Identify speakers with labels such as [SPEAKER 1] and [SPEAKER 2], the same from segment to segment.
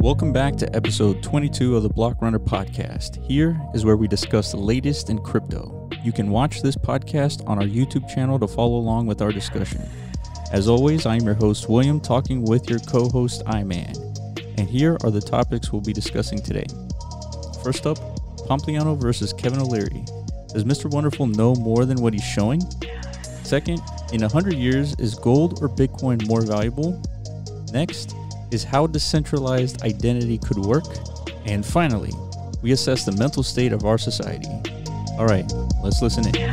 [SPEAKER 1] Welcome back to episode 22 of the Block Runner podcast. Here is where we discuss the latest in crypto. You can watch this podcast on our YouTube channel to follow along with our discussion. As always, I am your host, William, talking with your co host, Iman. And here are the topics we'll be discussing today. First up, Pompliano versus Kevin O'Leary. Does Mr. Wonderful know more than what he's showing? Second, in 100 years, is gold or Bitcoin more valuable? Next is how decentralized identity could work. And finally, we assess the mental state of our society. All right, let's listen in.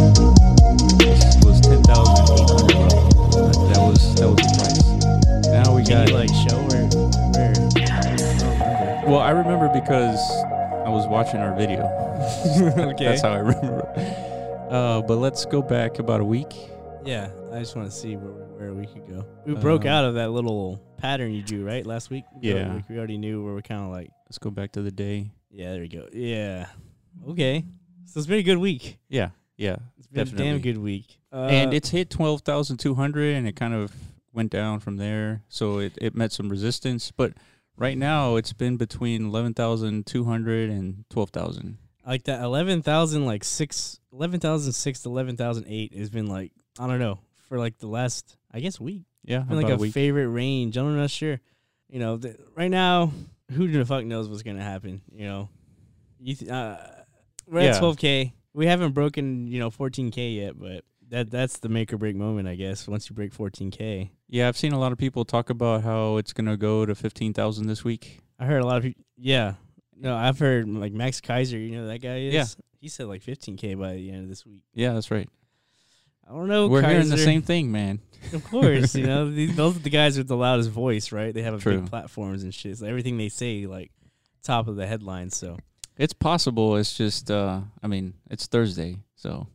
[SPEAKER 1] This was 10,800. That was, that was the price. Now we
[SPEAKER 2] Can
[SPEAKER 1] got.
[SPEAKER 2] you like show where? where?
[SPEAKER 1] Well, I remember because I was watching our video.
[SPEAKER 2] okay.
[SPEAKER 1] That's how I remember. Uh, but let's go back about a week.
[SPEAKER 2] yeah, I just want to see where, where we could go. We broke
[SPEAKER 1] Um,
[SPEAKER 2] out of that little pattern you drew right last week. We
[SPEAKER 1] Yeah.
[SPEAKER 2] like, we already knew where we're kind of like.
[SPEAKER 1] Let's go back to the day.
[SPEAKER 2] Yeah, there we go. Yeah. Okay. So it's been a good week.
[SPEAKER 1] Yeah, yeah,
[SPEAKER 2] It's been a damn
[SPEAKER 1] Definitely.
[SPEAKER 2] good week. Uh,
[SPEAKER 1] and it's hit twelve thousand two hundred, and it kind of went down from there. So it, it met some resistance, but right now it's been between eleven thousand two hundred and twelve thousand.
[SPEAKER 2] like that eleven thousand like six eleven thousand six to eleven thousand eight has been like I don't know for like the last I guess week.
[SPEAKER 1] Yeah,
[SPEAKER 2] Been,
[SPEAKER 1] about
[SPEAKER 2] like
[SPEAKER 1] a
[SPEAKER 2] a,
[SPEAKER 1] week.
[SPEAKER 2] favorite range. I'm not sure. You know, th- right now, who the fuck knows what's gonna happen? You know, you th- uh, we're
[SPEAKER 1] Yeah.
[SPEAKER 2] at 12k. We haven't broken you know 14k yet, but that that's the make or break moment, I guess. Once you break 14k,
[SPEAKER 1] yeah, I've seen a lot of people talk about how it's gonna go to fifteen thousand this week.
[SPEAKER 2] I heard a lot of people. Yeah, no, I've heard like Max Kaiser. You know who that guy is.
[SPEAKER 1] Yeah.
[SPEAKER 2] he said like 15k by the end of this week.
[SPEAKER 1] Yeah, that's right.
[SPEAKER 2] I don't know.
[SPEAKER 1] We're hearing the
[SPEAKER 2] Kaiser.
[SPEAKER 1] same thing, man.
[SPEAKER 2] Of course, you know these, those are the guys with the loudest voice, right? They have a
[SPEAKER 1] True.
[SPEAKER 2] big platforms and shit. So everything they say, like top of the headlines. So
[SPEAKER 1] It's possible. It's just, uh, I mean, it's Thursday, so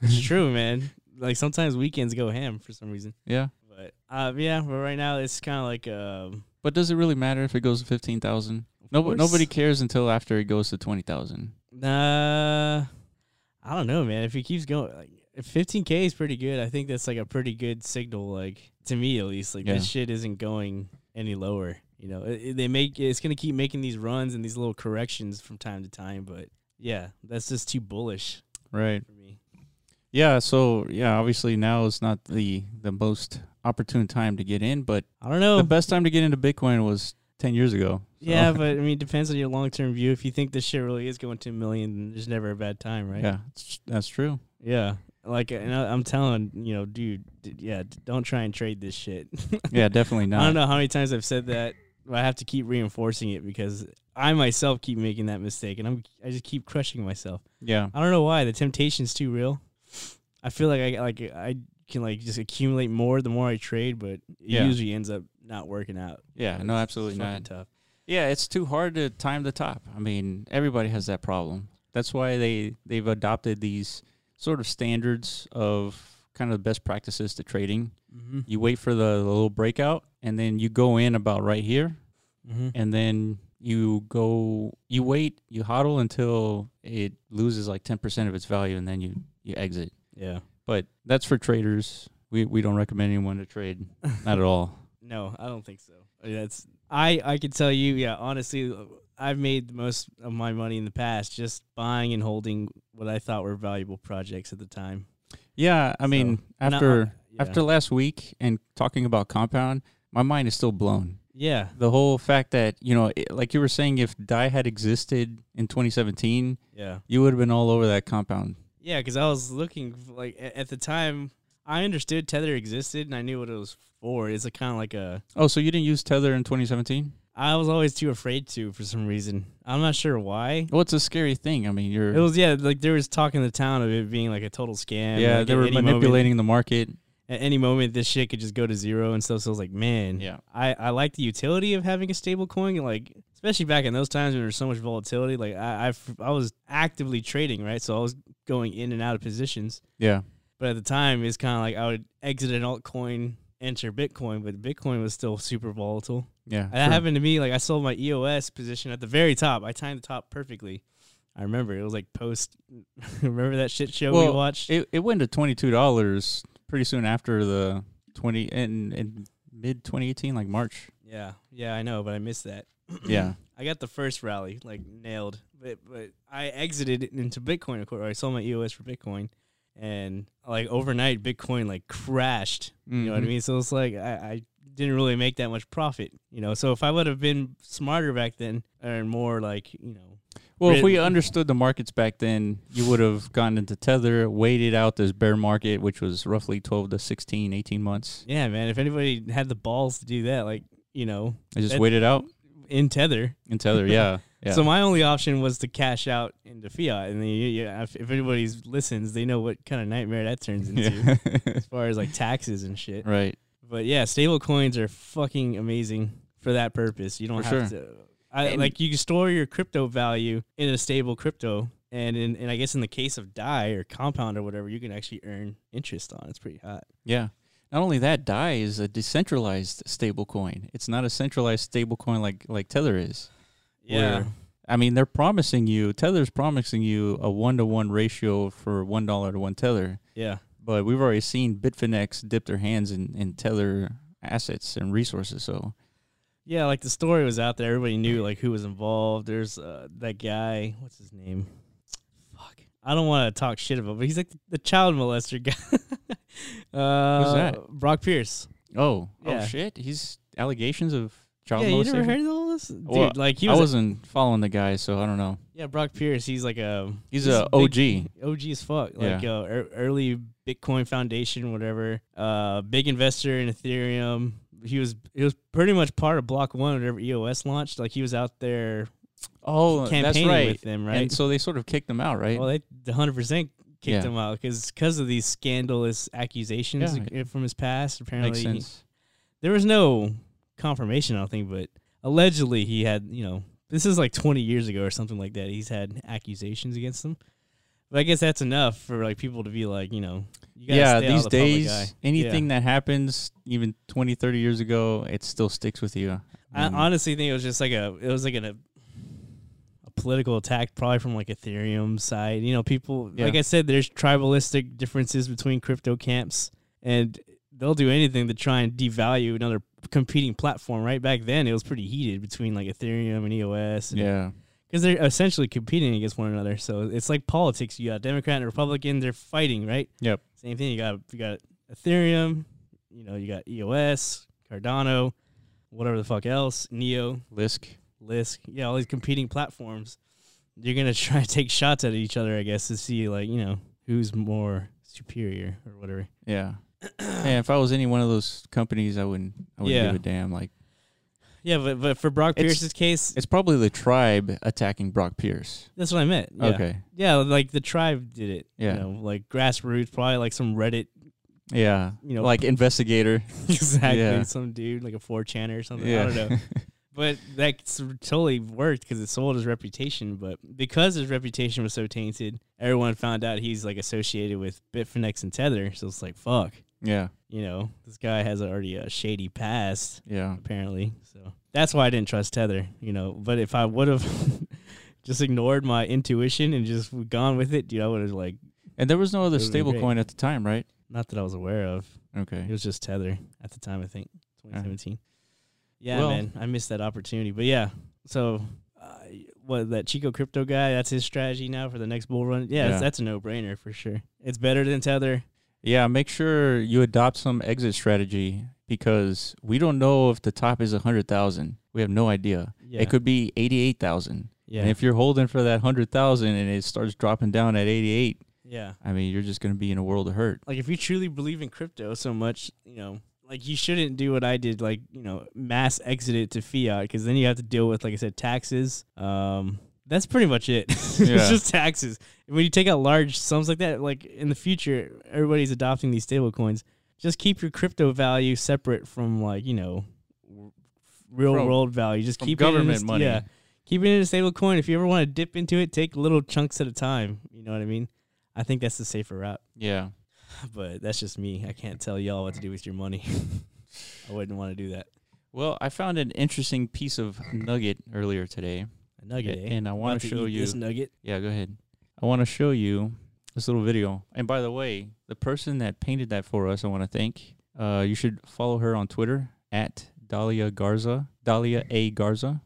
[SPEAKER 2] it's true, man. Like sometimes weekends go ham for some reason.
[SPEAKER 1] yeah.
[SPEAKER 2] But uh, yeah, but right now it's kind of like um,
[SPEAKER 1] But does it really matter if it goes to fifteen thousand?
[SPEAKER 2] of
[SPEAKER 1] No,
[SPEAKER 2] course-
[SPEAKER 1] nobody cares until after it goes to twenty thousand.
[SPEAKER 2] Nah, I don't know, man. If he keeps going, like if 15k is pretty good. I think that's like a pretty good signal, like to me at least. Like
[SPEAKER 1] Yeah.
[SPEAKER 2] this shit isn't going any lower. You know, It- it- they make it's gonna keep making these runs and these little corrections from time to time. But yeah, that's just too bullish
[SPEAKER 1] Right.
[SPEAKER 2] for me.
[SPEAKER 1] Yeah. So yeah, obviously now is not the the most opportune time to get in, but
[SPEAKER 2] I don't know.
[SPEAKER 1] the best time to get into Bitcoin was ten years ago. So,
[SPEAKER 2] Yeah, but I mean, it depends on your long term view. If you think this shit really is going to a million, then there's never a bad time, right?
[SPEAKER 1] yeah, it's- that's true.
[SPEAKER 2] Yeah. Like, and I, I'm telling you know, dude, d- yeah, d- don't try and trade this shit.
[SPEAKER 1] Yeah, definitely not.
[SPEAKER 2] I don't know how many times I've said that, but I have to keep reinforcing it because I myself keep making that mistake, and I'm I just keep crushing myself.
[SPEAKER 1] Yeah.
[SPEAKER 2] I don't know why the temptation's too real. I feel like I like I can like just accumulate more the more I trade, but it
[SPEAKER 1] Yeah.
[SPEAKER 2] usually ends up not working out.
[SPEAKER 1] Yeah. No,
[SPEAKER 2] It's
[SPEAKER 1] absolutely
[SPEAKER 2] fucking
[SPEAKER 1] not.
[SPEAKER 2] Tough.
[SPEAKER 1] Yeah, it's too hard to time the top. I mean, everybody has that problem. That's why they they've adopted these sort of standards of kind of best practices to trading.
[SPEAKER 2] Mm-hmm.
[SPEAKER 1] You wait for the, the little breakout, and then you go in about right here,
[SPEAKER 2] Mm-hmm.
[SPEAKER 1] and then you go you wait you hodl until it loses like 10% of its value and then you you exit
[SPEAKER 2] Yeah.
[SPEAKER 1] but that's for traders we we don't recommend anyone to trade not at all
[SPEAKER 2] No, I don't think so. That's I I could tell you, yeah, honestly, I've made the most of my money in the past just buying and holding what I thought were valuable projects at the time.
[SPEAKER 1] yeah i mean
[SPEAKER 2] So, and I-
[SPEAKER 1] after
[SPEAKER 2] yeah.
[SPEAKER 1] after last week and talking about compound my mind is still blown
[SPEAKER 2] yeah,
[SPEAKER 1] the whole fact that you know it, like you were saying if dai had existed in 2017
[SPEAKER 2] yeah,
[SPEAKER 1] you would have been all over that compound
[SPEAKER 2] yeah, because I was looking f- like a- at the time I understood Tether existed and I knew what it was for. It's a kind of like a
[SPEAKER 1] oh so you didn't use tether in 2017
[SPEAKER 2] I was always too afraid to for some reason. I'm not sure why.
[SPEAKER 1] well it's a scary thing i mean you're
[SPEAKER 2] It was yeah, like there was talk in the town of it being like a total scam.
[SPEAKER 1] yeah
[SPEAKER 2] like,
[SPEAKER 1] they
[SPEAKER 2] at
[SPEAKER 1] were
[SPEAKER 2] any moment-
[SPEAKER 1] manipulating the market
[SPEAKER 2] at any moment this shit could just go to zero and stuff. So I was like, man,
[SPEAKER 1] Yeah.
[SPEAKER 2] I, I like the utility of having a stable coin, and, like especially back in those times when there was so much volatility. Like I I f- I was actively trading, right? So I was going in and out of positions.
[SPEAKER 1] yeah
[SPEAKER 2] But at the time, it's kind of like I would exit an altcoin, enter Bitcoin, but Bitcoin was still super volatile.
[SPEAKER 1] Yeah.
[SPEAKER 2] And That happened to me. Like I sold my EOS position at the very top. I timed the top perfectly. I remember it was like post. remember that shit show we
[SPEAKER 1] Well,
[SPEAKER 2] watched?
[SPEAKER 1] It, it went to twenty two dollars pretty soon after the 20 in, in mid 2018, like March.
[SPEAKER 2] Yeah, yeah, I know, but I missed that.
[SPEAKER 1] Yeah.
[SPEAKER 2] I got the first rally like nailed, but but I exited into Bitcoin. Of course, I sold my EOS for Bitcoin, and like overnight, Bitcoin like crashed. You know what I
[SPEAKER 1] Mhm.
[SPEAKER 2] mean? So it's like I, I didn't really make that much profit. You know, so if I would have been smarter back then and more like you know,
[SPEAKER 1] Well, if we
[SPEAKER 2] Really?
[SPEAKER 1] understood the markets back then, you would have gone into Tether, waited out this bear market, which was roughly 12 to 16, 18 months.
[SPEAKER 2] yeah, man. If anybody had the balls to do that, like you know,
[SPEAKER 1] I just
[SPEAKER 2] That-
[SPEAKER 1] waited out
[SPEAKER 2] in Tether,
[SPEAKER 1] in Tether. Yeah. Yeah.
[SPEAKER 2] So my only option was to cash out into fiat, and then you, you, if, if anybody listens, they know what kind of nightmare that turns into
[SPEAKER 1] Yeah.
[SPEAKER 2] as far as like taxes and shit.
[SPEAKER 1] right.
[SPEAKER 2] But yeah, stable coins are fucking amazing for that purpose. You don't
[SPEAKER 1] For
[SPEAKER 2] have to, I,
[SPEAKER 1] And-
[SPEAKER 2] like you can store your crypto value in a stable crypto, and in, and I guess in the case of Dai or Compound or whatever, you can actually earn interest on. It's pretty hot.
[SPEAKER 1] Yeah. Not only that, DAI is a decentralized stable coin. It's not a centralized stable coin like, like Tether is.
[SPEAKER 2] Yeah,
[SPEAKER 1] where- I mean, they're promising you, Tether's promising you a one to one ratio for $1 to one Tether.
[SPEAKER 2] yeah,
[SPEAKER 1] But we've already seen Bitfinex dip their hands in, in Tether assets and resources. So,
[SPEAKER 2] yeah. Like the story was out there, everybody knew like who was involved. There's uh, that guy. What's his name? Fuck. I don't want to talk shit about, but he's like the child molester guy. uh,
[SPEAKER 1] that?
[SPEAKER 2] Brock Pierce.
[SPEAKER 1] oh,
[SPEAKER 2] Yeah.
[SPEAKER 1] oh shit. He's allegations of child
[SPEAKER 2] Yeah, you never
[SPEAKER 1] molestation?
[SPEAKER 2] heard of all this, dude.
[SPEAKER 1] Well,
[SPEAKER 2] like he
[SPEAKER 1] I
[SPEAKER 2] was,
[SPEAKER 1] wasn't following the guy, so I don't know.
[SPEAKER 2] yeah, Brock Pierce. He's like a
[SPEAKER 1] He's,
[SPEAKER 2] He's
[SPEAKER 1] a
[SPEAKER 2] big-
[SPEAKER 1] OG.
[SPEAKER 2] OG as fuck, like uh, ear early Bitcoin Foundation, whatever. Uh, big investor in Ethereum. He was he was pretty much part of Block One whenever EOS launched. Like he was out there
[SPEAKER 1] oh, that's
[SPEAKER 2] campaigning
[SPEAKER 1] right.
[SPEAKER 2] with them, right?
[SPEAKER 1] And so they sort of kicked him out, right?
[SPEAKER 2] well, they 100 percent
[SPEAKER 1] Yeah.
[SPEAKER 2] kicked him out because of these scandalous accusations
[SPEAKER 1] Yeah.
[SPEAKER 2] uh, from his past. Apparently,
[SPEAKER 1] Makes
[SPEAKER 2] he-
[SPEAKER 1] sense.
[SPEAKER 2] there was no confirmation, I don't think, but allegedly he had, you know, this is like 20 years ago or something like that. He's had accusations against him. But I guess that's enough for like people to be like, you know, you gotta
[SPEAKER 1] yeah,
[SPEAKER 2] stay out
[SPEAKER 1] these
[SPEAKER 2] of the public
[SPEAKER 1] days,
[SPEAKER 2] eye.
[SPEAKER 1] anything that happens, even 20, 30 years ago, it still sticks with you.
[SPEAKER 2] I
[SPEAKER 1] Mm.
[SPEAKER 2] honestly think it was just like a, it was like an, a, a political attack, probably from like Ethereum side. You know, people,
[SPEAKER 1] Yeah.
[SPEAKER 2] like I said, there's tribalistic differences between crypto camps, and they'll do anything to try and devalue another competing platform. Right back then, it was pretty heated between like Ethereum and EOS. and
[SPEAKER 1] yeah.
[SPEAKER 2] because they're essentially competing against one another. So it's like politics. You got Democrat and Republican. They're fighting, right?
[SPEAKER 1] Yep.
[SPEAKER 2] Same thing. You got you got Ethereum. You know, you got EOS, Cardano, whatever the fuck else, Neo,
[SPEAKER 1] Lisk.
[SPEAKER 2] Lisk. Yeah, all these competing platforms. You're gonna try to take shots at each other, I guess, to see like you know who's more superior or whatever.
[SPEAKER 1] Yeah. and if I was any one of those companies, I wouldn't. I wouldn't
[SPEAKER 2] Yeah.
[SPEAKER 1] give a damn. Like
[SPEAKER 2] Yeah, but but for Brock
[SPEAKER 1] It's-
[SPEAKER 2] Pierce's case,
[SPEAKER 1] it's probably the tribe attacking Brock Pierce.
[SPEAKER 2] that's what I meant. Yeah.
[SPEAKER 1] Okay.
[SPEAKER 2] Yeah, like the tribe did it.
[SPEAKER 1] Yeah.
[SPEAKER 2] You know, like grassroots, probably like some Reddit
[SPEAKER 1] Yeah.
[SPEAKER 2] You know,
[SPEAKER 1] like investigator.
[SPEAKER 2] exactly
[SPEAKER 1] Yeah.
[SPEAKER 2] some dude like a 4chan or something
[SPEAKER 1] Yeah.
[SPEAKER 2] i don't know but that totally worked because it sold his reputation but because his reputation was so tainted everyone found out he's like associated with bitfinex and tether so it's like fuck
[SPEAKER 1] yeah.
[SPEAKER 2] you know this guy has already a shady past
[SPEAKER 1] Yeah.
[SPEAKER 2] apparently so that's why i didn't trust tether you know but if i would have just ignored my intuition and just gone with it dude i would have like
[SPEAKER 1] And there was no other
[SPEAKER 2] Would've been
[SPEAKER 1] stable
[SPEAKER 2] great.
[SPEAKER 1] coin at the time, right?
[SPEAKER 2] not that i was aware of
[SPEAKER 1] Okay.
[SPEAKER 2] It was just Tether at the time, I think,
[SPEAKER 1] right.
[SPEAKER 2] 2017. Yeah,
[SPEAKER 1] Well-
[SPEAKER 2] man, I missed that opportunity. But yeah, so uh, what that Chico Crypto guy? That's his strategy now for the next bull run. Yeah,
[SPEAKER 1] Yeah.
[SPEAKER 2] That's, that's a no brainer for sure. It's better than Tether.
[SPEAKER 1] Yeah, make sure you adopt some exit strategy because we don't know if the top is 100,000. We have no idea.
[SPEAKER 2] Yeah,
[SPEAKER 1] It could be 88,000.
[SPEAKER 2] yeah,
[SPEAKER 1] And if you're holding for that 100,000 and it starts dropping down at 88,
[SPEAKER 2] yeah.
[SPEAKER 1] I mean, you're just going to be in a world of hurt.
[SPEAKER 2] Like if you truly believe in crypto so much, you know. Like you shouldn't do what I did, like you know, mass exit it to fiat, because then you have to deal with, like I said, taxes. Um, that's pretty much it.
[SPEAKER 1] Yeah.
[SPEAKER 2] it's just taxes. when you take out large sums like that, like in the future, everybody's adopting these stable coins. Just keep your crypto value separate from like you know, w- real
[SPEAKER 1] From-
[SPEAKER 2] world value. Just
[SPEAKER 1] from
[SPEAKER 2] keep it in
[SPEAKER 1] government
[SPEAKER 2] a,
[SPEAKER 1] money.
[SPEAKER 2] Yeah, keep it in a stable coin. If you ever want to dip into it, take little chunks at a time. You know what I mean? I think that's the safer route.
[SPEAKER 1] Yeah.
[SPEAKER 2] But that's just me. I can't tell y'all what to do with your money. I wouldn't want to do that.
[SPEAKER 1] Well, I found an interesting piece of nugget earlier today,
[SPEAKER 2] A nugget, eh?
[SPEAKER 1] and I want
[SPEAKER 2] About
[SPEAKER 1] to
[SPEAKER 2] to
[SPEAKER 1] show
[SPEAKER 2] eat
[SPEAKER 1] you.
[SPEAKER 2] this nugget.
[SPEAKER 1] Yeah, go ahead. I want to show you this little video. And by the way, the person that painted that for us, I want to thank. Uh, you should follow her on Twitter at Dahlia Garza, Dahlia A Garza.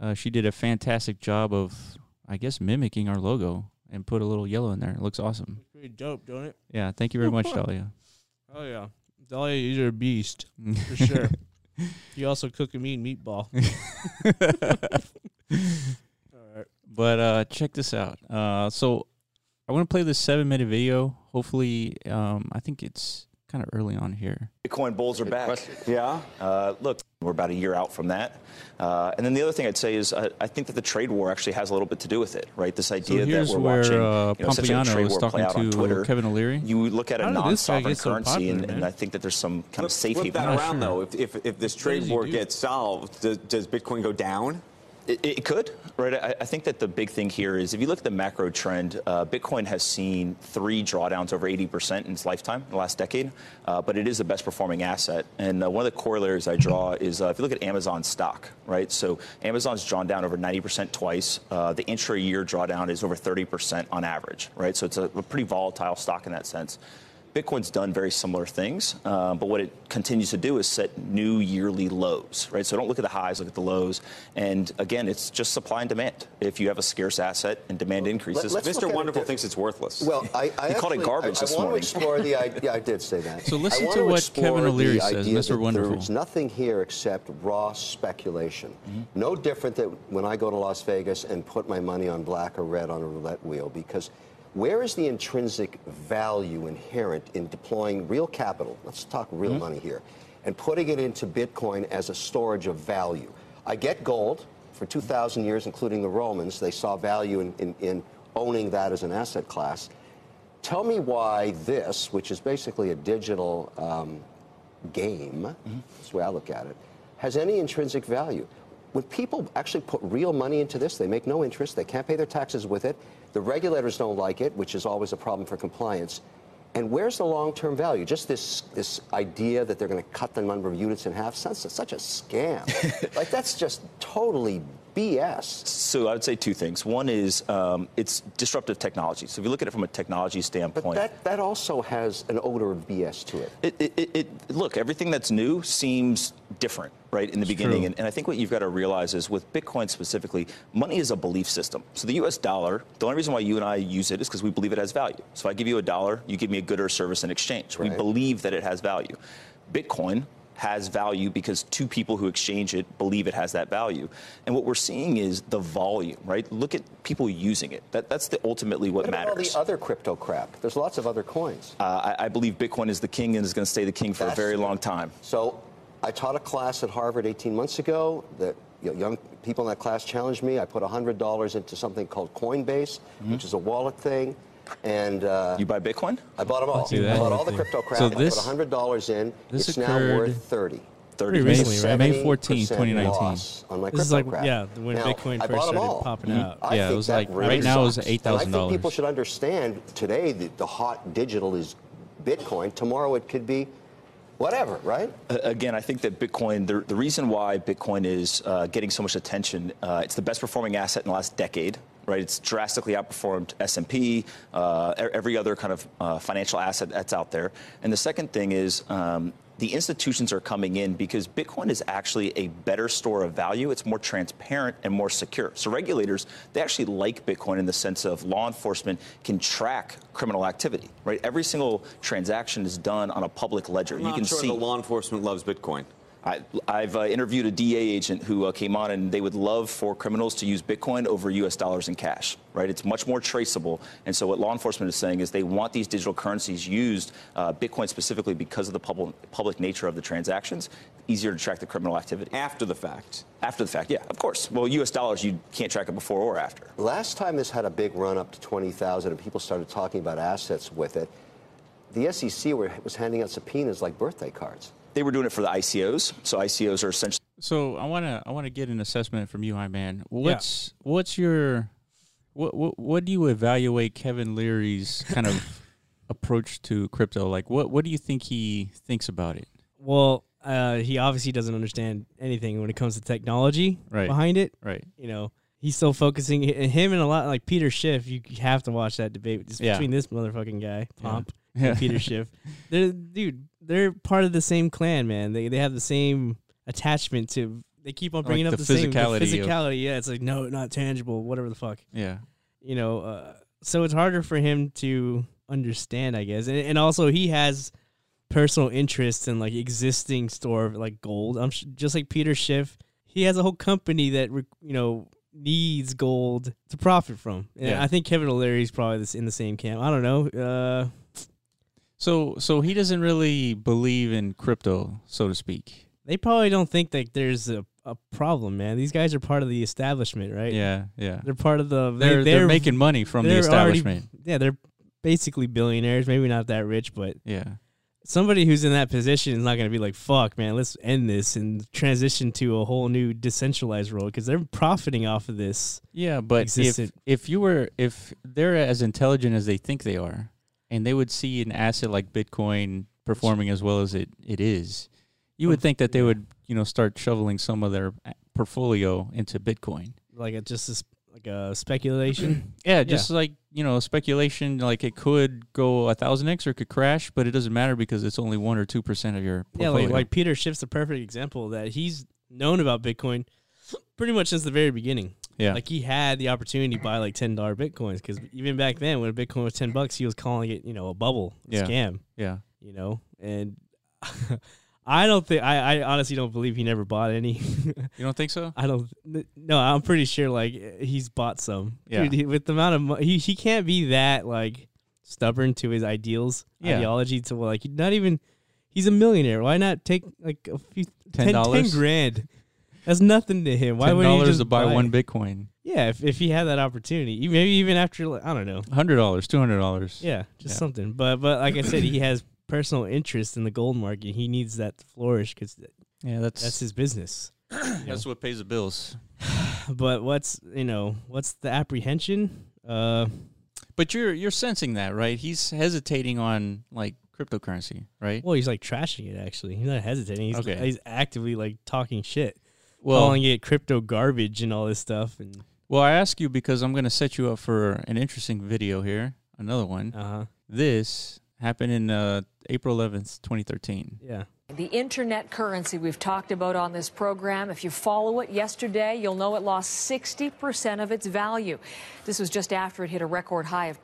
[SPEAKER 1] Uh, she did a fantastic job of, I guess, mimicking our logo and put a little yellow in there. It looks awesome.
[SPEAKER 2] Pretty dope, don't it?
[SPEAKER 1] Yeah, thank you very much, Dahlia.
[SPEAKER 2] Oh yeah, Dahlia, you're a beast for sure. you also cook a mean meatball. All right.
[SPEAKER 1] But uh, check this out. Uh, so I want to play this seven minute video. Hopefully, um, I think it's kind of early on here.
[SPEAKER 3] Bitcoin bulls are back.
[SPEAKER 4] question.
[SPEAKER 3] Yeah. Uh, look, we're about a year out from that. Uh, and then the other thing I'd say is uh, I, I think that the trade war actually has a little bit to do with it, right? This idea that
[SPEAKER 1] here's
[SPEAKER 3] we're
[SPEAKER 1] where,
[SPEAKER 3] watching
[SPEAKER 1] uh,
[SPEAKER 3] you know, essentially a
[SPEAKER 1] Pompliano
[SPEAKER 3] trade
[SPEAKER 1] was
[SPEAKER 3] war play
[SPEAKER 1] talking
[SPEAKER 3] out on
[SPEAKER 1] to
[SPEAKER 3] Twitter.
[SPEAKER 1] Kevin O'Leary.
[SPEAKER 3] You look at
[SPEAKER 2] How
[SPEAKER 3] a
[SPEAKER 2] did this guy
[SPEAKER 3] non-sovereign
[SPEAKER 2] get so
[SPEAKER 3] currency,
[SPEAKER 2] popular,
[SPEAKER 3] and,
[SPEAKER 2] man?
[SPEAKER 3] and I think that there's some kind of
[SPEAKER 4] Flip,
[SPEAKER 3] safe
[SPEAKER 4] flip
[SPEAKER 3] haven.
[SPEAKER 4] that
[SPEAKER 1] I'm not
[SPEAKER 4] around,
[SPEAKER 1] sure.
[SPEAKER 4] though. If, if, if this trade
[SPEAKER 2] does he
[SPEAKER 4] war
[SPEAKER 2] do?
[SPEAKER 4] gets solved, does, does Bitcoin go down?
[SPEAKER 3] It, it could, right? I, I think that the big thing here is if you look at the macro trend, uh, Bitcoin has seen three drawdowns over 80% in its lifetime, in the last decade, uh, but it is the best performing asset. And uh, one of the corollaries I draw is uh, if you look at Amazon stock, right? So Amazon's drawn down over 90% twice. Uh, the intra year drawdown is over 30% on average, right? So it's a, a pretty volatile stock in that sense. Bitcoin's done very similar things, uh, but what it continues to do is set new yearly lows, right? So don't look at the highs, look at the lows. And again, it's just supply and demand. If you have a scarce asset and demand increases,
[SPEAKER 5] let's look
[SPEAKER 4] Mr.
[SPEAKER 5] at it
[SPEAKER 4] Wonderful
[SPEAKER 5] di-
[SPEAKER 4] thinks it's worthless.
[SPEAKER 5] Well, I, I
[SPEAKER 3] You called it
[SPEAKER 5] actually-
[SPEAKER 3] garbage
[SPEAKER 5] I,
[SPEAKER 3] this
[SPEAKER 5] I want
[SPEAKER 3] morning.
[SPEAKER 5] to explore the. I, yeah, I did say that.
[SPEAKER 1] So listen
[SPEAKER 5] I want
[SPEAKER 1] to what
[SPEAKER 5] explore
[SPEAKER 1] Kevin
[SPEAKER 5] the
[SPEAKER 1] O'Leary says,
[SPEAKER 5] idea
[SPEAKER 1] Mr.
[SPEAKER 5] that
[SPEAKER 1] Wonderful.
[SPEAKER 5] There's nothing here except raw speculation.
[SPEAKER 1] Mm-hmm.
[SPEAKER 5] No different than when I go to Las Vegas and put my money on black or red on a roulette wheel, because where is the intrinsic value inherent in deploying real capital? Let's talk real
[SPEAKER 1] Mm-hmm.
[SPEAKER 5] money here, and putting it into Bitcoin as a storage of value. I get gold. For 2,000 years, including the Romans, they saw value in, in, in owning that as an asset class. Tell me why this, which is basically a digital um, game, that's the way I look at it, has any intrinsic value. When people actually put real money into this, they make no interest, they can't pay their taxes with it, the regulators don't like it, which is always a problem for compliance. And where's the long term value? Just this, this idea that they're going to cut the number of units in half, such, such a scam. like, that's just totally BS.
[SPEAKER 3] So I would say two things. One is um, it's disruptive technology. So if you look at it from a technology
[SPEAKER 5] But
[SPEAKER 3] standpoint,
[SPEAKER 5] that, that also has an odor of BS to it.
[SPEAKER 3] it, it, it, it- look, everything that's new seems different, right, in the beginning.
[SPEAKER 2] true.
[SPEAKER 3] And, and I think what you've got to realize is with Bitcoin specifically, money is a belief system. So the US dollar, the only reason why you and I use it is because we believe it has value. So if I give you a dollar, you give me a good or service in exchange. We
[SPEAKER 5] Right.
[SPEAKER 3] believe that it has value. Bitcoin has value because two people who exchange it believe it has that value. And what we're seeing is the volume, right? Look at people using it. That, that's the ultimately what,
[SPEAKER 5] What about all
[SPEAKER 3] matters.
[SPEAKER 5] the other crypto crap? There's lots of other coins.
[SPEAKER 3] Uh, I, I believe Bitcoin is the king and is going to stay the king for
[SPEAKER 5] That's-
[SPEAKER 3] a very long time.
[SPEAKER 5] So I taught a class at Harvard 18 months ago that you know, young people in that class challenged me. I put $100 into something called Coinbase,
[SPEAKER 1] Mm-hmm.
[SPEAKER 5] which is a wallet thing. And uh,
[SPEAKER 3] You buy Bitcoin?
[SPEAKER 5] I bought them all.
[SPEAKER 2] do that.
[SPEAKER 5] I bought all the
[SPEAKER 2] Wallet
[SPEAKER 5] crypto crap.
[SPEAKER 1] So
[SPEAKER 5] I
[SPEAKER 1] this-
[SPEAKER 5] put $100 in.
[SPEAKER 1] this
[SPEAKER 5] It's now
[SPEAKER 1] occurred-
[SPEAKER 5] worth 30
[SPEAKER 2] Pretty
[SPEAKER 1] May-
[SPEAKER 2] recently, right?
[SPEAKER 1] May 14th,
[SPEAKER 5] 70%
[SPEAKER 1] 2019.
[SPEAKER 5] loss on my
[SPEAKER 2] This is
[SPEAKER 5] crypto
[SPEAKER 2] like
[SPEAKER 5] crap.
[SPEAKER 2] yeah, when
[SPEAKER 5] Now,
[SPEAKER 2] Bitcoin
[SPEAKER 5] I
[SPEAKER 2] first
[SPEAKER 5] bought 'em
[SPEAKER 2] started
[SPEAKER 5] all.
[SPEAKER 2] popping out.
[SPEAKER 5] I
[SPEAKER 1] Yeah, it
[SPEAKER 5] think
[SPEAKER 1] was
[SPEAKER 5] that
[SPEAKER 1] like-
[SPEAKER 5] really
[SPEAKER 1] right now it's
[SPEAKER 5] sucks. And I
[SPEAKER 1] $8,000.
[SPEAKER 5] think people should understand today that the hot digital is Bitcoin. Tomorrow it could be whatever, right?
[SPEAKER 3] again, I think that Bitcoin, the, the reason why Bitcoin is uh, getting so much attention, uh, it's the best performing asset in the last decade. Right, it's drastically outperformed S&P, uh, e- every other kind of uh, financial asset that's out there. And the second thing is um, the institutions are coming in because Bitcoin is actually a better store of value. It's more transparent and more secure. So regulators, they actually like Bitcoin in the sense of law enforcement can track criminal activity. Right, every single transaction is done on a public ledger.
[SPEAKER 4] I'm
[SPEAKER 3] you
[SPEAKER 4] not
[SPEAKER 3] can
[SPEAKER 4] sure
[SPEAKER 3] see.
[SPEAKER 4] the law enforcement loves Bitcoin.
[SPEAKER 3] I, I've uh, interviewed a DA agent who uh, came on, and they would love for criminals to use Bitcoin over U.S. dollars in cash. Right? It's much more traceable. And so, what law enforcement is saying is they want these digital currencies used, uh, Bitcoin specifically, because of the public public nature of the transactions, easier to track the criminal activity
[SPEAKER 4] After the fact,
[SPEAKER 3] after the fact. Yeah, of course. Well, U.S. dollars, you can't track it before or after.
[SPEAKER 5] Last time this had a big run up to 20,000 and people started talking about assets with it, the SEC were, was handing out subpoenas like birthday cards.
[SPEAKER 3] They were doing it for the ICOs. So ICOs are essentially.
[SPEAKER 1] So I want to I want to get an assessment from you, High Man. What's what's your what, what what do you evaluate Kevin Leary's kind of approach to crypto? Like what what do you think he thinks about it?
[SPEAKER 2] Well, uh, he obviously doesn't understand anything when it comes to technology
[SPEAKER 1] Right.
[SPEAKER 2] behind it.
[SPEAKER 1] Right.
[SPEAKER 2] You know, He's still focusing and him and a lot like Peter Schiff. You have to watch that debate It's
[SPEAKER 1] Yeah.
[SPEAKER 2] between this motherfucking guy Pomp
[SPEAKER 1] Yeah.
[SPEAKER 2] and Peter Schiff. They're dude. They're part of the same clan, man. They they have the same attachment to. They keep on
[SPEAKER 1] Like
[SPEAKER 2] bringing
[SPEAKER 1] the
[SPEAKER 2] up the, same the
[SPEAKER 1] physicality of-
[SPEAKER 2] physicality. yeah, it's like no, not tangible. Whatever the fuck
[SPEAKER 1] Yeah.
[SPEAKER 2] you know, uh, so it's harder for him to understand, I guess. And, and also, he has personal interests in like existing store of like gold. I'm sh- just like Peter Schiff. He has a whole company that re- you know needs gold to profit from. And
[SPEAKER 1] Yeah.
[SPEAKER 2] I think Kevin O'Leary's probably this in the same camp. I don't know. Uh,
[SPEAKER 1] So so he doesn't really believe in crypto, so to speak.
[SPEAKER 2] they probably don't think that there's a, a problem, man. These guys are part of the establishment, right?
[SPEAKER 1] Yeah, yeah.
[SPEAKER 2] They're part of the.
[SPEAKER 1] They're, they're,
[SPEAKER 2] they're
[SPEAKER 1] making money from the
[SPEAKER 2] they're already-
[SPEAKER 1] establishment.
[SPEAKER 2] Yeah, they're basically billionaires. Maybe not that rich, but
[SPEAKER 1] yeah.
[SPEAKER 2] somebody who's in that position is not going to be like, fuck, man, let's end this and transition to a whole new decentralized world because they're profiting off of this.
[SPEAKER 1] Yeah, but
[SPEAKER 2] existed.
[SPEAKER 1] if if you were if they're as intelligent as they think they are, and they would see an asset like Bitcoin performing as well as it, it is, you would think that they would you know start shoveling some of their a- portfolio into Bitcoin.
[SPEAKER 2] Like, a, just this, like a speculation.
[SPEAKER 1] Yeah, just like you know speculation, like it could go a thousand x or it could crash, but it doesn't matter because it's only one or two percent of your
[SPEAKER 2] yeah,
[SPEAKER 1] portfolio.
[SPEAKER 2] like, like Peter Schiff's a perfect example that he's known about Bitcoin pretty much since the very beginning.
[SPEAKER 1] yeah,
[SPEAKER 2] Like, he had the opportunity to buy like $10 Bitcoins because even back then, when Bitcoin was 10 bucks, he was calling it, you know, a bubble, a
[SPEAKER 1] Yeah.
[SPEAKER 2] scam.
[SPEAKER 1] yeah.
[SPEAKER 2] you know and i don't think I, I honestly don't believe he never bought any
[SPEAKER 1] You don't think so?
[SPEAKER 2] i don't n- no i'm pretty sure like he's bought some
[SPEAKER 1] Yeah.
[SPEAKER 2] Dude, he- with the amount of money he, he can't be that like stubborn to his ideals
[SPEAKER 1] Yeah.
[SPEAKER 2] ideology to like not even he's a millionaire why not take like a few ten-
[SPEAKER 1] $10?
[SPEAKER 2] 10 grand that's nothing to him why
[SPEAKER 1] Ten
[SPEAKER 2] would he
[SPEAKER 1] dollars
[SPEAKER 2] just
[SPEAKER 1] to buy
[SPEAKER 2] buy
[SPEAKER 1] one
[SPEAKER 2] it?
[SPEAKER 1] Bitcoin,
[SPEAKER 2] yeah if, if he had that opportunity e- maybe even after like, i don't know
[SPEAKER 1] hundred dollars, two hundred dollars.
[SPEAKER 2] yeah, just
[SPEAKER 1] Yeah.
[SPEAKER 2] something. But but like I said, he has personal interest in the gold market. He needs that to flourish because
[SPEAKER 1] yeah, that's
[SPEAKER 2] that's his business.
[SPEAKER 1] that's what pays the bills.
[SPEAKER 2] But what's you know what's the apprehension? Uh,
[SPEAKER 1] But you're you're sensing that, right? He's hesitating on like cryptocurrency, right?
[SPEAKER 2] well, he's like trashing it. Actually, he's not hesitating. He's
[SPEAKER 1] Okay.
[SPEAKER 2] he's actively like talking shit,
[SPEAKER 1] Well,
[SPEAKER 2] calling it crypto garbage and all this stuff. And
[SPEAKER 1] well, I ask you because I'm going to set you up for an interesting video here, another one.
[SPEAKER 2] uh huh,
[SPEAKER 1] This happened in uh, April 11th, 2013.
[SPEAKER 2] yeah.
[SPEAKER 6] The internet currency we've talked about on this program, if you follow it yesterday, you'll know it lost 60% of its value. This was just after it hit a record high of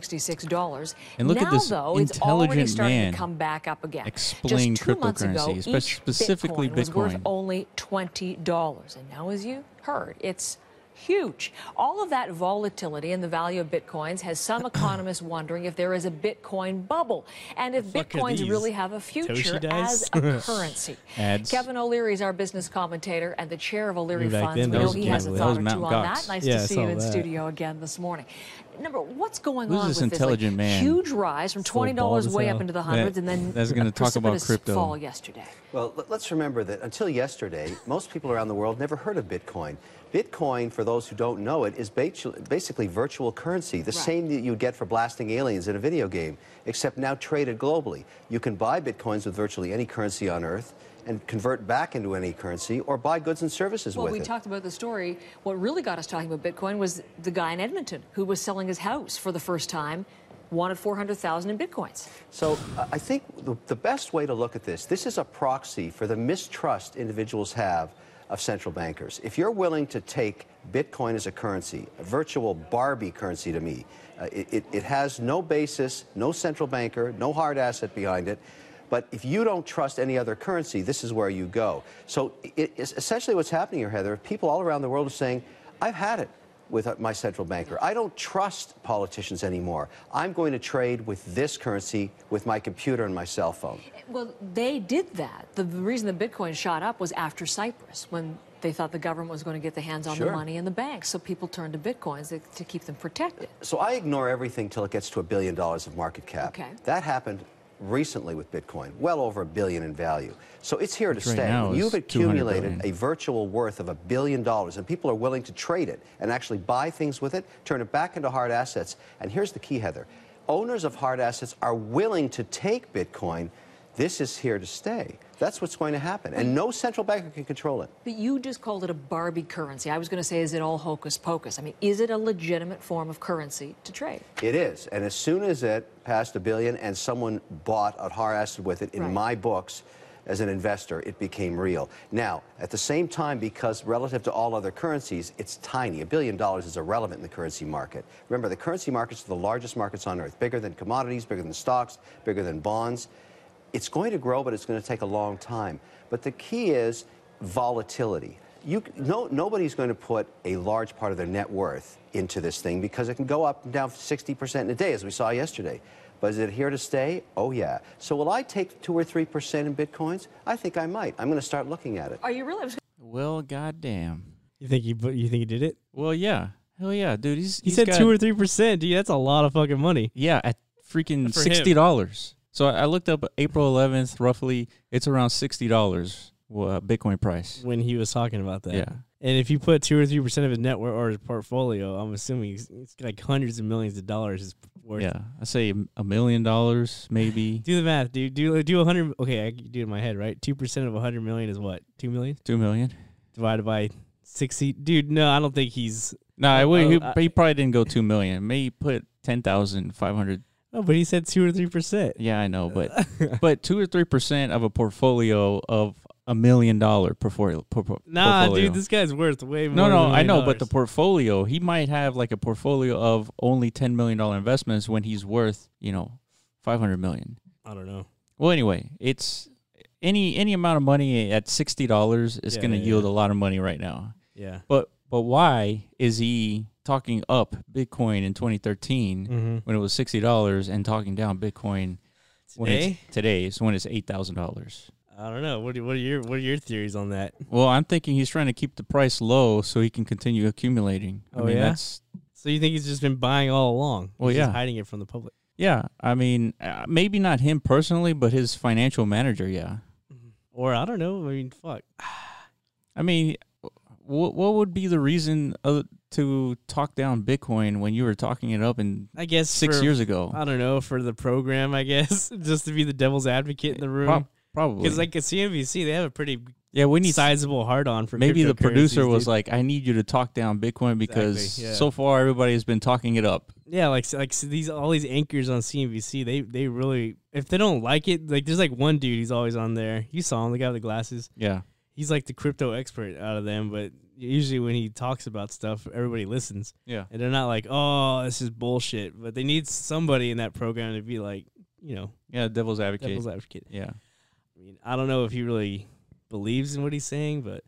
[SPEAKER 6] $266.
[SPEAKER 1] And look at
[SPEAKER 6] now,
[SPEAKER 1] this
[SPEAKER 6] though, it's already
[SPEAKER 1] intelligent
[SPEAKER 6] starting
[SPEAKER 1] man
[SPEAKER 6] to come back up again.
[SPEAKER 1] explain
[SPEAKER 6] just two months ago,
[SPEAKER 1] cryptocurrency, espe-
[SPEAKER 6] each
[SPEAKER 1] specifically
[SPEAKER 6] Bitcoin was worth
[SPEAKER 1] Bitcoin.
[SPEAKER 6] only $20. And now, as you heard, it's huge. All of that volatility in the value of Bitcoins has some economists wondering if there is a Bitcoin bubble and if
[SPEAKER 2] fuck are
[SPEAKER 6] Bitcoins
[SPEAKER 2] these?
[SPEAKER 6] really have a future
[SPEAKER 2] Toshi dice?
[SPEAKER 6] as a currency.
[SPEAKER 1] Ads.
[SPEAKER 6] Kevin O'Leary is our business commentator and the chair of O'Leary
[SPEAKER 2] Back
[SPEAKER 6] Funds.
[SPEAKER 2] then,
[SPEAKER 6] we
[SPEAKER 2] that
[SPEAKER 6] know
[SPEAKER 2] was
[SPEAKER 6] he has a
[SPEAKER 1] Kevin.
[SPEAKER 6] thought
[SPEAKER 1] That
[SPEAKER 6] or
[SPEAKER 1] was
[SPEAKER 6] two
[SPEAKER 1] Mountain
[SPEAKER 6] on
[SPEAKER 1] Gox.
[SPEAKER 6] that. Nice
[SPEAKER 2] Yeah, I
[SPEAKER 6] to see
[SPEAKER 2] saw
[SPEAKER 6] you in
[SPEAKER 2] that.
[SPEAKER 6] studio again this morning. Number, what's going
[SPEAKER 1] Who's
[SPEAKER 6] on
[SPEAKER 1] this
[SPEAKER 6] with
[SPEAKER 1] intelligent
[SPEAKER 6] this
[SPEAKER 1] man?
[SPEAKER 6] like, huge rise from
[SPEAKER 2] So bald
[SPEAKER 6] twenty dollars
[SPEAKER 2] as
[SPEAKER 6] way
[SPEAKER 2] hell.
[SPEAKER 6] up into the hundreds, and then
[SPEAKER 1] that's gonna
[SPEAKER 6] a
[SPEAKER 1] talk about
[SPEAKER 6] precipitous
[SPEAKER 1] crypto.
[SPEAKER 6] fall yesterday?
[SPEAKER 5] Well, let- let's remember that until yesterday, most people around the world never heard of Bitcoin. Bitcoin, for those who don't know it, is batu- basically virtual currency, the
[SPEAKER 6] Right.
[SPEAKER 5] same that you get for blasting aliens in a video game, except now traded globally. You can buy Bitcoins with virtually any currency on Earth and convert back into any currency or buy goods and services
[SPEAKER 6] Well,
[SPEAKER 5] with
[SPEAKER 6] we
[SPEAKER 5] it.
[SPEAKER 6] talked about the story. What really got us talking about Bitcoin was the guy in Edmonton who was selling his house for the first time, wanted four hundred thousand in bitcoins.
[SPEAKER 5] So I- I think the, the best way to look at this, this is a proxy for the mistrust individuals have of central bankers. If you're willing to take Bitcoin as a currency, a virtual Barbie currency to me, uh, it, it, it has no basis, no central banker, no hard asset behind it. But if you don't trust any other currency, this is where you go. So it, it's essentially what's happening here, Heather, people all around the world are saying, I've had it with uh, my central banker. I don't trust politicians anymore. I'm going to trade with this currency with my computer and my cell phone.
[SPEAKER 6] Well, they did that. The the reason the Bitcoin shot up was after Cyprus, when they thought the government was going to get their hands on the
[SPEAKER 5] Sure.
[SPEAKER 6] money in the banks. So people turned to Bitcoins to- to keep them protected.
[SPEAKER 5] So I ignore everything till it gets to a billion dollars of market cap.
[SPEAKER 6] Okay.
[SPEAKER 5] That happened recently with Bitcoin, well over a billion in value. So it's here to
[SPEAKER 1] right
[SPEAKER 5] stay.
[SPEAKER 1] now
[SPEAKER 5] When You've
[SPEAKER 1] is 200
[SPEAKER 5] accumulated
[SPEAKER 1] billion.
[SPEAKER 5] a virtual worth of a billion dollars, and people are willing to trade it and actually buy things with it, turn it back into hard assets. And here's the key, Heather owners of hard assets are willing to take Bitcoin. This is here to stay. That's what's going to happen. And no central banker can control it.
[SPEAKER 6] But you just called it a Barbie currency. I was going to say, is it all hocus pocus? I mean, is it a legitimate form of currency to trade?
[SPEAKER 5] It is. And as soon as it passed a billion and someone bought a hard asset with it in
[SPEAKER 6] Right.
[SPEAKER 5] my books as an investor, it became real. Now, at the same time, because relative to all other currencies, it's tiny. A billion dollars is irrelevant in the currency market. Remember, the currency markets are the largest markets on earth, bigger than commodities, bigger than stocks, bigger than bonds. It's going to grow, but it's going to take a long time. But the key is volatility. You, c- no, nobody's going to put a large part of their net worth into this thing because it can go up and down 60% in a day, as we saw yesterday. But is it here to stay? Oh, yeah. So will I take 2 or 3% in bitcoins? I think I might. I'm going to start looking at it.
[SPEAKER 6] Are you really? I was
[SPEAKER 1] Well, goddamn.
[SPEAKER 2] You think he put, you think he did it?
[SPEAKER 1] Well, yeah. Hell yeah, dude. He's,
[SPEAKER 2] He
[SPEAKER 1] he's
[SPEAKER 2] said
[SPEAKER 1] got-
[SPEAKER 2] two or three percent, dude. That's a lot of fucking money.
[SPEAKER 1] Yeah, at freaking
[SPEAKER 2] For him.
[SPEAKER 1] sixty dollars. So I I looked up April eleventh, roughly. It's around sixty dollars uh, Bitcoin price.
[SPEAKER 2] when he was talking about that.
[SPEAKER 1] Yeah.
[SPEAKER 2] And if you put two or three percent of his net worth or his portfolio, I'm assuming it's, it's like hundreds of millions of dollars is worth.
[SPEAKER 1] Yeah, I say a million dollars maybe.
[SPEAKER 2] Do the math, dude. Do do a hundred. Okay, I can do it in my head, right? Two percent of a hundred million is what? Two million
[SPEAKER 1] Two million.
[SPEAKER 2] divided by sixty. Dude, no, I don't think he's.
[SPEAKER 1] No, I, would- he,
[SPEAKER 2] oh, I-
[SPEAKER 1] he probably didn't go two million. Maybe he put ten thousand five hundred.
[SPEAKER 2] Oh, but he said two or three percent.
[SPEAKER 1] Yeah, I know, but but two or three percent of a portfolio of a million dollar portfolio. por- por-
[SPEAKER 2] Nah,
[SPEAKER 1] portfolio.
[SPEAKER 2] dude, this guy's worth way more.
[SPEAKER 1] No,
[SPEAKER 2] than a
[SPEAKER 1] no, I
[SPEAKER 2] million
[SPEAKER 1] know, but the
[SPEAKER 2] dollars.
[SPEAKER 1] portfolio, he might have like a portfolio of only $10 million investments when he's worth, you know, 500 million.
[SPEAKER 2] I don't know.
[SPEAKER 1] Well, anyway, it's any any amount of money at $60 is
[SPEAKER 2] Yeah,
[SPEAKER 1] going to
[SPEAKER 2] yeah,
[SPEAKER 1] yield
[SPEAKER 2] yeah.
[SPEAKER 1] a lot of money right now.
[SPEAKER 2] Yeah,
[SPEAKER 1] But but why is he talking up Bitcoin in 2013
[SPEAKER 2] Mm-hmm.
[SPEAKER 1] when it was $60 and talking down Bitcoin when
[SPEAKER 2] Today?
[SPEAKER 1] it's today is when it's $8,000?
[SPEAKER 2] I don't know. What are, what are your what are your theories on that?
[SPEAKER 1] Well, I'm thinking he's trying to keep the price low so he can continue accumulating. I
[SPEAKER 2] Oh,
[SPEAKER 1] mean,
[SPEAKER 2] yeah?
[SPEAKER 1] that's
[SPEAKER 2] So you think he's just been buying all along?
[SPEAKER 1] Well,
[SPEAKER 2] He's just
[SPEAKER 1] yeah.
[SPEAKER 2] hiding it from the public.
[SPEAKER 1] Yeah, I mean, uh, maybe not him personally, but his financial manager. Yeah,
[SPEAKER 2] Or I don't know. I mean, fuck.
[SPEAKER 1] I mean, what what would be the reason uh, to talk down Bitcoin when you were talking it up in
[SPEAKER 2] I guess
[SPEAKER 1] six
[SPEAKER 2] for-
[SPEAKER 1] years ago?
[SPEAKER 2] I don't know for the program, I guess, just to be the devil's advocate in the room.
[SPEAKER 1] Prob- probably
[SPEAKER 2] Because like at CNBC, they have a pretty
[SPEAKER 1] yeah, we need
[SPEAKER 2] sizable hard on for
[SPEAKER 1] maybe the
[SPEAKER 2] cryptocurrencies,
[SPEAKER 1] producer was
[SPEAKER 2] dude.
[SPEAKER 1] like, I need you to talk down Bitcoin because
[SPEAKER 2] Exactly, yeah.
[SPEAKER 1] so far everybody has been talking it up.
[SPEAKER 2] yeah, like so- like so these all these anchors on CNBC, they they really if they don't like it, like there's like one dude he's always on there. You saw him, the guy with the glasses.
[SPEAKER 1] Yeah,
[SPEAKER 2] He's like the crypto expert out of them, but usually when he talks about stuff, everybody listens.
[SPEAKER 1] yeah,
[SPEAKER 2] And they're not like, oh, this is bullshit. But they need somebody in that program to be like, you know,
[SPEAKER 1] yeah. Devil's advocate.
[SPEAKER 2] devil's advocate.
[SPEAKER 1] yeah,
[SPEAKER 2] I mean, I don't know if he really believes in what he's saying, but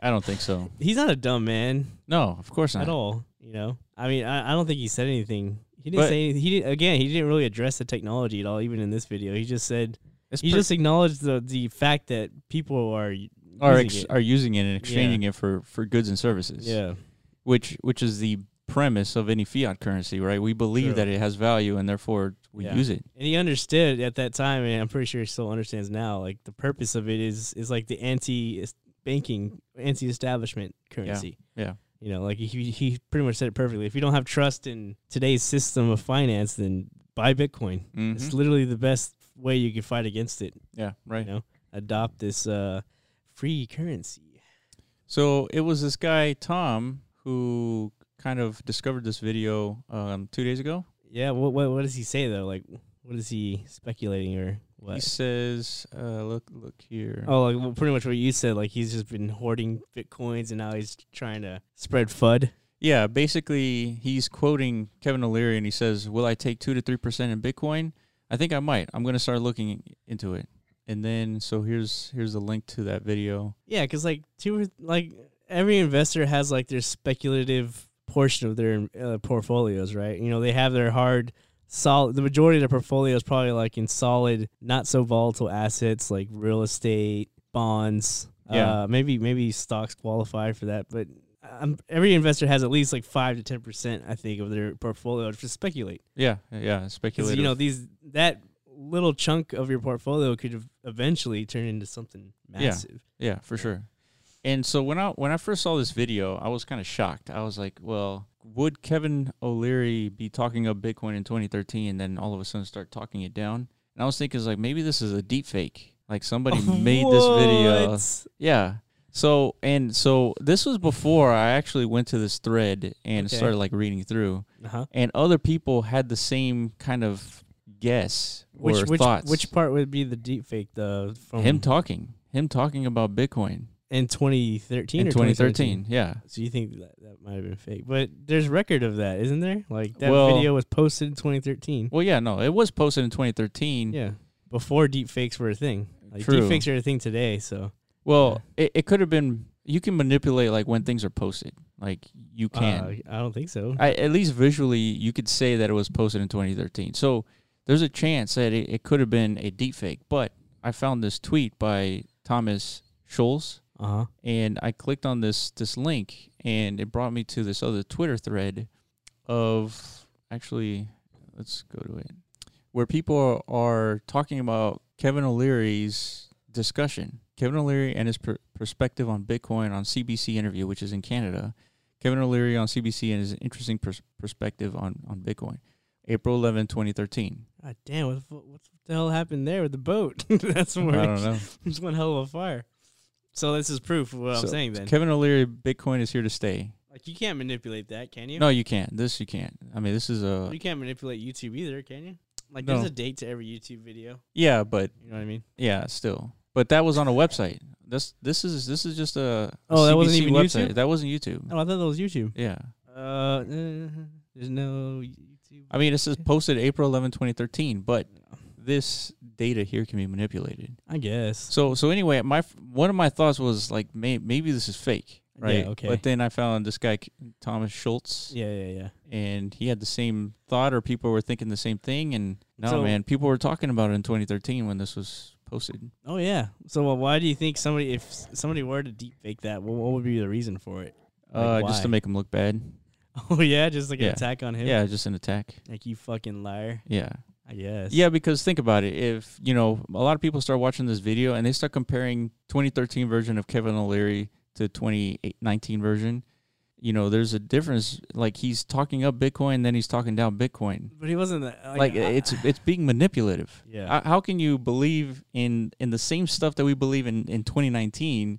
[SPEAKER 1] I don't think so.
[SPEAKER 2] he's not a dumb man
[SPEAKER 1] No, of course not.
[SPEAKER 2] at all. You know, I mean, I, I don't think he said anything. He didn't
[SPEAKER 1] But-
[SPEAKER 2] say anything. He didn't, again. He didn't really address the technology at all, even in this video. He just said
[SPEAKER 1] It's
[SPEAKER 2] he
[SPEAKER 1] per-
[SPEAKER 2] just acknowledged the the fact that people are y-
[SPEAKER 1] are
[SPEAKER 2] using
[SPEAKER 1] ex-
[SPEAKER 2] it.
[SPEAKER 1] are using it and exchanging it for for goods and services.
[SPEAKER 2] yeah,
[SPEAKER 1] which which is the premise of any fiat currency, right? We believe
[SPEAKER 2] True.
[SPEAKER 1] that it has value and therefore we
[SPEAKER 2] yeah.
[SPEAKER 1] use it.
[SPEAKER 2] And he understood at that time, and I'm pretty sure he still understands now. Like the purpose of it is is like the anti banking, anti establishment currency.
[SPEAKER 1] Yeah.
[SPEAKER 2] You know, like he he pretty much said it perfectly. If you don't have trust in today's system of finance, then buy Bitcoin. It's
[SPEAKER 1] Mm-hmm.
[SPEAKER 2] literally the best way you can fight against it.
[SPEAKER 1] Yeah, right.
[SPEAKER 2] You know, adopt this uh, free currency.
[SPEAKER 1] So it was this guy Tom who kind of discovered this video um, two days ago.
[SPEAKER 2] Yeah. What what what does he say though? Like, what is he speculating or
[SPEAKER 1] He
[SPEAKER 2] what?
[SPEAKER 1] says, uh, "Look, look here."
[SPEAKER 2] Oh, like well, pretty much what you said. Like he's just been hoarding bitcoins, and now he's trying to spread FUD.
[SPEAKER 1] Yeah, basically he's quoting Kevin O'Leary and he says, "Will I take two to three percent in Bitcoin? I think I might. I'm going to start looking into it." And then, so here's here's the link to that video.
[SPEAKER 2] Yeah, because like two or like every investor has like their speculative portion of their uh, portfolios, right? You know, they have their hard solid. The majority of their portfolio is probably like in solid, not so volatile assets like real estate, bonds.
[SPEAKER 1] Yeah.
[SPEAKER 2] uh, maybe maybe stocks qualify for that, but. Um, every investor has at least like five to ten percent, I think, of their portfolio to speculate.
[SPEAKER 1] Yeah, yeah,
[SPEAKER 2] Because
[SPEAKER 1] speculative.
[SPEAKER 2] you know these that little chunk of your portfolio could ev- eventually turn into something massive.
[SPEAKER 1] Yeah, for sure. And so when I when I first saw this video, I was kind of shocked. I was like, "Well, would Kevin O'Leary be talking up Bitcoin in 2013, and then all of a sudden start talking it down?" And I was thinking, it's like maybe this is a deep fake. Like somebody made this video.
[SPEAKER 2] What?
[SPEAKER 1] Yeah. So and so this was before I actually went to this thread and
[SPEAKER 2] Okay.
[SPEAKER 1] started like reading through.
[SPEAKER 2] Uh-huh.
[SPEAKER 1] And other people had the same kind of guess
[SPEAKER 2] Which
[SPEAKER 1] or
[SPEAKER 2] which
[SPEAKER 1] thoughts.
[SPEAKER 2] which part would be the deep fake the from
[SPEAKER 1] him talking, him talking about Bitcoin
[SPEAKER 2] in 2013
[SPEAKER 1] in
[SPEAKER 2] or
[SPEAKER 1] 2013. Yeah.
[SPEAKER 2] So you think that, that might have been fake. But there's record of that, isn't there? Like that
[SPEAKER 1] Well-
[SPEAKER 2] video was posted in 2013.
[SPEAKER 1] Well, yeah, no, it was posted in 2013.
[SPEAKER 2] Yeah. Before deep fakes were a thing. Like
[SPEAKER 1] True.
[SPEAKER 2] deep fakes are a thing today, so
[SPEAKER 1] Well, it, it could have been. You can manipulate like when things are posted. Like you can.
[SPEAKER 2] uh, I don't think so.
[SPEAKER 1] I, at least visually, you could say that it was posted in 2013. So there's a chance that it, it could have been a deep fake. But I found this tweet by Thomas Schulz,
[SPEAKER 2] Uh-huh.
[SPEAKER 1] and I clicked on this this link, and it brought me to this other Twitter thread of actually, let's go to it, where people are talking about Kevin O'Leary's discussion, Kevin O'Leary and his per- perspective on Bitcoin on CBC interview, which is in Canada. Kevin O'Leary on CBC and his interesting pers- perspective on, on Bitcoin. April 11, 2013.
[SPEAKER 2] God Ah, damn, what, the fu- what the hell happened there with the boat? That's where
[SPEAKER 1] I don't know.
[SPEAKER 2] There's one hell of a fire. So this is proof of what
[SPEAKER 1] So,
[SPEAKER 2] I'm saying then.
[SPEAKER 1] Kevin O'Leary, Bitcoin is here to stay.
[SPEAKER 2] like you can't manipulate that, can you?
[SPEAKER 1] No, you can't. This you can't. I mean, this is a
[SPEAKER 2] You can't manipulate YouTube either, can you? Like
[SPEAKER 1] No.
[SPEAKER 2] there's a date to every YouTube video.
[SPEAKER 1] yeah, but
[SPEAKER 2] You know what I mean?
[SPEAKER 1] yeah, still. But that was on a website. This this is this is just a
[SPEAKER 2] Oh, that wasn't
[SPEAKER 1] CBC
[SPEAKER 2] even
[SPEAKER 1] website.
[SPEAKER 2] YouTube?
[SPEAKER 1] That wasn't YouTube.
[SPEAKER 2] Oh, I thought that was YouTube.
[SPEAKER 1] Yeah,
[SPEAKER 2] Uh, there's no YouTube.
[SPEAKER 1] I mean, it says posted April 11, 2013, but this data here can be manipulated.
[SPEAKER 2] I guess.
[SPEAKER 1] So so anyway, my f- one of my thoughts was like may, maybe this is fake,
[SPEAKER 2] Yeah,
[SPEAKER 1] right?
[SPEAKER 2] okay.
[SPEAKER 1] But then I found this guy K- Thomas Schultz,
[SPEAKER 2] Yeah, yeah, yeah.
[SPEAKER 1] and he had the same thought, or people were thinking the same thing. And no,
[SPEAKER 2] So-
[SPEAKER 1] man, people were talking about it in 2013 when this was posted.
[SPEAKER 2] Oh yeah. So uh, why do you think somebody, if s- somebody were to deep fake that, wha- what would be the reason for it?
[SPEAKER 1] Uh,
[SPEAKER 2] Like,
[SPEAKER 1] just to
[SPEAKER 2] why?
[SPEAKER 1] make him look bad.
[SPEAKER 2] Oh yeah, just like
[SPEAKER 1] Yeah.
[SPEAKER 2] an attack on him.
[SPEAKER 1] Yeah, just an attack.
[SPEAKER 2] Like you fucking liar.
[SPEAKER 1] Yeah.
[SPEAKER 2] I guess.
[SPEAKER 1] Yeah, because think about it. If, you know, a lot of people start watching this video and they start comparing 2013 version of Kevin O'Leary to 2019 version, you know, there's a difference. Like he's talking up Bitcoin, then he's talking down Bitcoin.
[SPEAKER 2] But he wasn't that, like,
[SPEAKER 1] Like
[SPEAKER 2] I-
[SPEAKER 1] it's it's being manipulative.
[SPEAKER 2] Yeah.
[SPEAKER 1] How- How can you believe in in the same stuff that we believe in in 2019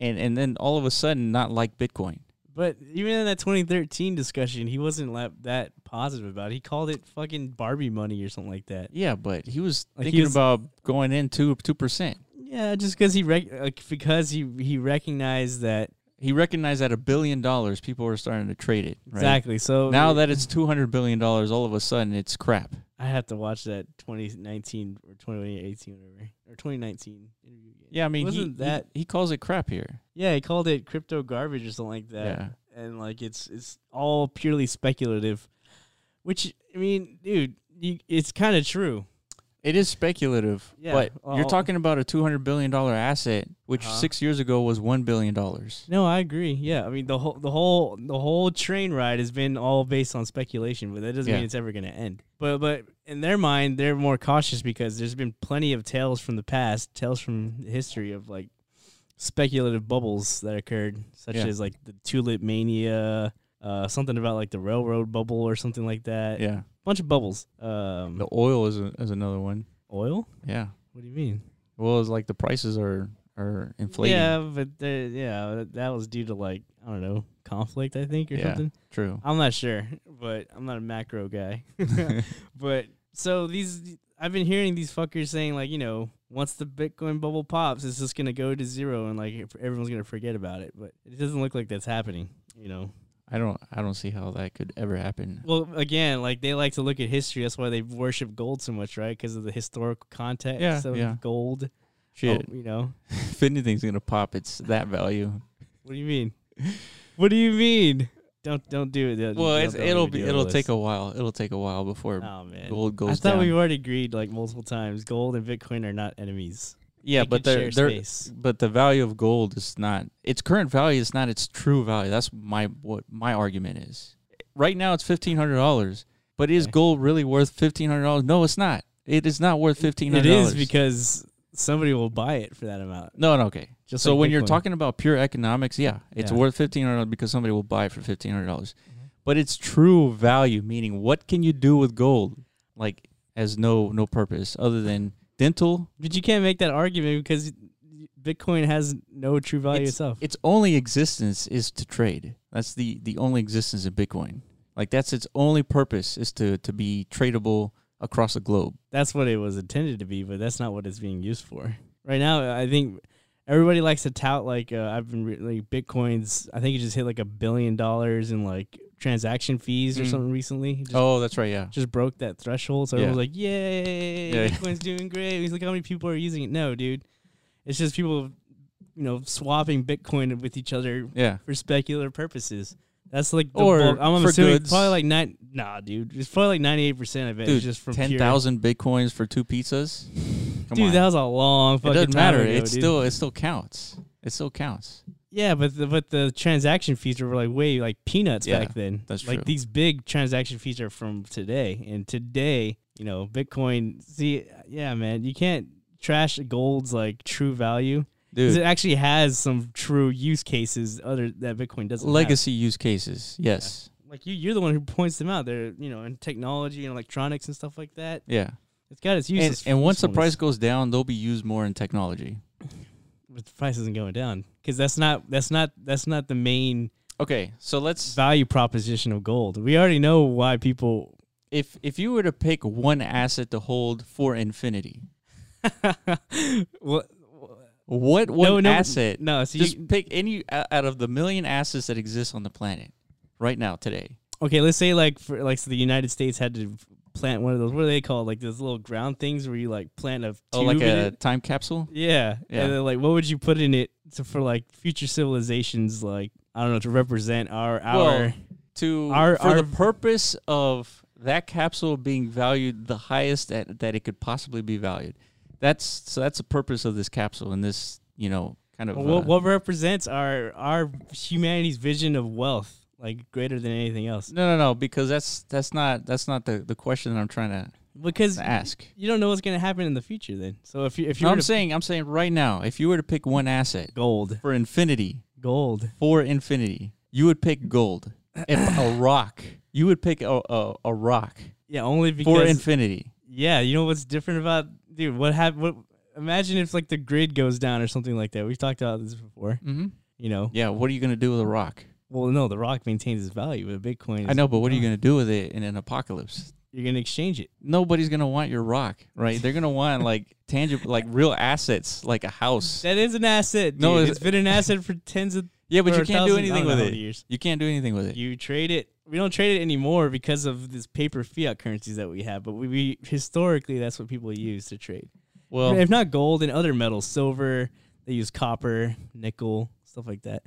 [SPEAKER 1] and and then all of a sudden not like Bitcoin?
[SPEAKER 2] But even in that 2013 discussion, he wasn't la- that positive about it. He called it fucking Barbie money or something like that.
[SPEAKER 1] Yeah, but he was
[SPEAKER 2] Like, he
[SPEAKER 1] thinking
[SPEAKER 2] was-
[SPEAKER 1] about going in 2 2%.
[SPEAKER 2] Yeah, just because he rec- like, because he he recognized that
[SPEAKER 1] he recognized that a billion dollars people were starting to trade it. Right?
[SPEAKER 2] exactly. So
[SPEAKER 1] Now that it's two hundred billion dollars, all of a sudden it's crap.
[SPEAKER 2] I have to watch that 2019 or 2018 whatever or 2019 interview. again.
[SPEAKER 1] Yeah, I mean, he,
[SPEAKER 2] wasn't that?
[SPEAKER 1] he, he calls it crap here.
[SPEAKER 2] yeah, he called it crypto garbage or something like that.
[SPEAKER 1] Yeah.
[SPEAKER 2] and like it's it's all purely speculative, which I mean, dude, you, it's kind of true.
[SPEAKER 1] It is speculative,
[SPEAKER 2] Yeah,
[SPEAKER 1] but
[SPEAKER 2] well-
[SPEAKER 1] you're talking about a two hundred billion dollar asset, which
[SPEAKER 2] Uh-huh.
[SPEAKER 1] six years ago was one billion dollars.
[SPEAKER 2] No, I agree. Yeah, I mean the whole the whole the whole train ride has been all based on speculation, but that doesn't
[SPEAKER 1] Yeah.
[SPEAKER 2] mean it's ever going to end. But but in their mind, they're more cautious because there's been plenty of tales from the past, tales from history of like speculative bubbles that occurred, such
[SPEAKER 1] Yeah.
[SPEAKER 2] as like the tulip mania, uh, something about like the railroad bubble or something like that.
[SPEAKER 1] Yeah,
[SPEAKER 2] bunch of bubbles. Um,
[SPEAKER 1] the oil is a, is another one.
[SPEAKER 2] Oil?
[SPEAKER 1] Yeah,
[SPEAKER 2] What do you mean?
[SPEAKER 1] well, it's like the prices are are inflating.
[SPEAKER 2] Yeah, but the- yeah, that- that was due to like I don't know conflict, I think, or
[SPEAKER 1] Yeah,
[SPEAKER 2] something.
[SPEAKER 1] true.
[SPEAKER 2] I'm not sure, but I'm not a macro guy. but so these, I've been hearing these fuckers saying like, you know, once the Bitcoin bubble pops, it's just gonna go to zero and like e-, everyone's gonna forget about it. But it doesn't look like that's happening. You know.
[SPEAKER 1] I don't I don't see how that could ever happen.
[SPEAKER 2] Well, again, like they like to look at history. That's why they worship gold so much, right? Because of the historical context
[SPEAKER 1] Yeah,
[SPEAKER 2] of
[SPEAKER 1] yeah.
[SPEAKER 2] gold.
[SPEAKER 1] Shit,
[SPEAKER 2] Oh, you know.
[SPEAKER 1] if anything's gonna pop, it's that value.
[SPEAKER 2] What do you mean? what do you mean? Don't don't do it. Don't-
[SPEAKER 1] Well,
[SPEAKER 2] don't-
[SPEAKER 1] it's,
[SPEAKER 2] don't
[SPEAKER 1] it'll
[SPEAKER 2] even
[SPEAKER 1] be
[SPEAKER 2] do
[SPEAKER 1] it'll
[SPEAKER 2] this.
[SPEAKER 1] take a while. It'll take a while before
[SPEAKER 2] Oh man,
[SPEAKER 1] gold
[SPEAKER 2] I
[SPEAKER 1] goes
[SPEAKER 2] thought
[SPEAKER 1] down.
[SPEAKER 2] we've already agreed like multiple times. Gold and Bitcoin are not enemies.
[SPEAKER 1] yeah,
[SPEAKER 2] they
[SPEAKER 1] but
[SPEAKER 2] can
[SPEAKER 1] they're,
[SPEAKER 2] share
[SPEAKER 1] they're
[SPEAKER 2] space.
[SPEAKER 1] but the value of gold is not its current value is not its true value. That's my what my argument is. Right now it's fifteen hundred dollars, but is gold really worth fifteen hundred dollars? No, it's not. It is not worth fifteen
[SPEAKER 2] It
[SPEAKER 1] hundred dollars.
[SPEAKER 2] is because somebody will buy it for that amount.
[SPEAKER 1] no, no, okay.
[SPEAKER 2] Just
[SPEAKER 1] so
[SPEAKER 2] like
[SPEAKER 1] when you're
[SPEAKER 2] Bitcoin.
[SPEAKER 1] talking about pure economics, yeah, it's
[SPEAKER 2] Yeah. Mm-hmm.
[SPEAKER 1] worth fifteen hundred dollars because somebody will buy it for fifteen hundred dollars. But its true value, meaning what can you do with gold? Like has no no purpose other than dental.
[SPEAKER 2] But you can't make that argument because Bitcoin has no true value
[SPEAKER 1] Its,
[SPEAKER 2] itself.
[SPEAKER 1] its only existence is to trade. That's the the only existence of Bitcoin. Like that's its only purpose is to to be tradable across the globe.
[SPEAKER 2] that's what it was intended to be, but that's not what it's being used for. Right now, I think everybody likes to tout like uh, I've been re- like Bitcoin's. I think it just hit like a billion dollars in like transaction fees or
[SPEAKER 1] Mm.
[SPEAKER 2] something recently. It Just,
[SPEAKER 1] Oh, that's right. Yeah.
[SPEAKER 2] just broke that threshold, so
[SPEAKER 1] Yeah.
[SPEAKER 2] everyone's like, "Yay,
[SPEAKER 1] Yeah.
[SPEAKER 2] Bitcoin's doing great!" He's like, "How many people are using it?" No, dude, it's just people, you know, swapping Bitcoin with each other
[SPEAKER 1] Yeah.
[SPEAKER 2] for specular purposes. That's like the
[SPEAKER 1] Or
[SPEAKER 2] bulk- I'm
[SPEAKER 1] for
[SPEAKER 2] assuming
[SPEAKER 1] goods.
[SPEAKER 2] probably like nine. Nah, dude, it's probably like ninety eight percent of it is
[SPEAKER 1] Dude,
[SPEAKER 2] just from pure-
[SPEAKER 1] ten thousand bitcoins for two pizzas. Come
[SPEAKER 2] dude,
[SPEAKER 1] on.
[SPEAKER 2] that was a long fucking
[SPEAKER 1] it doesn't
[SPEAKER 2] time
[SPEAKER 1] matter.
[SPEAKER 2] ago,
[SPEAKER 1] it
[SPEAKER 2] dude.
[SPEAKER 1] still it still counts. It still counts.
[SPEAKER 2] yeah, but the, but the transaction fees were like way like peanuts
[SPEAKER 1] Yeah,
[SPEAKER 2] back then.
[SPEAKER 1] that's
[SPEAKER 2] like
[SPEAKER 1] true.
[SPEAKER 2] these big transaction fees are from today, and today you know Bitcoin. See, yeah, man, you can't trash gold's like true value because
[SPEAKER 1] Dude.
[SPEAKER 2] it actually has some true use cases other that Bitcoin doesn't. have.
[SPEAKER 1] Legacy use cases. Yes.
[SPEAKER 2] like you, you're the one who points them out. They're you know in technology and electronics and stuff like that.
[SPEAKER 1] Yeah.
[SPEAKER 2] It's got its
[SPEAKER 1] And,
[SPEAKER 2] uses.
[SPEAKER 1] and once the
[SPEAKER 2] usefulness.
[SPEAKER 1] price goes down, they'll be used more in technology.
[SPEAKER 2] but the price isn't going down because that's not that's not that's not the main
[SPEAKER 1] Okay, so let's
[SPEAKER 2] value proposition of gold. We already know why people.
[SPEAKER 1] if if you were to pick one asset to hold for infinity,
[SPEAKER 2] Well,
[SPEAKER 1] what one
[SPEAKER 2] no,
[SPEAKER 1] asset?
[SPEAKER 2] no, so
[SPEAKER 1] just
[SPEAKER 2] you-
[SPEAKER 1] pick any o- out of the million assets that exist on the planet right now today.
[SPEAKER 2] okay, let's say like for like so the United States had to plant one of those. What are they called? Like those little ground things where you like plant a.
[SPEAKER 1] Oh, like
[SPEAKER 2] tube in
[SPEAKER 1] a
[SPEAKER 2] it?
[SPEAKER 1] time capsule.
[SPEAKER 2] Yeah,
[SPEAKER 1] Yeah.
[SPEAKER 2] and then like what would you put in it to, for like future civilizations? Like I don't know to represent our our.
[SPEAKER 1] Well, to
[SPEAKER 2] our-
[SPEAKER 1] for
[SPEAKER 2] our-
[SPEAKER 1] the purpose of that capsule being valued the highest that, that it could possibly be valued. That's so that's the purpose of this capsule and this you know kind of
[SPEAKER 2] what,
[SPEAKER 1] uh,
[SPEAKER 2] what represents our our humanity's vision of wealth, like greater than anything else?
[SPEAKER 1] No, no, no, because that's that's not that's not the the question that I'm trying to
[SPEAKER 2] Because
[SPEAKER 1] ask.
[SPEAKER 2] you don't know what's going to happen in the future. Then, so if you if you
[SPEAKER 1] No,
[SPEAKER 2] were
[SPEAKER 1] I'm
[SPEAKER 2] to
[SPEAKER 1] saying I'm saying right now, if you were to pick one asset
[SPEAKER 2] gold,
[SPEAKER 1] for infinity,
[SPEAKER 2] gold,
[SPEAKER 1] for infinity, you would pick gold. If a rock, you would pick a a, a rock
[SPEAKER 2] yeah, only because
[SPEAKER 1] for infinity.
[SPEAKER 2] yeah, you know what's different about dude? What happened? What imagine if like the grid goes down or something like that? We've talked about this before. Mm-hmm. You know,
[SPEAKER 1] Yeah, what are you gonna do with a rock?
[SPEAKER 2] well, no, the rock maintains its value, but Bitcoin, is,
[SPEAKER 1] I know, but what are you gonna do with it in an apocalypse?
[SPEAKER 2] you're going to exchange it.
[SPEAKER 1] Nobody's gonna want your rock, right? They're gonna want like tangible, like real assets, like a house.
[SPEAKER 2] That is an asset. Dude.
[SPEAKER 1] No,
[SPEAKER 2] No,
[SPEAKER 1] it's-
[SPEAKER 2] it's been an asset for tens of
[SPEAKER 1] Yeah, but
[SPEAKER 2] for
[SPEAKER 1] you can't do
[SPEAKER 2] thousands- I
[SPEAKER 1] anything
[SPEAKER 2] don't know
[SPEAKER 1] with
[SPEAKER 2] how
[SPEAKER 1] it.
[SPEAKER 2] many years.
[SPEAKER 1] You can't do anything with it.
[SPEAKER 2] You trade it. We don't trade it anymore because of this paper fiat currencies that we have. But we, we historically that's what people use to trade.
[SPEAKER 1] well,
[SPEAKER 2] if not gold and other metals, silver, they use copper, nickel, stuff like that.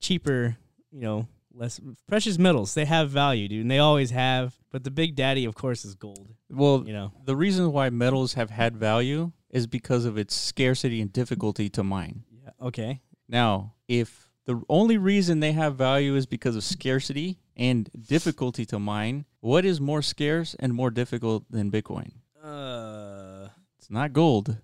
[SPEAKER 2] Cheaper, you know, less precious metals. They have value, dude, and they always have. But the big daddy, of course, is gold.
[SPEAKER 1] Well,
[SPEAKER 2] you know.
[SPEAKER 1] the reason why metals have had value is because of its scarcity and difficulty to mine.
[SPEAKER 2] Yeah. Okay.
[SPEAKER 1] Now, if the only reason they have value is because of scarcity and difficulty to mine, what is more scarce and more difficult than Bitcoin?
[SPEAKER 2] Uh.
[SPEAKER 1] It's not gold.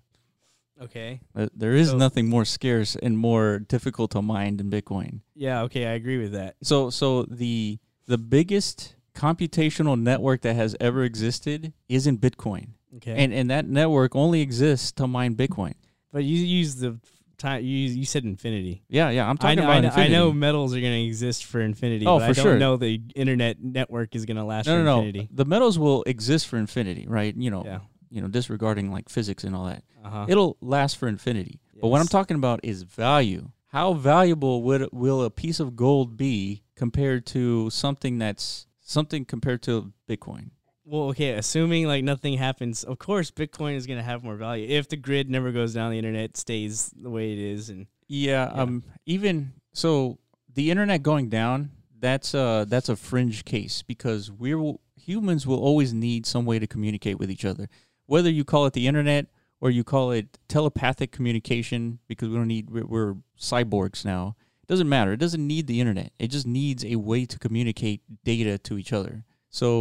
[SPEAKER 2] Okay.
[SPEAKER 1] Uh, There is nothing more scarce and more difficult to mine than Bitcoin.
[SPEAKER 2] Yeah. Okay. I agree with that.
[SPEAKER 1] So, so the the biggest computational network that has ever existed is in Bitcoin,
[SPEAKER 2] Okay.
[SPEAKER 1] and and that network only exists to mine Bitcoin.
[SPEAKER 2] but you use the time. You you said infinity.
[SPEAKER 1] Yeah, yeah. I'm
[SPEAKER 2] I
[SPEAKER 1] talking
[SPEAKER 2] know,
[SPEAKER 1] about
[SPEAKER 2] I, know, I
[SPEAKER 1] infinity.
[SPEAKER 2] know metals are going to exist for infinity,
[SPEAKER 1] Oh,
[SPEAKER 2] but I
[SPEAKER 1] for
[SPEAKER 2] don't
[SPEAKER 1] sure.
[SPEAKER 2] know the internet network is going to last
[SPEAKER 1] No, no,
[SPEAKER 2] for
[SPEAKER 1] no.
[SPEAKER 2] infinity.
[SPEAKER 1] The metals will exist for infinity, right? You know,
[SPEAKER 2] Yeah.
[SPEAKER 1] you know, disregarding like physics and all that.
[SPEAKER 2] Uh-huh.
[SPEAKER 1] It'll last for infinity. But what I'm talking about is value. How valuable would will a piece of gold be compared to something that's something compared to Bitcoin?
[SPEAKER 2] Well, okay, assuming like nothing happens, of course Bitcoin is going to have more value if the grid never goes down, the internet stays the way it is and
[SPEAKER 1] Yeah, um even so the internet going down, that's uh that's a fringe case because we will humans will always need some way to communicate with each other. Whether you call it the internet or you call it telepathic communication because we don't need we're, we're cyborgs now. It doesn't matter. It doesn't need the internet. It just needs a way to communicate data to each other. So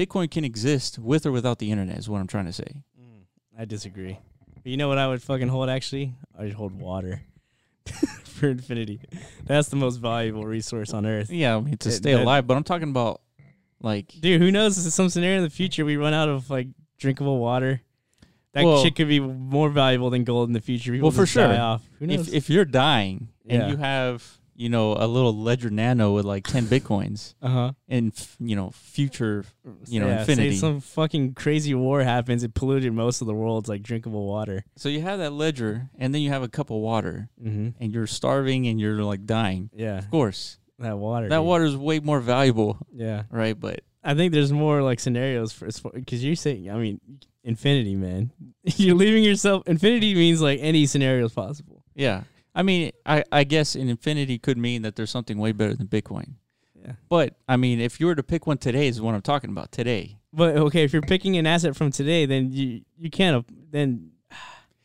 [SPEAKER 1] Bitcoin can exist with or without the internet is what I'm trying to say.
[SPEAKER 2] I disagree. But you know what I would fucking hold actually? I'd hold water for infinity. That's the most valuable resource on earth.
[SPEAKER 1] Yeah, I mean to
[SPEAKER 2] It-
[SPEAKER 1] stay
[SPEAKER 2] that-
[SPEAKER 1] alive, but I'm talking about like
[SPEAKER 2] Dude, who knows in some scenario in the future we run out of like drinkable water. That
[SPEAKER 1] Well-
[SPEAKER 2] shit could be more valuable than gold in the future. People
[SPEAKER 1] Well, for
[SPEAKER 2] just die
[SPEAKER 1] sure.
[SPEAKER 2] Off. Who knows?
[SPEAKER 1] If, if you're dying and
[SPEAKER 2] Yeah.
[SPEAKER 1] you have, you know, a little Ledger Nano with like 10 Bitcoins
[SPEAKER 2] uh-huh.
[SPEAKER 1] and, f- you know, future, you know,
[SPEAKER 2] yeah,
[SPEAKER 1] infinity.
[SPEAKER 2] Say some fucking crazy war happens. It polluted most of the world's like drinkable water.
[SPEAKER 1] so you have that Ledger and then you have a cup of water and you're starving and you're like dying.
[SPEAKER 2] Mm-hmm. Yeah.
[SPEAKER 1] Of course.
[SPEAKER 2] That water.
[SPEAKER 1] That
[SPEAKER 2] dude.
[SPEAKER 1] water is way more valuable,
[SPEAKER 2] Yeah.
[SPEAKER 1] right? But
[SPEAKER 2] I think there's more like scenarios for because you're saying. I mean, infinity, man. you're leaving yourself. Infinity means like any scenario is possible.
[SPEAKER 1] yeah. I mean, I, I guess an infinity could mean that there's something way better than Bitcoin.
[SPEAKER 2] Yeah.
[SPEAKER 1] But I mean, if you were to pick one today, is what I'm talking about today.
[SPEAKER 2] But okay, if you're picking an asset from today, then you you can't. af- Then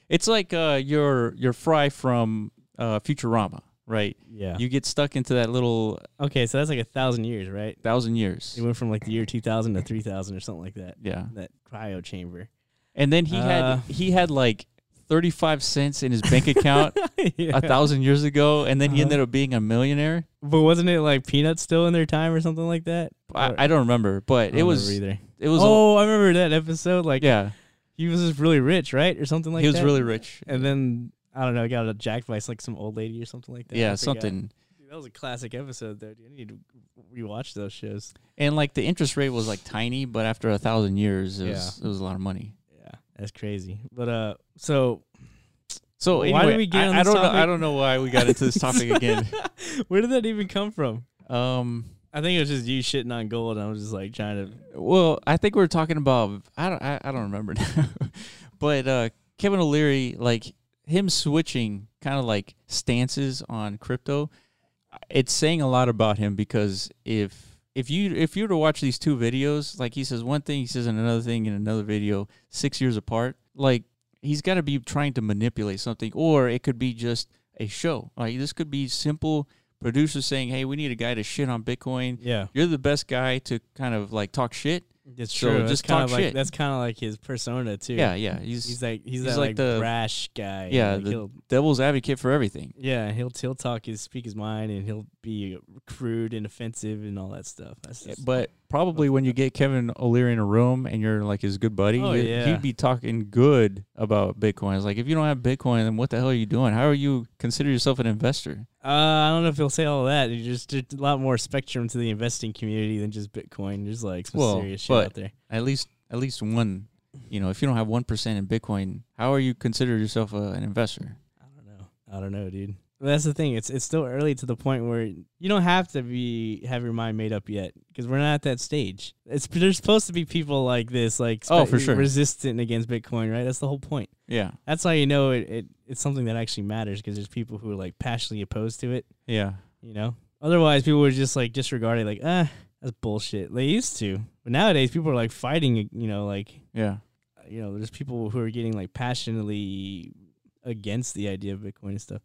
[SPEAKER 1] It's like uh, your your fry from uh, Futurama, right?
[SPEAKER 2] Yeah.
[SPEAKER 1] You get stuck into that little
[SPEAKER 2] okay, so that's like a thousand years, right?
[SPEAKER 1] thousand years.
[SPEAKER 2] It went from like the year 2000 to 3000 or something like that.
[SPEAKER 1] Yeah.
[SPEAKER 2] That cryo chamber.
[SPEAKER 1] And then he
[SPEAKER 2] Uh.
[SPEAKER 1] had he had like thirty five cents in his bank account
[SPEAKER 2] yeah.
[SPEAKER 1] a
[SPEAKER 2] Uh-huh.
[SPEAKER 1] thousand years ago, and then he ended up being a millionaire.
[SPEAKER 2] But wasn't it like peanuts still in their time or something like that? Or-
[SPEAKER 1] I, I don't remember, but it
[SPEAKER 2] I don't
[SPEAKER 1] was
[SPEAKER 2] remember either.
[SPEAKER 1] it was a-
[SPEAKER 2] oh, I remember that episode. Like,
[SPEAKER 1] yeah.
[SPEAKER 2] he was just really rich, right, or something like
[SPEAKER 1] he
[SPEAKER 2] that.
[SPEAKER 1] was really rich.
[SPEAKER 2] And then I don't know, I got a jack by like some old lady or something like that. I
[SPEAKER 1] yeah,
[SPEAKER 2] forgot.
[SPEAKER 1] something.
[SPEAKER 2] Dude, that was a classic episode, though. Dude. I need to rewatch those shows.
[SPEAKER 1] And like the interest rate was like tiny, but after a thousand years, it was it was a lot of money.
[SPEAKER 2] Yeah, that's crazy. But uh, so
[SPEAKER 1] So
[SPEAKER 2] Why
[SPEAKER 1] anyway,
[SPEAKER 2] did we get
[SPEAKER 1] I,
[SPEAKER 2] on
[SPEAKER 1] I
[SPEAKER 2] this
[SPEAKER 1] don't know. I
[SPEAKER 2] topic?
[SPEAKER 1] don't know why we got into this topic again.
[SPEAKER 2] where did that even come from?
[SPEAKER 1] Um,
[SPEAKER 2] I think it was just you shitting on gold. And I was just like trying to.
[SPEAKER 1] well, I think we were talking about I don't I, I don't remember now, but uh, Kevin O'Leary like him switching kind of like stances on crypto. It's saying a lot about him because if if you if you were to watch these two videos, like he says one thing, he says another thing in another video, six years apart, like he's got to be trying to manipulate something, or it could be just a show. Like this could be simple producers saying, "Hey, we need a guy to shit on Bitcoin."
[SPEAKER 2] Yeah,
[SPEAKER 1] you're the best guy to kind of like talk shit.
[SPEAKER 2] it's
[SPEAKER 1] So
[SPEAKER 2] true.
[SPEAKER 1] just
[SPEAKER 2] that's kind
[SPEAKER 1] talk
[SPEAKER 2] of like
[SPEAKER 1] shit.
[SPEAKER 2] that's kind of like his persona too.
[SPEAKER 1] Yeah, yeah. He's,
[SPEAKER 2] he's like he's,
[SPEAKER 1] he's
[SPEAKER 2] that,
[SPEAKER 1] like
[SPEAKER 2] like,
[SPEAKER 1] the-
[SPEAKER 2] brash guy.
[SPEAKER 1] yeah,
[SPEAKER 2] Like,
[SPEAKER 1] the
[SPEAKER 2] he'll,
[SPEAKER 1] devil's advocate for everything.
[SPEAKER 2] yeah. He'll he'll talk his speak his mind, and he'll be crude and offensive and all that stuff. That's just,
[SPEAKER 1] But probably when you get Kevin O'Leary in a room and you're like his good buddy,
[SPEAKER 2] Oh,
[SPEAKER 1] you-
[SPEAKER 2] yeah.
[SPEAKER 1] he'd be talking good about Bitcoin. It's like if you don't have Bitcoin, then what the hell are you doing? How are you consider yourself an investor?
[SPEAKER 2] Uh, I don't know if he'll say all that. There's just there's a lot more spectrum to the investing community than just Bitcoin. There's like some serious shit out there.
[SPEAKER 1] at least at least one, you know, if you don't have one percent in Bitcoin, how are you consider yourself a, an investor?
[SPEAKER 2] I don't know. I don't know, dude. But that's the thing. It's it's still early to the point where you don't have to be have your mind made up yet because we're not at that stage. It's there's supposed to be people like this, like
[SPEAKER 1] Oh, for
[SPEAKER 2] spe-
[SPEAKER 1] sure.
[SPEAKER 2] resistant against Bitcoin, right? That's the whole point.
[SPEAKER 1] Yeah,
[SPEAKER 2] That's how you know it, it it's something that actually matters because there's people who are like passionately opposed to it.
[SPEAKER 1] yeah,
[SPEAKER 2] You know, otherwise people would just like disregard it, like ah, that's bullshit. They used to, but nowadays people are like fighting. You know, like
[SPEAKER 1] yeah.
[SPEAKER 2] you know, there's people who are getting like passionately against the idea of Bitcoin and stuff.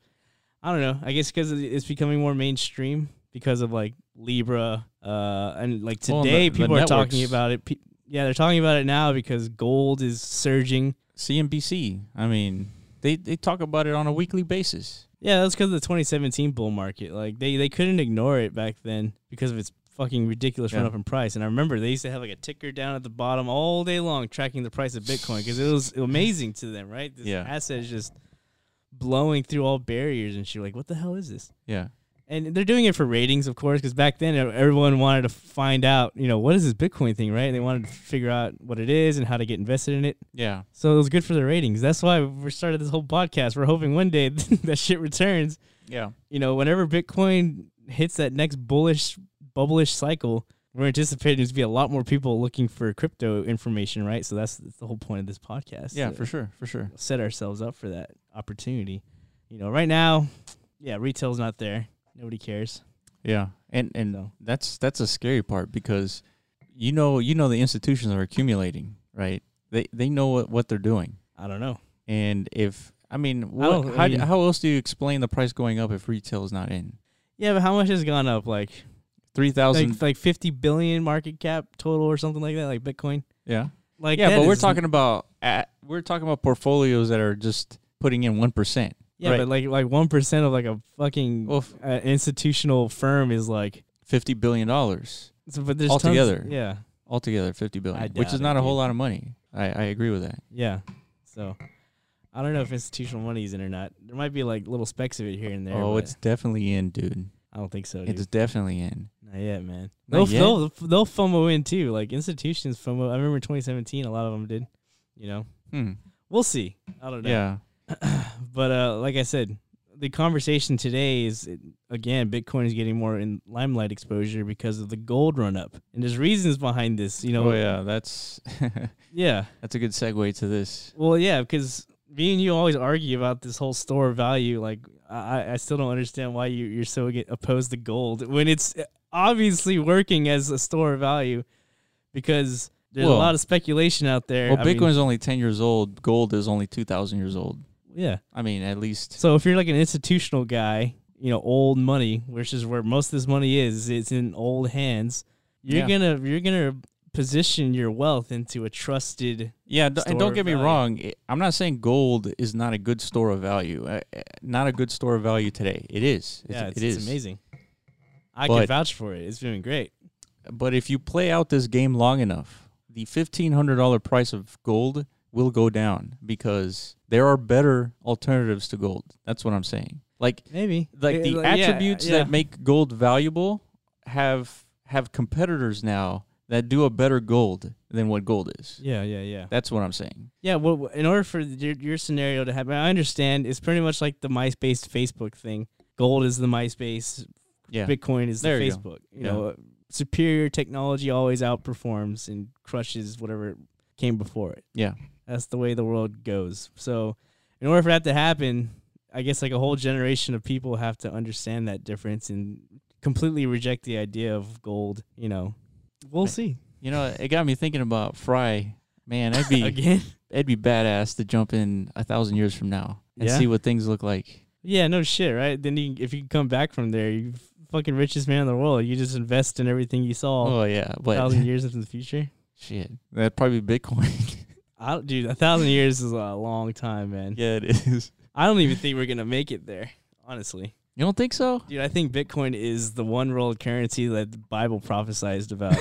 [SPEAKER 2] I don't know. I guess because it's becoming more mainstream because of like Libra, uh, and like
[SPEAKER 1] Well, and the-
[SPEAKER 2] today
[SPEAKER 1] the
[SPEAKER 2] people are talking
[SPEAKER 1] networks.
[SPEAKER 2] about it. Pe- yeah, they're talking about it now because gold is surging.
[SPEAKER 1] CNBC. I mean, they they talk about it on a weekly basis.
[SPEAKER 2] Yeah, that's because of the 2017 bull market. Like they they couldn't ignore it back then because of its fucking ridiculous run up in price. And I remember they used to have like a ticker down at the bottom all day long tracking the price of Bitcoin because it was amazing to them, right? This
[SPEAKER 1] Yeah.
[SPEAKER 2] asset is just blowing through all barriers and shit. Like, what the hell is this?
[SPEAKER 1] Yeah.
[SPEAKER 2] And they're doing it for ratings, of course, because back then e, everyone wanted to find out, you know, what is this Bitcoin thing, right? And they wanted to figure out what it is and how to get invested in it.
[SPEAKER 1] Yeah.
[SPEAKER 2] So it was good for the ratings. That's why we started this whole podcast. We're hoping one day that shit returns
[SPEAKER 1] Yeah.
[SPEAKER 2] you know, whenever Bitcoin hits that next bullish, bubbleish cycle, we're anticipating there's to be a lot more people looking for crypto information, right? So that's, that's the whole point of this podcast.
[SPEAKER 1] Yeah,
[SPEAKER 2] to
[SPEAKER 1] for sure, for sure.
[SPEAKER 2] Set ourselves up for that opportunity. You know, right now, yeah, retail's not there. Nobody cares.
[SPEAKER 1] Yeah. And and
[SPEAKER 2] So-
[SPEAKER 1] that's that's a scary part because you know you know the institutions are accumulating, right? They they know what, what they're doing.
[SPEAKER 2] I don't know.
[SPEAKER 1] And if I mean, what,
[SPEAKER 2] don't- I
[SPEAKER 1] how, do-
[SPEAKER 2] mean-
[SPEAKER 1] how else do you explain the price going up if retail is not in?
[SPEAKER 2] Yeah, but how much has gone up? Like,
[SPEAKER 1] Three thousand.
[SPEAKER 2] like, like 50 billion market cap total or something like that, like Bitcoin?
[SPEAKER 1] yeah.
[SPEAKER 2] Like,
[SPEAKER 1] yeah,
[SPEAKER 2] that
[SPEAKER 1] but we're
[SPEAKER 2] is-
[SPEAKER 1] talking about at, we're talking about portfolios that are just putting in one percent.
[SPEAKER 2] Yeah,
[SPEAKER 1] right?
[SPEAKER 2] but like, like 1% of like a fucking
[SPEAKER 1] Well, f-
[SPEAKER 2] uh, institutional firm is like,
[SPEAKER 1] fifty billion dollars
[SPEAKER 2] so, but there's
[SPEAKER 1] Altogether.
[SPEAKER 2] Tons, yeah.
[SPEAKER 1] altogether, fifty billion,
[SPEAKER 2] I
[SPEAKER 1] which is
[SPEAKER 2] doubt
[SPEAKER 1] not
[SPEAKER 2] it,
[SPEAKER 1] a whole
[SPEAKER 2] dude.
[SPEAKER 1] lot of money. I, I agree with that.
[SPEAKER 2] Yeah. So So I don't know if institutional money is in or not. There might be like little specks of it here and there.
[SPEAKER 1] Oh,
[SPEAKER 2] but
[SPEAKER 1] it's definitely in, dude.
[SPEAKER 2] I don't think so. Dude.
[SPEAKER 1] It's definitely in.
[SPEAKER 2] Not yet, man.
[SPEAKER 1] Not
[SPEAKER 2] They'll,
[SPEAKER 1] yet?
[SPEAKER 2] they'll they'll FOMO in too. Like institutions FOMO. I remember 2017, a lot of them did. You know,
[SPEAKER 1] Hmm.
[SPEAKER 2] we'll see. I don't know.
[SPEAKER 1] Yeah.
[SPEAKER 2] But uh, like I said, the conversation today is it- again Bitcoin is getting more in limelight exposure because of the gold run up, and there's reasons behind this. You know,
[SPEAKER 1] Oh yeah, that's
[SPEAKER 2] yeah.
[SPEAKER 1] that's a good segue to this.
[SPEAKER 2] Well, yeah, because me and you always argue about this whole store of value. Like, I, I- I still don't understand why you, you're so ag- opposed to gold when it's eh, obviously working as a store of value because there's
[SPEAKER 1] Well-
[SPEAKER 2] a lot of speculation out there.
[SPEAKER 1] Well,
[SPEAKER 2] I mean,
[SPEAKER 1] Bitcoin's only ten years old. Gold is only two thousand years old.
[SPEAKER 2] yeah.
[SPEAKER 1] I mean, at least.
[SPEAKER 2] So if you're like an institutional guy, you know, old money, which is where most of this money is, it's in old hands. You're
[SPEAKER 1] Yeah.
[SPEAKER 2] gonna you're gonna position your wealth into a trusted
[SPEAKER 1] Yeah, d- and
[SPEAKER 2] store
[SPEAKER 1] don't
[SPEAKER 2] of
[SPEAKER 1] get me
[SPEAKER 2] value.
[SPEAKER 1] wrong. I- I'm not saying gold is not a good store of value. Uh, uh, not a good store of value today. It is. It's,
[SPEAKER 2] yeah, it's,
[SPEAKER 1] it
[SPEAKER 2] it's
[SPEAKER 1] is.
[SPEAKER 2] amazing. I
[SPEAKER 1] But-
[SPEAKER 2] can vouch for it. It's doing great.
[SPEAKER 1] But if you play out this game long enough, the fifteen hundred dollar price of gold will go down because there are better alternatives to gold. That's what I'm saying. Like
[SPEAKER 2] Maybe
[SPEAKER 1] like the attributes that make gold valuable have have competitors now that do a better gold than what gold is.
[SPEAKER 2] Yeah, yeah, yeah.
[SPEAKER 1] That's what I'm saying.
[SPEAKER 2] Yeah, well, in order for your, your scenario to happen, I understand it's pretty much like the MySpace Facebook thing. Gold is the MySpace,
[SPEAKER 1] Yeah.
[SPEAKER 2] Bitcoin is
[SPEAKER 1] There
[SPEAKER 2] the
[SPEAKER 1] you go.
[SPEAKER 2] Facebook. You
[SPEAKER 1] Yeah.
[SPEAKER 2] know, uh, superior technology always outperforms and crushes whatever came before it.
[SPEAKER 1] yeah.
[SPEAKER 2] That's the way the world goes. So, in order for that to happen, I guess like a whole generation of people have to understand that difference and completely reject the idea of gold. You know, we'll see
[SPEAKER 1] You know, it got me thinking about Fry. Man, that'd be
[SPEAKER 2] again.
[SPEAKER 1] that'd be badass to jump in a thousand years from now and
[SPEAKER 2] Yeah.
[SPEAKER 1] see what things look like.
[SPEAKER 2] Yeah, no shit, right? Then you, if you come back from there, you fucking richest man in the world. You just invest in everything you saw
[SPEAKER 1] Oh yeah,
[SPEAKER 2] a
[SPEAKER 1] but
[SPEAKER 2] thousand years into the future.
[SPEAKER 1] shit, that'd probably be Bitcoin.
[SPEAKER 2] I don't, dude, a thousand years is a long time, man.
[SPEAKER 1] yeah, it is.
[SPEAKER 2] I don't even think we're gonna make it there, honestly.
[SPEAKER 1] You don't think so?
[SPEAKER 2] Dude, I think Bitcoin is the one world currency that the Bible prophesized about.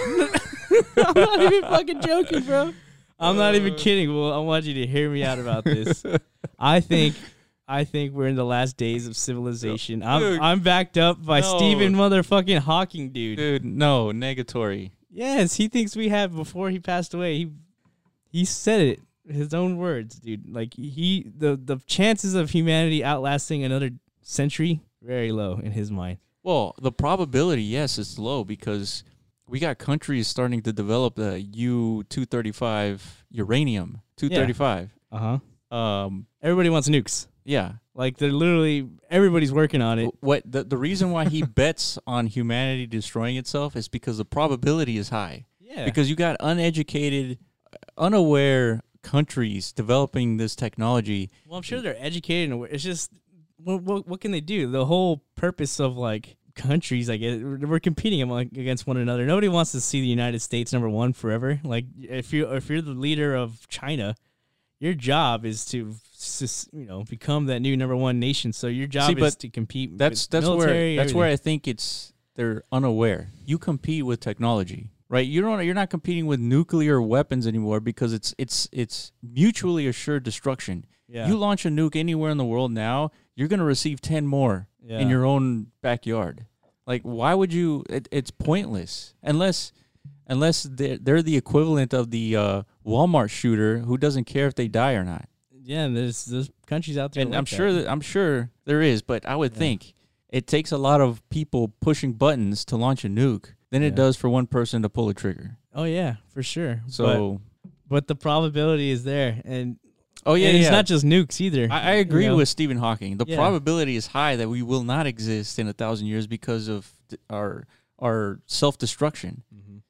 [SPEAKER 2] I'm not even fucking joking, bro. I'm not even kidding. Well, I want you to hear me out about this. I think I think we're in the last days of civilization.
[SPEAKER 1] Dude.
[SPEAKER 2] I'm I'm backed up by
[SPEAKER 1] No.
[SPEAKER 2] Stephen motherfucking Hawking, dude.
[SPEAKER 1] Dude, no, negatory.
[SPEAKER 2] Yes, he thinks we have before he passed away. He he said it his own words, dude. Like he the the chances of humanity outlasting another century very low in his mind.
[SPEAKER 1] Well, the probability, yes, is low because we got countries starting to develop the U two thirty five uranium two thirty five.
[SPEAKER 2] Uh huh.
[SPEAKER 1] Um,
[SPEAKER 2] Everybody wants nukes.
[SPEAKER 1] yeah.
[SPEAKER 2] Like they're literally everybody's working on it.
[SPEAKER 1] What the the reason why he bets on humanity destroying itself is because the probability is high.
[SPEAKER 2] Yeah.
[SPEAKER 1] Because you got uneducated, unaware countries developing this technology.
[SPEAKER 2] Well, I'm sure they're educated. And aware. It's just what, what what can they do? The whole purpose of like countries, I guess, we're we're competing among, against one another. Nobody wants to see the United States number one forever. Like if you if you're the leader of China, your job is to sus- you know become that new number one nation. So your job
[SPEAKER 1] See,
[SPEAKER 2] is
[SPEAKER 1] but
[SPEAKER 2] to compete.
[SPEAKER 1] That's
[SPEAKER 2] with
[SPEAKER 1] that's
[SPEAKER 2] military,
[SPEAKER 1] where that's where
[SPEAKER 2] everything.
[SPEAKER 1] I think it's they're unaware. You compete with technology, right? You don't you're not competing with nuclear weapons anymore because it's it's it's mutually assured destruction.
[SPEAKER 2] Yeah.
[SPEAKER 1] You launch a nuke anywhere in the world now, you're going to receive 10 more
[SPEAKER 2] Yeah.
[SPEAKER 1] in your own backyard. Like why would you it, it's pointless unless unless they're, they're the equivalent of the uh, Walmart shooter who doesn't care if they die or not.
[SPEAKER 2] yeah. and There's there's countries out there.
[SPEAKER 1] And
[SPEAKER 2] like
[SPEAKER 1] I'm
[SPEAKER 2] that.
[SPEAKER 1] sure that, I'm sure there is, but I would think it takes a lot of people pushing buttons to launch a nuke than it does for one person to pull a trigger.
[SPEAKER 2] Oh yeah, for sure. but,
[SPEAKER 1] So
[SPEAKER 2] but the probability is there, and
[SPEAKER 1] oh yeah,
[SPEAKER 2] and
[SPEAKER 1] yeah.
[SPEAKER 2] it's not just nukes either.
[SPEAKER 1] I, I agree
[SPEAKER 2] you know?
[SPEAKER 1] with Stephen Hawking. The
[SPEAKER 2] Yeah.
[SPEAKER 1] probability is high that we will not exist in a thousand years because of th- our our self destruction.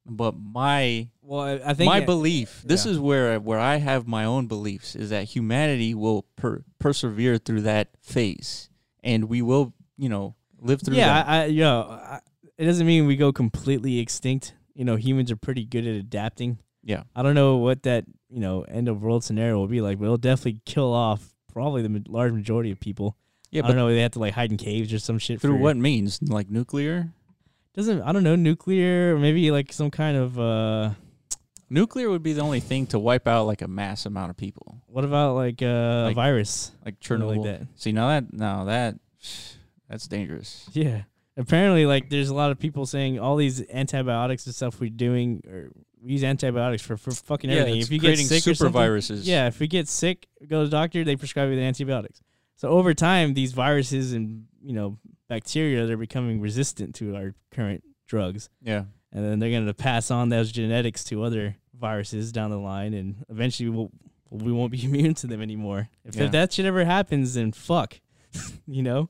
[SPEAKER 1] But my
[SPEAKER 2] Well, I, Mm-hmm. I think
[SPEAKER 1] my
[SPEAKER 2] that-
[SPEAKER 1] belief, this is where I- where I have my own beliefs, is that humanity will per- persevere through that phase, and we will, you know, live through
[SPEAKER 2] yeah,
[SPEAKER 1] that.
[SPEAKER 2] I, I, you know, I, it doesn't mean we go completely extinct. You know, humans are pretty good at adapting.
[SPEAKER 1] Yeah.
[SPEAKER 2] I don't know what that you know end of world scenario will be like, but it'll definitely kill off probably the ma- large majority of people.
[SPEAKER 1] Yeah,
[SPEAKER 2] I
[SPEAKER 1] but
[SPEAKER 2] don't know. They have to like hide in caves or some shit.
[SPEAKER 1] through
[SPEAKER 2] for,
[SPEAKER 1] what means? Like nuclear?
[SPEAKER 2] Doesn't I don't know nuclear or maybe like some kind of uh
[SPEAKER 1] Nuclear would be the only thing to wipe out like a mass amount of people.
[SPEAKER 2] What about like uh, a
[SPEAKER 1] Like-
[SPEAKER 2] virus?
[SPEAKER 1] like
[SPEAKER 2] Something
[SPEAKER 1] Chernobyl.
[SPEAKER 2] like that.
[SPEAKER 1] See now that now that that's dangerous.
[SPEAKER 2] Yeah. Apparently, like there's a lot of people saying all these antibiotics and stuff we're doing, or we use antibiotics for, for fucking everything.
[SPEAKER 1] it's
[SPEAKER 2] if you get
[SPEAKER 1] creating
[SPEAKER 2] sick or
[SPEAKER 1] super
[SPEAKER 2] something-
[SPEAKER 1] viruses.
[SPEAKER 2] yeah. If we get sick, go to the doctor, they prescribe you the antibiotics. So over time, these viruses and you know bacteria they're becoming resistant to our current drugs,
[SPEAKER 1] yeah.
[SPEAKER 2] and then they're going to pass on those genetics to other viruses down the line, and eventually we'll, we won't be immune to them anymore. If,
[SPEAKER 1] Yeah.
[SPEAKER 2] if that shit ever happens, then fuck, you know.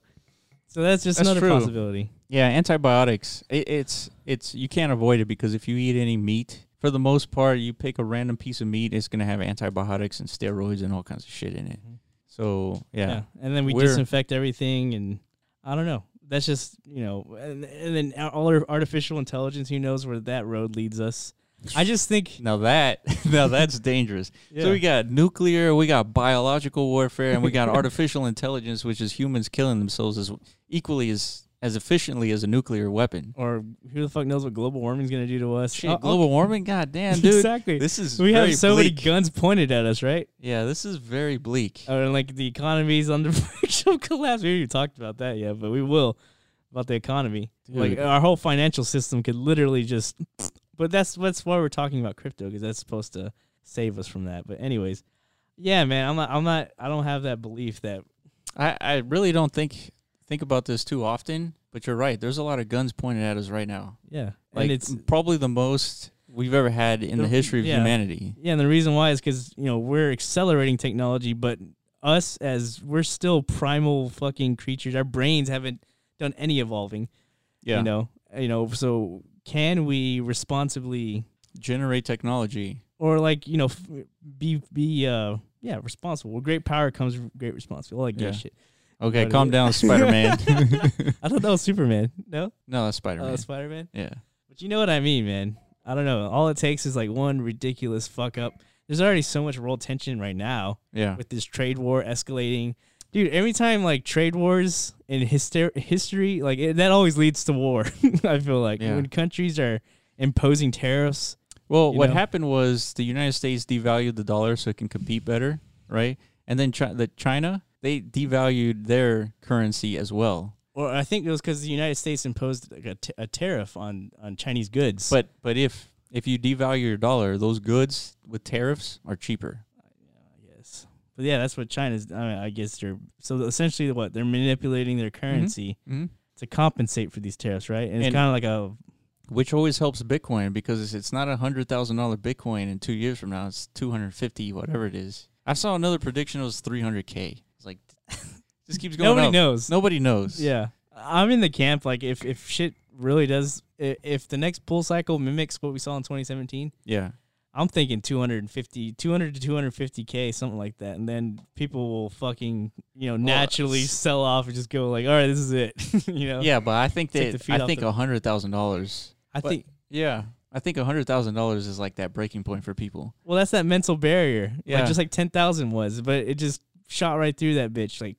[SPEAKER 2] So that's just
[SPEAKER 1] That's
[SPEAKER 2] another
[SPEAKER 1] true.
[SPEAKER 2] possibility.
[SPEAKER 1] Yeah, antibiotics. It, it's it's you can't avoid it because if you eat any meat, for the most part, you pick a random piece of meat, it's gonna have antibiotics and steroids and all kinds of shit in it. So yeah,
[SPEAKER 2] Mm-hmm. Yeah. And then we
[SPEAKER 1] We're-
[SPEAKER 2] disinfect everything and I don't know. That's just, you know, and, and then all our artificial intelligence, who knows where that road leads us. I just think
[SPEAKER 1] now that now that's dangerous. So we got nuclear, we got biological warfare, and we got artificial intelligence, which is humans killing themselves as equally as as efficiently as a nuclear weapon.
[SPEAKER 2] or who the fuck knows what global warming's going to do to us.
[SPEAKER 1] Shit,
[SPEAKER 2] Oh, oh,
[SPEAKER 1] global warming, goddamn, dude.
[SPEAKER 2] Exactly.
[SPEAKER 1] This is
[SPEAKER 2] we
[SPEAKER 1] very
[SPEAKER 2] have so many
[SPEAKER 1] bleak.
[SPEAKER 2] guns pointed at us, right?
[SPEAKER 1] Yeah, this is very bleak.
[SPEAKER 2] Or like the economy's under financial collapse. We haven't talked about that yet, but we will about the economy. Like
[SPEAKER 1] Dude.
[SPEAKER 2] our whole financial system could literally just. But that's that's why we're talking about crypto because that's supposed to save us from that. But anyways, yeah, man, I'm not, I'm not, I don't have that belief that
[SPEAKER 1] I, I really don't think think about this too often, but you're right. The's a lot of guns pointed at us right now.
[SPEAKER 2] yeah,
[SPEAKER 1] Like
[SPEAKER 2] and it's
[SPEAKER 1] probably the most we've ever had in the
[SPEAKER 2] The-
[SPEAKER 1] history of
[SPEAKER 2] yeah.
[SPEAKER 1] humanity.
[SPEAKER 2] yeah, and the reason why is because you know we're accelerating technology, but us as we're still primal fucking creatures. Our brains haven't done any evolving.
[SPEAKER 1] Yeah.
[SPEAKER 2] You know, you know. So can we responsibly
[SPEAKER 1] Generate technology.
[SPEAKER 2] or like you know f- be be uh yeah responsible. With great power comes great responsibility. All that good
[SPEAKER 1] Yeah.
[SPEAKER 2] shit.
[SPEAKER 1] Okay,
[SPEAKER 2] But-
[SPEAKER 1] calm down, Spider Man.
[SPEAKER 2] I thought that was Superman. No,
[SPEAKER 1] no, that's Spider Man.
[SPEAKER 2] uh, Spider Man.
[SPEAKER 1] yeah.
[SPEAKER 2] But you know what I mean, man. I don't know. All it takes is like one ridiculous fuck up. There's already so much world tension right now
[SPEAKER 1] Yeah.
[SPEAKER 2] with this trade war escalating. Dude, every time like trade wars in hyster- history, like it, that always leads to war. I feel like
[SPEAKER 1] Yeah.
[SPEAKER 2] when countries are imposing tariffs,
[SPEAKER 1] Well,
[SPEAKER 2] you
[SPEAKER 1] what
[SPEAKER 2] know?
[SPEAKER 1] happened was the United States devalued the dollar so it can compete better, right? And then chi- the China, they devalued their currency as well.
[SPEAKER 2] or I think it was because the United States imposed like, a, t- a tariff on on Chinese goods.
[SPEAKER 1] But but if if you devalue your dollar, those goods with tariffs are cheaper.
[SPEAKER 2] Yes. But yeah, that's what China's. I, mean, I guess they're so essentially what they're manipulating their currency
[SPEAKER 1] Mhm.
[SPEAKER 2] to compensate for these tariffs, right? And, it's
[SPEAKER 1] And-
[SPEAKER 2] kind of like a
[SPEAKER 1] which always helps Bitcoin because it's- it's not a hundred thousand dollar Bitcoin in two years from now. It's two hundred fifty, whatever it is. I saw another prediction it was three hundred k. It's like just keeps going.
[SPEAKER 2] Nobody
[SPEAKER 1] up.
[SPEAKER 2] knows.
[SPEAKER 1] Nobody knows.
[SPEAKER 2] yeah. I'm in the camp like if if shit really does i- if the next bull cycle mimics what we saw in 2017,
[SPEAKER 1] yeah,
[SPEAKER 2] I'm thinking 250, 200 to 250k, something like that, and then people will fucking you know naturally
[SPEAKER 1] s-
[SPEAKER 2] sell off and just go like, all right, this is it, you know?
[SPEAKER 1] yeah. But I think
[SPEAKER 2] Take the
[SPEAKER 1] that
[SPEAKER 2] feet
[SPEAKER 1] I
[SPEAKER 2] off
[SPEAKER 1] think
[SPEAKER 2] the-
[SPEAKER 1] a hundred thousand dollars.
[SPEAKER 2] I think
[SPEAKER 1] Yeah, I think a hundred thousand dollars is like that breaking point for people.
[SPEAKER 2] Well, that's that mental barrier.
[SPEAKER 1] Yeah.
[SPEAKER 2] Like, just like 10,000 was, but it just shot right through that bitch. Like,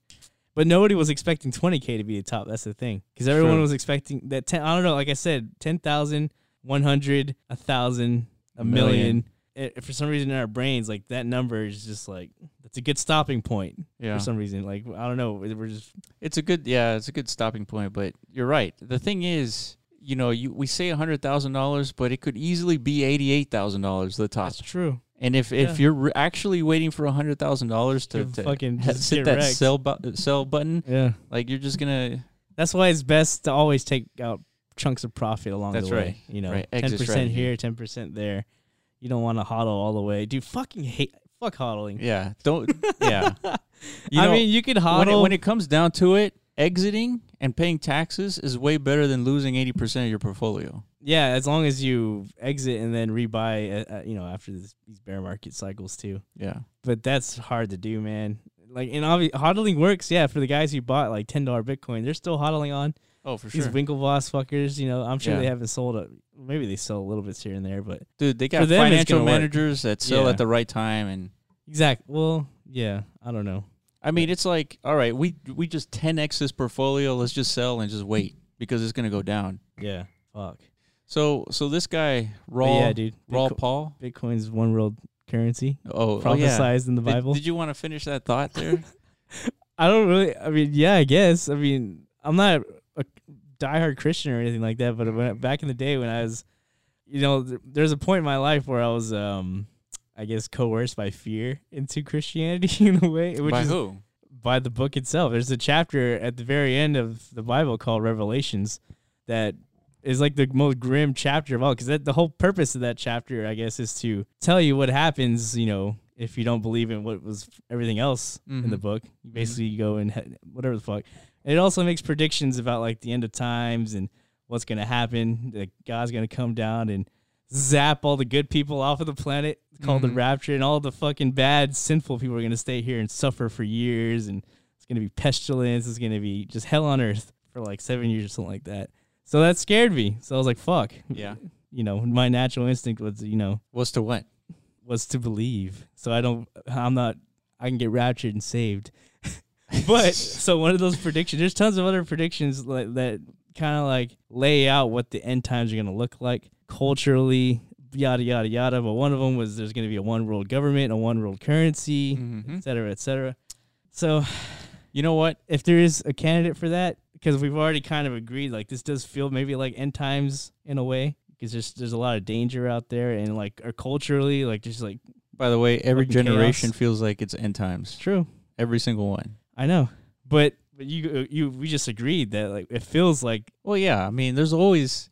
[SPEAKER 2] but nobody was expecting 20K to be the top. That's the thing. Because everyone
[SPEAKER 1] True.
[SPEAKER 2] was expecting that 10, I don't know, like I said, 10,000, 100, 1,000, a million.
[SPEAKER 1] Million.
[SPEAKER 2] It, for some reason in our brains, like that number is just like, that's a good stopping point
[SPEAKER 1] Yeah,
[SPEAKER 2] for some reason. Like, I don't know. We're just,
[SPEAKER 1] it's a good yeah, it's a good stopping point. But you're right. The thing is. You know, you we say a hundred thousand dollars, but it could easily be eighty-eight thousand dollars. The top.
[SPEAKER 2] true.
[SPEAKER 1] And if,
[SPEAKER 2] Yeah.
[SPEAKER 1] if you're re- actually waiting for hundred thousand dollars to,
[SPEAKER 2] You'll
[SPEAKER 1] to
[SPEAKER 2] fucking
[SPEAKER 1] ha-
[SPEAKER 2] just
[SPEAKER 1] hit
[SPEAKER 2] get
[SPEAKER 1] that
[SPEAKER 2] wrecked.
[SPEAKER 1] sell bu- sell button,
[SPEAKER 2] Yeah.
[SPEAKER 1] like you're just gonna
[SPEAKER 2] That's why it's best to always take out chunks of profit along
[SPEAKER 1] That's
[SPEAKER 2] the way.
[SPEAKER 1] right.
[SPEAKER 2] You know,
[SPEAKER 1] Right.
[SPEAKER 2] ten
[SPEAKER 1] Exit
[SPEAKER 2] percent
[SPEAKER 1] strategy.
[SPEAKER 2] here, ten percent there. You don't want to hodl all the way, dude. Fucking hate, fuck hodling.
[SPEAKER 1] yeah don't yeah. You
[SPEAKER 2] I
[SPEAKER 1] know,
[SPEAKER 2] mean, you could hodl
[SPEAKER 1] when it, when it comes down to it, exiting and paying taxes is way better than losing eighty percent of your portfolio.
[SPEAKER 2] yeah, as long as you exit and then rebuy, uh, uh, you know, after this, these bear market cycles too.
[SPEAKER 1] Yeah,
[SPEAKER 2] But that's hard to do, man. Like, and obvi- hodling works, yeah, for the guys who bought like ten dollar Bitcoin, they're still hodling on.
[SPEAKER 1] oh for
[SPEAKER 2] These
[SPEAKER 1] sure,
[SPEAKER 2] Winklevoss fuckers, you know, I'm sure
[SPEAKER 1] Yeah.
[SPEAKER 2] they haven't sold a Maybe they sell a little bits here and there, but
[SPEAKER 1] dude. They
[SPEAKER 2] for
[SPEAKER 1] got
[SPEAKER 2] them, it's
[SPEAKER 1] financial
[SPEAKER 2] gonna work.
[SPEAKER 1] managers that sell
[SPEAKER 2] Yeah.
[SPEAKER 1] at the right time, and
[SPEAKER 2] exact. Well, yeah, I don't know.
[SPEAKER 1] I mean, it's like all right, we we just ten x this portfolio. Let's just sell and just wait because it's gonna go down.
[SPEAKER 2] Yeah, fuck.
[SPEAKER 1] So so this guy raw
[SPEAKER 2] dude.
[SPEAKER 1] raw
[SPEAKER 2] Bitco-
[SPEAKER 1] Paul
[SPEAKER 2] Bitcoin's one world currency
[SPEAKER 1] Oh, oh, yeah.
[SPEAKER 2] prophesized in the
[SPEAKER 1] Did-
[SPEAKER 2] Bible.
[SPEAKER 1] Did, you want to finish that thought there?
[SPEAKER 2] I don't really. I mean, yeah, I guess. I mean, I'm not a diehard Christian or anything like that. But when, back in the day when I was, you know, th- there's a point in my life where I was, um, I guess, coerced by fear into Christianity in a way, which
[SPEAKER 1] By
[SPEAKER 2] is
[SPEAKER 1] who?
[SPEAKER 2] by the book itself. There's a chapter at the very end of the Bible called Revelations that is like the most grim chapter of all because the whole purpose of that chapter, I guess, is to tell you what happens, you know, if you don't believe in what was everything else in the book. You basically go and he- whatever the fuck. And it also makes predictions about like the end of times and what's going to happen. Like God's going to come down and zap all the good people off of the planet called the rapture and all the fucking bad sinful people are going to stay here and suffer for years and it's going to be pestilence it's going to be just hell on earth for like seven years or something like that so that scared me so i was like fuck
[SPEAKER 1] Yeah.
[SPEAKER 2] you know my natural instinct was you know
[SPEAKER 1] Was to what?
[SPEAKER 2] was to believe so i don't i'm not i can get raptured and saved but so one of those predictions there's tons of other predictions like, that kind of like lay out what the end times are going to look like culturally yada yada yada but one of them was there's going to be a one world government a one world currency et cetera et cetera so
[SPEAKER 1] You know what?
[SPEAKER 2] if there is a candidate for that because we've already kind of agreed like this does feel maybe like end times in a way because there's, there's a lot of danger out there and like or culturally like just like
[SPEAKER 1] By the way, every
[SPEAKER 2] Fucking chaos.
[SPEAKER 1] generation feels like it's end times.
[SPEAKER 2] true
[SPEAKER 1] Every single one.
[SPEAKER 2] I know. But but you uh, you we just agreed that like it feels like
[SPEAKER 1] Well, yeah. I mean, there's always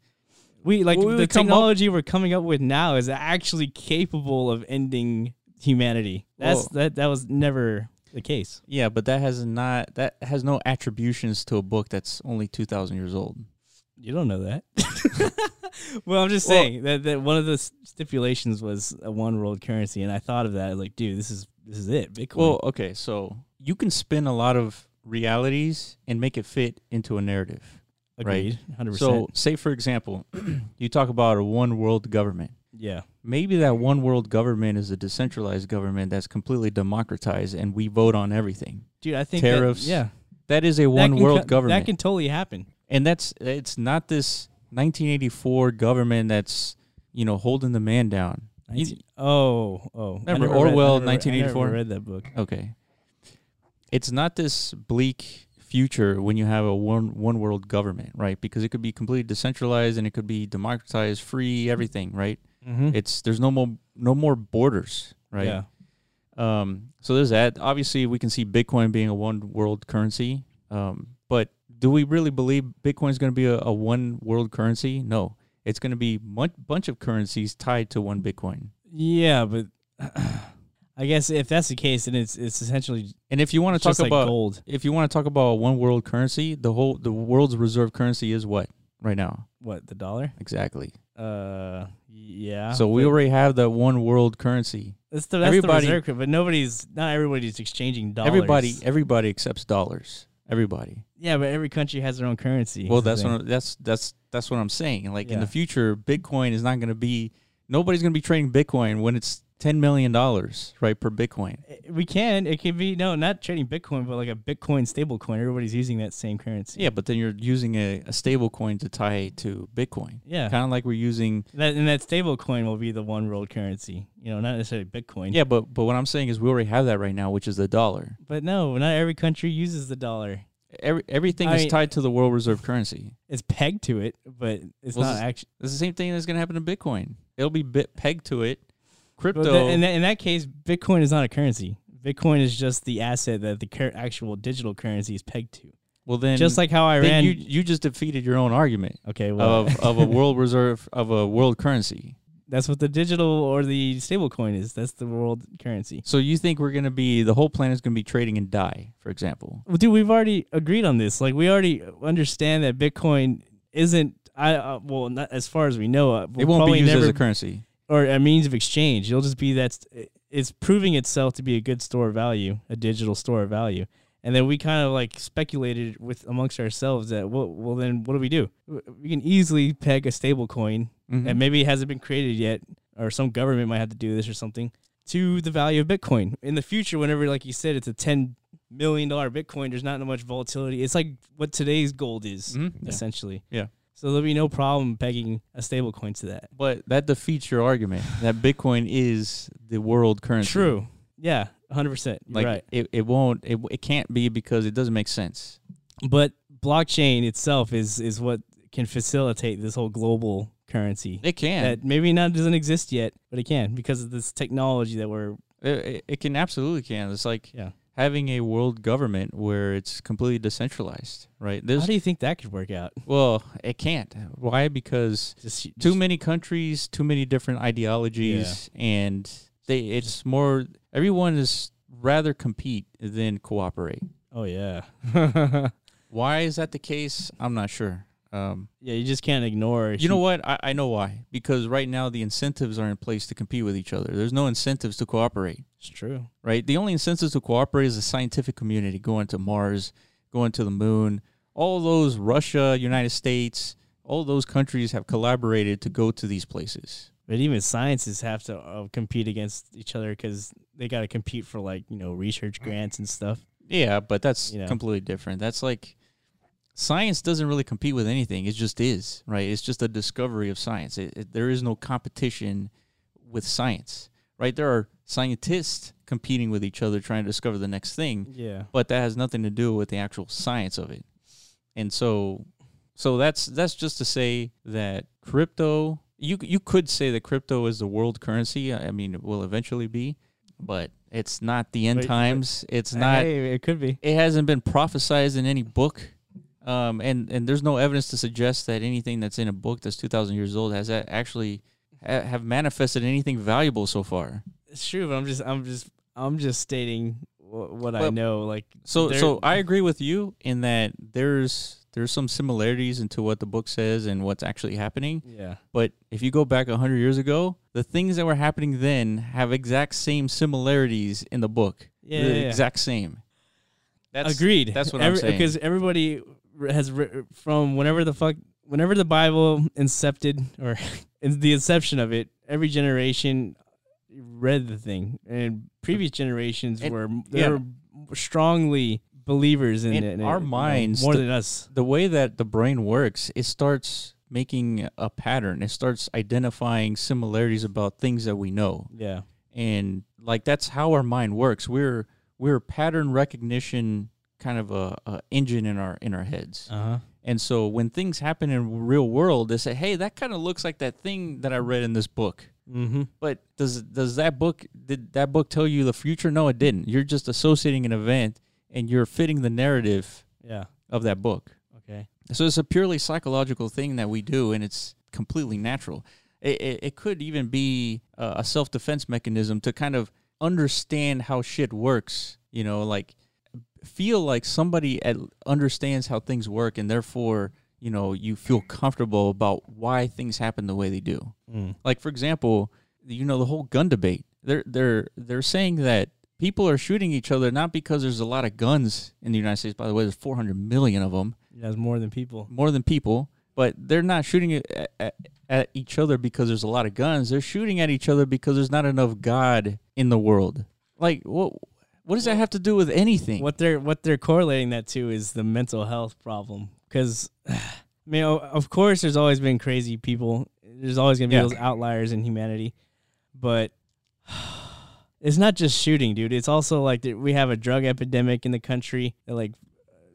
[SPEAKER 2] we like
[SPEAKER 1] Well, we
[SPEAKER 2] the
[SPEAKER 1] would come up-
[SPEAKER 2] technology we're coming up with now is actually capable of ending humanity. That's
[SPEAKER 1] Well-
[SPEAKER 2] that that was never the case.
[SPEAKER 1] yeah, but that has not that has no attributions to a book that's only two thousand years old.
[SPEAKER 2] You don't know that. well, I'm just
[SPEAKER 1] Well-
[SPEAKER 2] saying that, that one of the s- stipulations was a one world currency, and I thought of that. I was like, dude, this is this is it. Bitcoin.
[SPEAKER 1] Well, okay, so you can spin a lot of realities and make it fit into a narrative.
[SPEAKER 2] agreed, hundred
[SPEAKER 1] So,
[SPEAKER 2] percent.
[SPEAKER 1] say for example, you talk about a one world government.
[SPEAKER 2] Yeah,
[SPEAKER 1] Maybe that one world government is a decentralized government that's completely democratized and we vote on everything.
[SPEAKER 2] dude, I think that-
[SPEAKER 1] Tariffs.
[SPEAKER 2] yeah,
[SPEAKER 1] That is a
[SPEAKER 2] That
[SPEAKER 1] one
[SPEAKER 2] can
[SPEAKER 1] world
[SPEAKER 2] co-
[SPEAKER 1] government.
[SPEAKER 2] that can totally happen.
[SPEAKER 1] and that's it's not this 1984 government that's, you know, holding the man down. You-
[SPEAKER 2] Nineteen- oh, oh. I
[SPEAKER 1] Remember
[SPEAKER 2] read- I
[SPEAKER 1] Orwell,
[SPEAKER 2] never- I never
[SPEAKER 1] 1984?
[SPEAKER 2] read that book.
[SPEAKER 1] Okay. It's not this bleak future when you have a one one world government, right? Because it could be completely decentralized and it could be democratized, free, everything, right? It's there's no more no more borders, right?
[SPEAKER 2] Yeah.
[SPEAKER 1] Um, so there's that. Obviously, we can see Bitcoin being a one world currency. Um, but do we really believe Bitcoin is going to be a, a one world currency? No. It's going to be a bunch of currencies tied to one Bitcoin.
[SPEAKER 2] Yeah, but I guess if that's the case, then it's it's essentially
[SPEAKER 1] And if you want
[SPEAKER 2] It's
[SPEAKER 1] to talk
[SPEAKER 2] just like
[SPEAKER 1] about
[SPEAKER 2] gold.
[SPEAKER 1] if you want to talk about one world currency, the whole the world's reserve currency is what right now
[SPEAKER 2] what the dollar.
[SPEAKER 1] exactly.
[SPEAKER 2] Uh, yeah.
[SPEAKER 1] so we
[SPEAKER 2] but
[SPEAKER 1] already have that one world currency.
[SPEAKER 2] that's the, that's
[SPEAKER 1] everybody-
[SPEAKER 2] the reserve, cur- but nobody's not everybody's exchanging dollars.
[SPEAKER 1] Everybody everybody accepts dollars. Everybody.
[SPEAKER 2] yeah, but every country has their own currency.
[SPEAKER 1] Well,
[SPEAKER 2] is the
[SPEAKER 1] that's
[SPEAKER 2] thing.
[SPEAKER 1] what that's that's that's what I'm saying. Like in
[SPEAKER 2] Yeah.
[SPEAKER 1] the future, Bitcoin is not going to be nobody's going to be trading Bitcoin when it's ten million dollars right per Bitcoin.
[SPEAKER 2] Eh, we can. It can be no, not trading Bitcoin, but like a Bitcoin stable coin. Everybody's using that same currency.
[SPEAKER 1] Yeah, but then you're using a, a stable coin to tie to Bitcoin.
[SPEAKER 2] Yeah.
[SPEAKER 1] kind of like we're using
[SPEAKER 2] That and that stable coin will be the one world currency. You know, not necessarily Bitcoin.
[SPEAKER 1] yeah. But but what I'm saying is we already have that right now, which is the dollar.
[SPEAKER 2] But no, not every country uses the dollar.
[SPEAKER 1] Every, everything
[SPEAKER 2] I
[SPEAKER 1] is
[SPEAKER 2] mean-
[SPEAKER 1] tied to the world reserve currency.
[SPEAKER 2] It's pegged to it, but it's
[SPEAKER 1] Well,
[SPEAKER 2] not
[SPEAKER 1] this-
[SPEAKER 2] actually.
[SPEAKER 1] It's the same thing that's going to happen to Bitcoin. It'll be bit pegged to it. Crypto.
[SPEAKER 2] But th- in, that, in that case, Bitcoin is not a currency. Bitcoin is just the asset that the cur- actual digital currency is pegged to.
[SPEAKER 1] well, then
[SPEAKER 2] just like how I
[SPEAKER 1] then
[SPEAKER 2] ran-
[SPEAKER 1] you Oh. you just defeated your own argument
[SPEAKER 2] Okay, well,
[SPEAKER 1] of of a world reserve of a world currency.
[SPEAKER 2] that's what the digital or the stable coin is. That's the world currency.
[SPEAKER 1] So you think we're going to be the whole planet's going to be trading in die, for example?
[SPEAKER 2] Well, dude, we've already agreed on this. Like, we already understand that Bitcoin isn't. I uh, well, not as far as we know, uh,
[SPEAKER 1] It
[SPEAKER 2] we'll
[SPEAKER 1] won't
[SPEAKER 2] probably
[SPEAKER 1] be used
[SPEAKER 2] never
[SPEAKER 1] as a currency.
[SPEAKER 2] or a means of exchange. It'll just be that's it's proving itself to be a good store of value, a digital store of value. And then we kind of like speculated with amongst ourselves that well, well then what do we do? We can easily peg a stable coin,
[SPEAKER 1] Mm-hmm.
[SPEAKER 2] and maybe it hasn't been created yet, or some government might have to do this or something to the value of Bitcoin in the future. Whenever, like you said, it's a ten million dollar Bitcoin, there's not much volatility. It's like what today's gold is essentially.
[SPEAKER 1] Mm-hmm. Yeah.
[SPEAKER 2] So there'll be no problem pegging a stable coin to that.
[SPEAKER 1] But that defeats your argument that Bitcoin is the world currency.
[SPEAKER 2] True. Yeah, 100%. You're
[SPEAKER 1] Like
[SPEAKER 2] right.
[SPEAKER 1] it, it won't it, it can't be because it doesn't make sense.
[SPEAKER 2] But blockchain itself is is what can facilitate this whole global currency.
[SPEAKER 1] It can.
[SPEAKER 2] That maybe not doesn't exist yet, but it can because of this technology that we're
[SPEAKER 1] It, it, it can absolutely can. It's like
[SPEAKER 2] yeah.
[SPEAKER 1] having a world government where it's completely decentralized, right?
[SPEAKER 2] How
[SPEAKER 1] This
[SPEAKER 2] do you think that could work out?
[SPEAKER 1] well, it can't. Why? Because
[SPEAKER 2] Just,
[SPEAKER 1] too
[SPEAKER 2] just-
[SPEAKER 1] many countries, too many different ideologies, and they it's more everyone is rather compete than cooperate.
[SPEAKER 2] Oh yeah. yeah,
[SPEAKER 1] Why is that the case? I'm not sure. Um,
[SPEAKER 2] you just can't ignore.
[SPEAKER 1] you know what? I, I know why. Because right now the incentives are in place to compete with each other. There's no incentives to cooperate,
[SPEAKER 2] It's true.
[SPEAKER 1] right? The only incentives to cooperate is the scientific community going to Mars, going to the moon. All those Russia, United States, all those countries have collaborated to go to these places.
[SPEAKER 2] But even scientists have to uh, compete against each other because they got to compete for like you know research grants and stuff.
[SPEAKER 1] Yeah, but that's
[SPEAKER 2] You know.
[SPEAKER 1] completely different. That's like science doesn't really compete with anything. It just is, right? It's just a discovery of science. It, it, there is no competition with science, right? There are scientists competing with each other trying to discover the next thing,
[SPEAKER 2] Yeah.
[SPEAKER 1] but that has nothing to do with the actual science of it. And so so that's that's just to say that crypto you you could say that crypto is the world currency. I I mean, it will eventually be, but it's not the end
[SPEAKER 2] But- but-
[SPEAKER 1] times. it's not
[SPEAKER 2] Hey, it could be.
[SPEAKER 1] it hasn't been prophesized in any book, um, and and there's no evidence to suggest that anything that's in a book that's 2,000 years old has a- actually ha- have manifested anything valuable so far.
[SPEAKER 2] It's true, but I'm just I'm just I'm just stating wh- what I
[SPEAKER 1] Well,
[SPEAKER 2] know. Like
[SPEAKER 1] So
[SPEAKER 2] there-
[SPEAKER 1] so I agree with you in that there's there's some similarities into what the book says and what's actually happening.
[SPEAKER 2] yeah.
[SPEAKER 1] But if you go back 100 years ago, the things that were happening then have exact same similarities in the book.
[SPEAKER 2] Yeah,
[SPEAKER 1] the
[SPEAKER 2] yeah, yeah.
[SPEAKER 1] exact same. That's,
[SPEAKER 2] Agreed.
[SPEAKER 1] That's what I'm
[SPEAKER 2] Every-
[SPEAKER 1] saying.
[SPEAKER 2] Because everybody r- has ri- from whenever the fuck whenever the Bible incepted or in the inception of it, every generation read the thing, and previous generations
[SPEAKER 1] And-
[SPEAKER 2] were they
[SPEAKER 1] yeah.
[SPEAKER 2] were strongly believers in
[SPEAKER 1] And
[SPEAKER 2] it.
[SPEAKER 1] our
[SPEAKER 2] you know,
[SPEAKER 1] minds
[SPEAKER 2] more
[SPEAKER 1] th-
[SPEAKER 2] than us.
[SPEAKER 1] the way that the brain works, it starts making a pattern. It starts identifying similarities about things that we know.
[SPEAKER 2] Yeah.
[SPEAKER 1] And like that's how our mind works. We're we're pattern recognition kind of a, a engine in our in our heads.
[SPEAKER 2] Uh huh.
[SPEAKER 1] And so when things happen in real world, they say, "Hey, that kind of looks like that thing that I read in this book."
[SPEAKER 2] Mm-hmm.
[SPEAKER 1] But does does that book did that book tell you the future? No, it didn't. You're just associating an event and you're fitting the narrative
[SPEAKER 2] Yeah.
[SPEAKER 1] of that book.
[SPEAKER 2] Okay.
[SPEAKER 1] So it's a purely psychological thing that we do, and it's completely natural. It, it, it could even be uh, a self defense mechanism to kind of understand how shit works, you know, like feel like somebody at, understands how things work, and therefore, you know, you feel comfortable about why things happen the way they do. Like, for example, you know, the whole gun debate. They're, they're, they're saying that people are shooting each other not because there's a lot of guns in the United States. By the way, there's 400 million of them
[SPEAKER 2] That's more than people.
[SPEAKER 1] more than people, but they're not shooting at, at, at each other because there's a lot of guns. They're shooting at each other because there's not enough God in the world. Like, what what does that have to do with anything?
[SPEAKER 2] what they're what they're correlating that to is the mental health problem because i mean o- of course there's always been crazy people there's always going to be
[SPEAKER 1] Yeah.
[SPEAKER 2] those outliers in humanity but it's not just shooting dude it's also like that we have a drug epidemic in the country that, like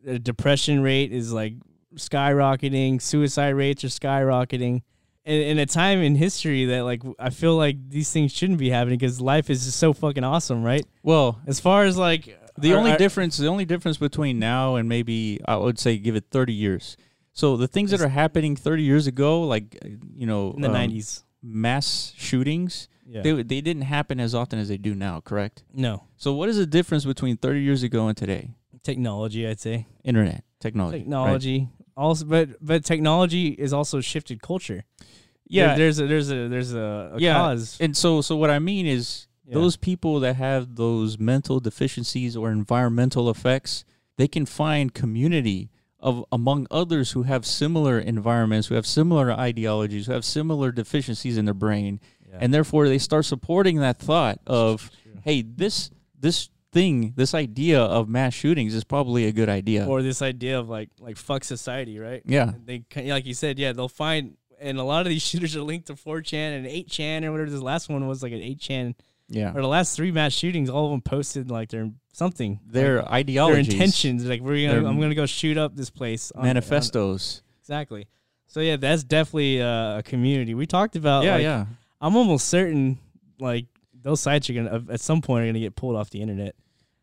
[SPEAKER 2] the depression rate is like skyrocketing suicide rates are skyrocketing in, in a time in history that like i feel like these things shouldn't be happening because life is just so fucking awesome right
[SPEAKER 1] Well,
[SPEAKER 2] as far as like
[SPEAKER 1] the
[SPEAKER 2] our-
[SPEAKER 1] only
[SPEAKER 2] our-
[SPEAKER 1] difference the only difference between now and maybe I would say give it 30 years. So the things that are happening 30 years ago, like uh, you know,
[SPEAKER 2] in the
[SPEAKER 1] um,
[SPEAKER 2] 90s.
[SPEAKER 1] mass shootings,
[SPEAKER 2] Yeah.
[SPEAKER 1] they they didn't happen as often as they do now. Correct.
[SPEAKER 2] No.
[SPEAKER 1] So what is the difference between 30 years ago and today?
[SPEAKER 2] Technology, I'd say.
[SPEAKER 1] Internet technology. right?
[SPEAKER 2] Technology. Also but but technology is also shifted culture.
[SPEAKER 1] Yeah,
[SPEAKER 2] There- there's a there's a there's a, a cause.
[SPEAKER 1] And so so what I mean is
[SPEAKER 2] Yeah.
[SPEAKER 1] those people that have those mental deficiencies or environmental effects, they can find community of among others who have similar environments, who have similar ideologies, who have similar deficiencies in their brain. And therefore they start supporting that thought of, hey, this this thing, this idea of mass shootings is probably a good idea.
[SPEAKER 2] or this idea of like like fuck society, right?
[SPEAKER 1] yeah.
[SPEAKER 2] They ca- like you said, yeah, they'll find and a lot of these shooters are linked to 4chan and 8chan or whatever this last one was like an 8chan
[SPEAKER 1] Yeah.
[SPEAKER 2] Or the last three mass shootings, all of them posted like their something,
[SPEAKER 1] Their
[SPEAKER 2] their
[SPEAKER 1] ideologies,
[SPEAKER 2] intentions. Like we're gonna,
[SPEAKER 1] Their-
[SPEAKER 2] I'm gonna go shoot up this place. on- on-
[SPEAKER 1] manifestos.
[SPEAKER 2] exactly. So yeah, that's definitely uh, a community. We talked about.
[SPEAKER 1] yeah,
[SPEAKER 2] like,
[SPEAKER 1] yeah.
[SPEAKER 2] I'm almost certain like those sites are gonna at some point are gonna get pulled off the internet.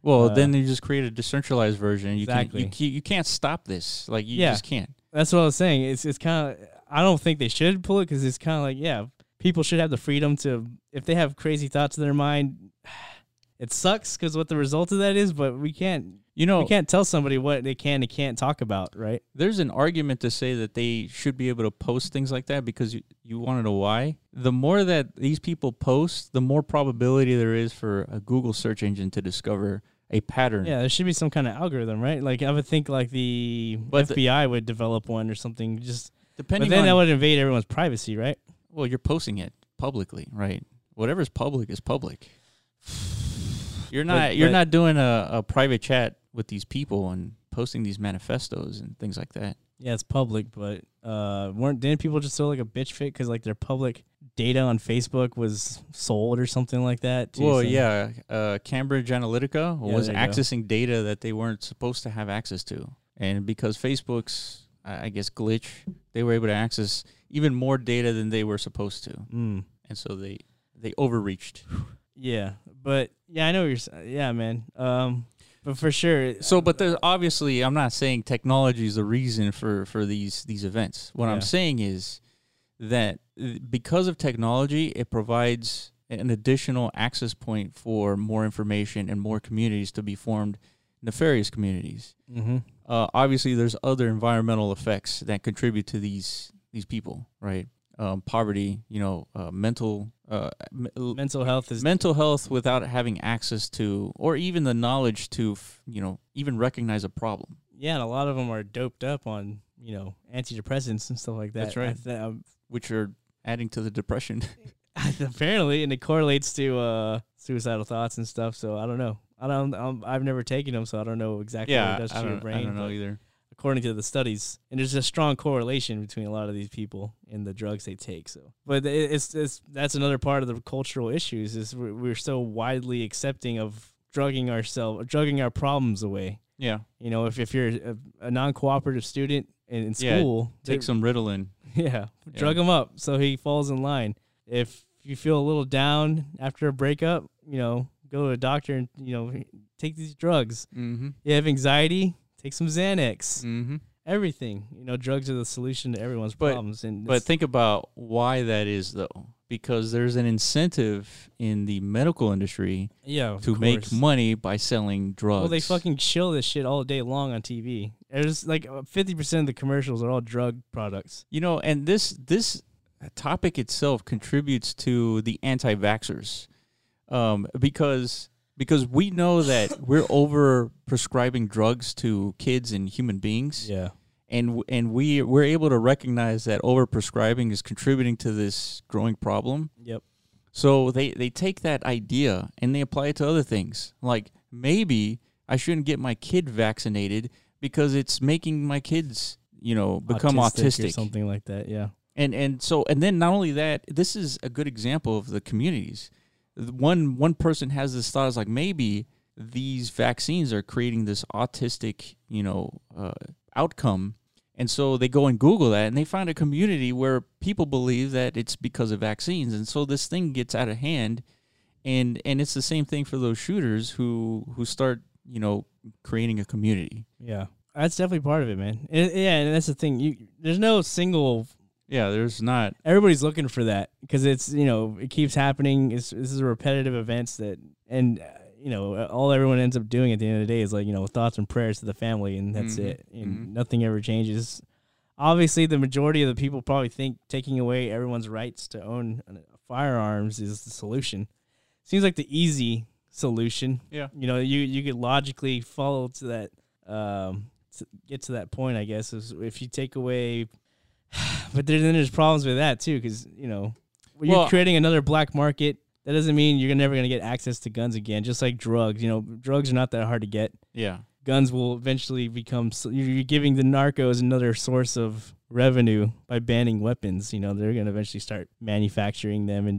[SPEAKER 1] Well, then you just create a decentralized version. You
[SPEAKER 2] uh,
[SPEAKER 1] Can,
[SPEAKER 2] Exactly.
[SPEAKER 1] you, can't, you can't stop this. Like you
[SPEAKER 2] Yeah.
[SPEAKER 1] just can't.
[SPEAKER 2] That's what I was saying. It's it's kind of I don't think they should pull it because it's kind of like yeah, people should have the freedom to if they have crazy thoughts in their mind. It sucks because what the result of that is, but we can't
[SPEAKER 1] You know,
[SPEAKER 2] we can't tell somebody what they can and can't talk about, right?
[SPEAKER 1] there's an argument to say that they should be able to post things like that because you, you want to know why. The more that these people post, the more probability there is for a Google search engine to discover a pattern.
[SPEAKER 2] Yeah, there should be some kind of algorithm, right? Like I would think like the
[SPEAKER 1] But the-
[SPEAKER 2] FBI would develop one or something. Just
[SPEAKER 1] Depending
[SPEAKER 2] but then
[SPEAKER 1] on
[SPEAKER 2] that would invade everyone's privacy, right?
[SPEAKER 1] well, you're posting it publicly, right? Whatever's public is public. You're not you're
[SPEAKER 2] but-
[SPEAKER 1] not doing a, a private chat with these people and posting these manifestos and things like that.
[SPEAKER 2] Yeah, it's public, but uh, weren't didn't people just throw like a bitch fit because like their public data on Facebook was sold or something like that? to
[SPEAKER 1] Well,
[SPEAKER 2] some-
[SPEAKER 1] yeah, uh, Cambridge Analytica
[SPEAKER 2] Yeah,
[SPEAKER 1] was
[SPEAKER 2] there you go.
[SPEAKER 1] accessing data that they weren't supposed to have access to, and because Facebook's, I I guess, glitch, they were able to access even more data than they were supposed to,
[SPEAKER 2] Mm.
[SPEAKER 1] and so they they overreached.
[SPEAKER 2] Yeah, but yeah, I know what you're. s- Yeah, man. Um, but for sure.
[SPEAKER 1] So, but there's obviously, I'm not saying technology is the reason for for these these events. What
[SPEAKER 2] Yeah.
[SPEAKER 1] I'm saying is that uh, because of technology, it provides an additional access point for more information and more communities to be formed, nefarious communities.
[SPEAKER 2] Mm-hmm.
[SPEAKER 1] Uh, obviously, there's other environmental effects that contribute to these these people, right? Um, poverty, you know, uh, mental uh, m-
[SPEAKER 2] Mental health is
[SPEAKER 1] mental health without having access to or even the knowledge to f- you know even recognize a problem
[SPEAKER 2] yeah, and a lot of them are doped up on you know antidepressants and stuff like that.
[SPEAKER 1] That's right.
[SPEAKER 2] I th- um,
[SPEAKER 1] which are adding to the depression
[SPEAKER 2] apparently, and it correlates to uh, suicidal thoughts and stuff. So I don't know. I don't. Um, I've never taken them, so I don't know exactly what it does to
[SPEAKER 1] I,
[SPEAKER 2] your
[SPEAKER 1] don't,
[SPEAKER 2] brain.
[SPEAKER 1] I don't know
[SPEAKER 2] but-
[SPEAKER 1] either
[SPEAKER 2] according to the studies. And there's a strong correlation between a lot of these people and the drugs they take. So, but it- it's, it's that's another part of the cultural issues is we're, we're so widely accepting of drugging ourselves, drugging our problems away.
[SPEAKER 1] yeah
[SPEAKER 2] You know, if if you're a, a non-cooperative student in, in
[SPEAKER 1] Yeah,
[SPEAKER 2] school,
[SPEAKER 1] take
[SPEAKER 2] they-
[SPEAKER 1] some ritalin
[SPEAKER 2] yeah, drug him up so he falls in line. If you feel a little down after a breakup, you know, go to a doctor and you know take these drugs.
[SPEAKER 1] mm-hmm
[SPEAKER 2] You have anxiety, take some Xanax
[SPEAKER 1] mm-hmm
[SPEAKER 2] everything. You know, drugs are the solution to everyone's
[SPEAKER 1] But-
[SPEAKER 2] problems. And
[SPEAKER 1] but
[SPEAKER 2] it's-
[SPEAKER 1] think about why that is though because there's an incentive in the medical industry
[SPEAKER 2] yeah, of
[SPEAKER 1] to make
[SPEAKER 2] course.
[SPEAKER 1] money by selling drugs
[SPEAKER 2] Well, they fucking show this shit all day long on TV. There's like uh, fifty percent of the commercials are all drug products.
[SPEAKER 1] You know, and this this topic itself contributes to the anti-vaxxers um, because because we know that we're over prescribing drugs to kids and human beings,
[SPEAKER 2] Yeah,
[SPEAKER 1] and w- and we we're able to recognize that over prescribing is contributing to this growing problem.
[SPEAKER 2] yep.
[SPEAKER 1] So they they take that idea and they apply it to other things. Like maybe I shouldn't get my kid vaccinated because it's making my kids you know become
[SPEAKER 2] or
[SPEAKER 1] autistic
[SPEAKER 2] something like that. Yeah,
[SPEAKER 1] and and so and then not only that this is a good example of the communities The one one person has this thought is like maybe these vaccines are creating this autistic you know uh, outcome and so they go and google that and they find a community where people believe that it's because of vaccines and so this thing gets out of hand and and it's the same thing for those shooters who who start you know creating a community
[SPEAKER 2] yeah. That's definitely part of it, man. And- yeah, and that's the thing. You there's no single.
[SPEAKER 1] yeah there's not
[SPEAKER 2] Everybody's looking for that because it's you know it keeps happening. It's this is a repetitive events that and. Uh, you know, all everyone ends up doing at the end of the day is like, you know, thoughts and prayers to the family, and that's it. And nothing ever changes. obviously the majority of the people probably think taking away everyone's rights to own an- uh, firearms is the solution. Seems like the easy solution.
[SPEAKER 1] Yeah.
[SPEAKER 2] You know, you you could logically follow to that um to get to that point, I guess, is if you take away but there, then there's problems with that too cuz you know, when you're
[SPEAKER 1] Well-
[SPEAKER 2] creating another black market. That doesn't mean you're never going to get access to guns again, just like drugs, you know, drugs are not that hard to get
[SPEAKER 1] yeah
[SPEAKER 2] guns will eventually become so you're you're giving the narcos another source of revenue by banning weapons. You know, they're going to eventually start manufacturing them and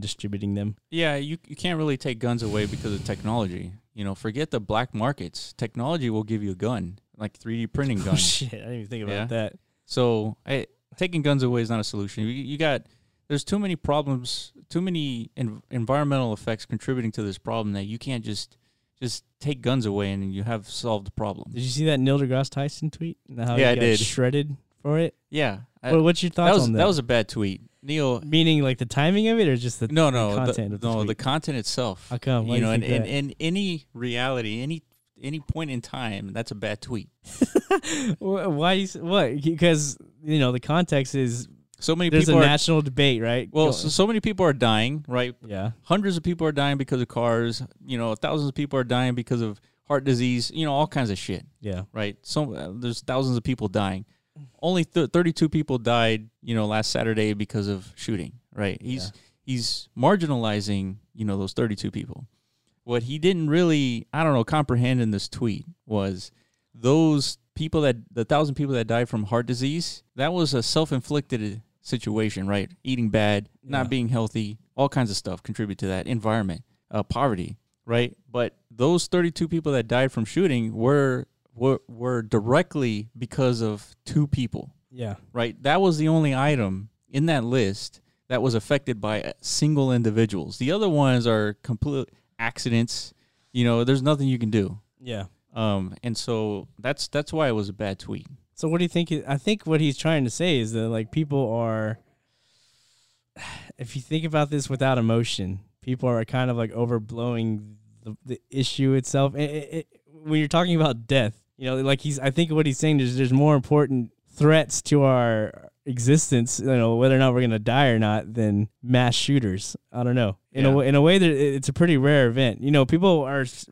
[SPEAKER 2] distributing them.
[SPEAKER 1] Yeah, you, you can't really take guns away because of technology. You know, forget the black markets. Technology will give you a gun, like 3D printing
[SPEAKER 2] Oh,
[SPEAKER 1] guns.
[SPEAKER 2] shit. I didn't even think about
[SPEAKER 1] Yeah.
[SPEAKER 2] that.
[SPEAKER 1] So I, taking guns away is not a solution. You, you got there's too many problems, too many en- environmental effects contributing to this problem that you can't just just take guns away and you have solved the problem.
[SPEAKER 2] Did you see that Neil deGrasse Tyson tweet? And How he
[SPEAKER 1] Yeah, I
[SPEAKER 2] got
[SPEAKER 1] did.
[SPEAKER 2] Shredded for it.
[SPEAKER 1] Yeah, I-
[SPEAKER 2] Well, what's your
[SPEAKER 1] that
[SPEAKER 2] thoughts
[SPEAKER 1] was
[SPEAKER 2] on that?
[SPEAKER 1] that was a bad tweet, Neil.
[SPEAKER 2] meaning like the timing of it, or just the
[SPEAKER 1] No,
[SPEAKER 2] the
[SPEAKER 1] no,
[SPEAKER 2] content
[SPEAKER 1] the,
[SPEAKER 2] of the
[SPEAKER 1] no, the
[SPEAKER 2] tweet?
[SPEAKER 1] content itself.
[SPEAKER 2] How come? Why
[SPEAKER 1] you
[SPEAKER 2] do
[SPEAKER 1] know,
[SPEAKER 2] you
[SPEAKER 1] and,
[SPEAKER 2] think
[SPEAKER 1] and,
[SPEAKER 2] that?
[SPEAKER 1] and any reality, any any point in time, that's a bad tweet.
[SPEAKER 2] Wh- why? You, s- what? Because you know the context is
[SPEAKER 1] So many
[SPEAKER 2] there's a
[SPEAKER 1] people are
[SPEAKER 2] national debate, right?
[SPEAKER 1] well,
[SPEAKER 2] Go-
[SPEAKER 1] so, so many people are dying, right?
[SPEAKER 2] yeah,
[SPEAKER 1] hundreds of people are dying because of cars. You know, thousands of people are dying because of heart disease. You know, all kinds of shit.
[SPEAKER 2] yeah.
[SPEAKER 1] Right? So uh, there's thousands of people dying. Only th- 32 people died. You know, last Saturday because of shooting. Right? He's he's marginalizing. You know, those 32 people. What he didn't really, I don't know, comprehend in this tweet was those people that the thousand people that died from heart disease. That was a self-inflicted situation, right? Eating bad, not being healthy, all kinds of stuff contribute to that. Environment, uh, poverty, right? But those 32 people that died from shooting were were, were directly because of two people,
[SPEAKER 2] Yeah,
[SPEAKER 1] right? That was the only item in that list that was affected by uh, single individuals. The other ones are complete accidents. You know, there's nothing you can do.
[SPEAKER 2] yeah.
[SPEAKER 1] Um, and so that's that's why it was a bad tweet.
[SPEAKER 2] So what do you think? he- I think what he's trying to say is that like people are, if you think about this without emotion, people are kind of like overblowing the, the issue itself. And it- it- when you're talking about death, you know, like he's. I think what he's saying is there's more important threats to our existence, you know, whether or not we're gonna die or not, than mass shooters. I don't know. In a
[SPEAKER 1] Yeah.
[SPEAKER 2] way, in a way that it- it's a pretty rare event. You know, people are. s-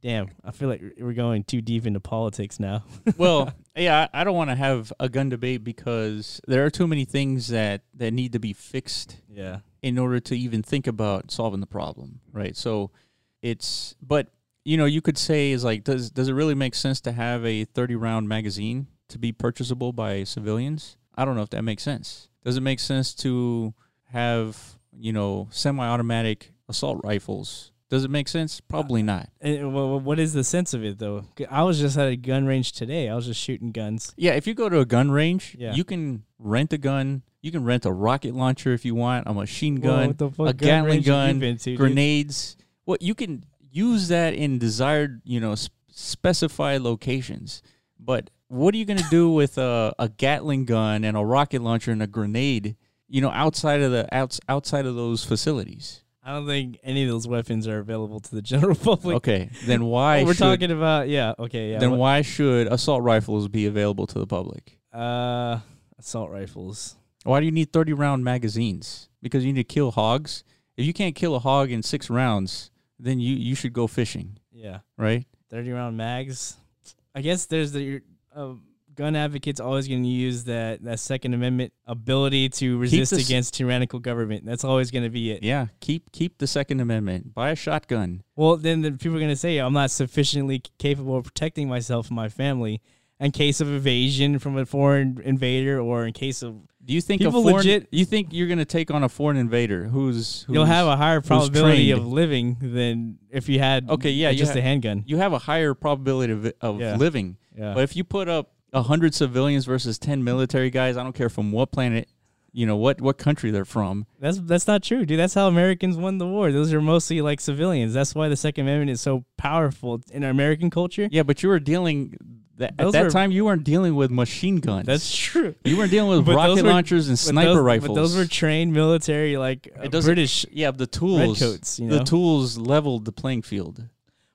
[SPEAKER 2] Damn, I feel like we're going too deep into politics now.
[SPEAKER 1] well, yeah, I I don't want to have a gun debate because there are too many things that that need to be fixed
[SPEAKER 2] yeah.
[SPEAKER 1] in order to even think about solving the problem, right? So it's but you know, you could say is like does does it really make sense to have a 30 round magazine to be purchasable by civilians? I don't know if that makes sense. Does it make sense to have, you know, semi-automatic assault rifles? Does it make sense? Probably not.
[SPEAKER 2] And Eh, wha- wha- what is the sense of it though? 'Cause I was just at a gun range today. I was just shooting guns.
[SPEAKER 1] Yeah, if you go to a gun range,
[SPEAKER 2] Yeah.
[SPEAKER 1] you can rent a gun. You can rent a rocket launcher if you want, a machine
[SPEAKER 2] Whoa,
[SPEAKER 1] gun,
[SPEAKER 2] what the fuck
[SPEAKER 1] a
[SPEAKER 2] gun
[SPEAKER 1] Gatling
[SPEAKER 2] range have you
[SPEAKER 1] gun,
[SPEAKER 2] been to, dude?
[SPEAKER 1] grenades. What you can use that in desired, you know, sp- specified locations. But what are you going to do with a, a Gatling gun and a rocket launcher and a grenade? You know, outside of the outs, outside of those facilities.
[SPEAKER 2] I don't think any of those weapons are available to the general public.
[SPEAKER 1] Okay, then why
[SPEAKER 2] What we're
[SPEAKER 1] should,
[SPEAKER 2] talking about yeah. Okay, yeah.
[SPEAKER 1] Then
[SPEAKER 2] what-
[SPEAKER 1] why should assault rifles be available to the public?
[SPEAKER 2] Uh, assault rifles.
[SPEAKER 1] Why do you need 30 round magazines? Because you need to kill hogs. If you can't kill a hog in six rounds, then you, you should go fishing,
[SPEAKER 2] Yeah,
[SPEAKER 1] right?
[SPEAKER 2] thirty round mags. I guess there's the your, uh, gun advocates always going to use that that Second Amendment ability to resist
[SPEAKER 1] this-
[SPEAKER 2] against tyrannical government. That's always going to be it.
[SPEAKER 1] Yeah, keep keep the Second Amendment. Buy a shotgun.
[SPEAKER 2] Well, then the people are going to say I'm not sufficiently capable of protecting myself and my family in case of invasion from a foreign invader or in case of
[SPEAKER 1] Do you think
[SPEAKER 2] People
[SPEAKER 1] a foreign,
[SPEAKER 2] legit-
[SPEAKER 1] You think you're gonna take on a foreign invader who's, who's
[SPEAKER 2] you'll have a higher probability of
[SPEAKER 1] trained.
[SPEAKER 2] living than if you had
[SPEAKER 1] Okay, yeah, you
[SPEAKER 2] just
[SPEAKER 1] ha-
[SPEAKER 2] a handgun.
[SPEAKER 1] you have a higher probability of, of
[SPEAKER 2] Yeah.
[SPEAKER 1] living.
[SPEAKER 2] Yeah.
[SPEAKER 1] But if you put up hundred civilians versus ten military guys, I don't care from what planet, you know what what country they're from.
[SPEAKER 2] That's that's not true, dude. That's how Americans won the war. Those are mostly like civilians. That's why the Second Amendment is so powerful in American culture.
[SPEAKER 1] Yeah, but you were dealing that, at
[SPEAKER 2] Those
[SPEAKER 1] that
[SPEAKER 2] were-
[SPEAKER 1] time. You weren't dealing with machine guns.
[SPEAKER 2] That's true.
[SPEAKER 1] You weren't dealing with
[SPEAKER 2] But
[SPEAKER 1] rocket
[SPEAKER 2] those were-
[SPEAKER 1] launchers and
[SPEAKER 2] but
[SPEAKER 1] sniper
[SPEAKER 2] those-
[SPEAKER 1] rifles.
[SPEAKER 2] But those were trained military, like uh,
[SPEAKER 1] It doesn't-
[SPEAKER 2] British
[SPEAKER 1] yeah, the tools.
[SPEAKER 2] redcoats, you
[SPEAKER 1] The
[SPEAKER 2] know?
[SPEAKER 1] tools leveled the playing field.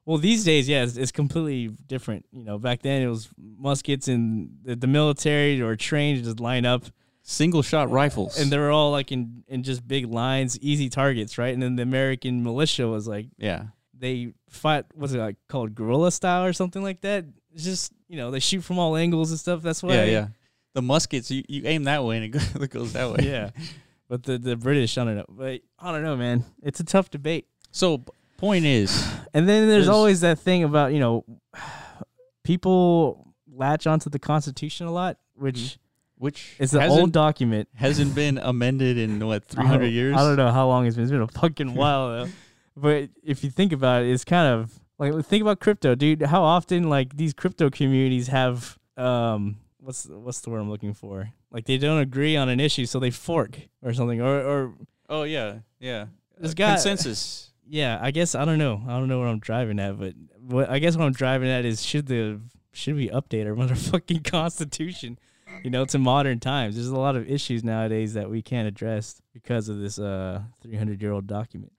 [SPEAKER 2] Well, these days, yeah, it's, it's completely different. You know, back then it was muskets and the, the military or trained to just line up,
[SPEAKER 1] Single shot rifles.
[SPEAKER 2] and they were all like in, in just big lines, easy targets, right? And then the American militia was like
[SPEAKER 1] yeah.
[SPEAKER 2] they fought, what's it like called, guerrilla style or something like that. It's just you know they shoot from all angles and stuff. That's why,
[SPEAKER 1] Yeah, yeah. The muskets, you, you aim that way and it goes, it goes that way.
[SPEAKER 2] yeah. But the the British, I don't know, but I don't know, man. It's a tough debate.
[SPEAKER 1] So, p- point is,
[SPEAKER 2] And then there's,
[SPEAKER 1] There's-
[SPEAKER 2] always that thing about, you know, people latch onto the Constitution a lot, which
[SPEAKER 1] which
[SPEAKER 2] It's an
[SPEAKER 1] Mm-hmm. hasn't-
[SPEAKER 2] old document.
[SPEAKER 1] hasn't been amended in what
[SPEAKER 2] I
[SPEAKER 1] 300
[SPEAKER 2] don't-
[SPEAKER 1] years.
[SPEAKER 2] I don't know how long it's been. It's been a fucking while though. But if you think about it, it's kind of like think about crypto, dude. How often like these crypto communities have um what's what's the word I'm looking for? Like they don't agree on an issue, so they fork or something. Or or
[SPEAKER 1] Oh yeah, yeah.
[SPEAKER 2] This
[SPEAKER 1] Uh,
[SPEAKER 2] guy-
[SPEAKER 1] consensus.
[SPEAKER 2] yeah, I guess I don't know. I don't know what I'm driving at, but what I guess what I'm driving at is should the should we update our motherfucking constitution? You know, to modern times. There's a lot of issues nowadays that we can't address because of this uh 300 year old document.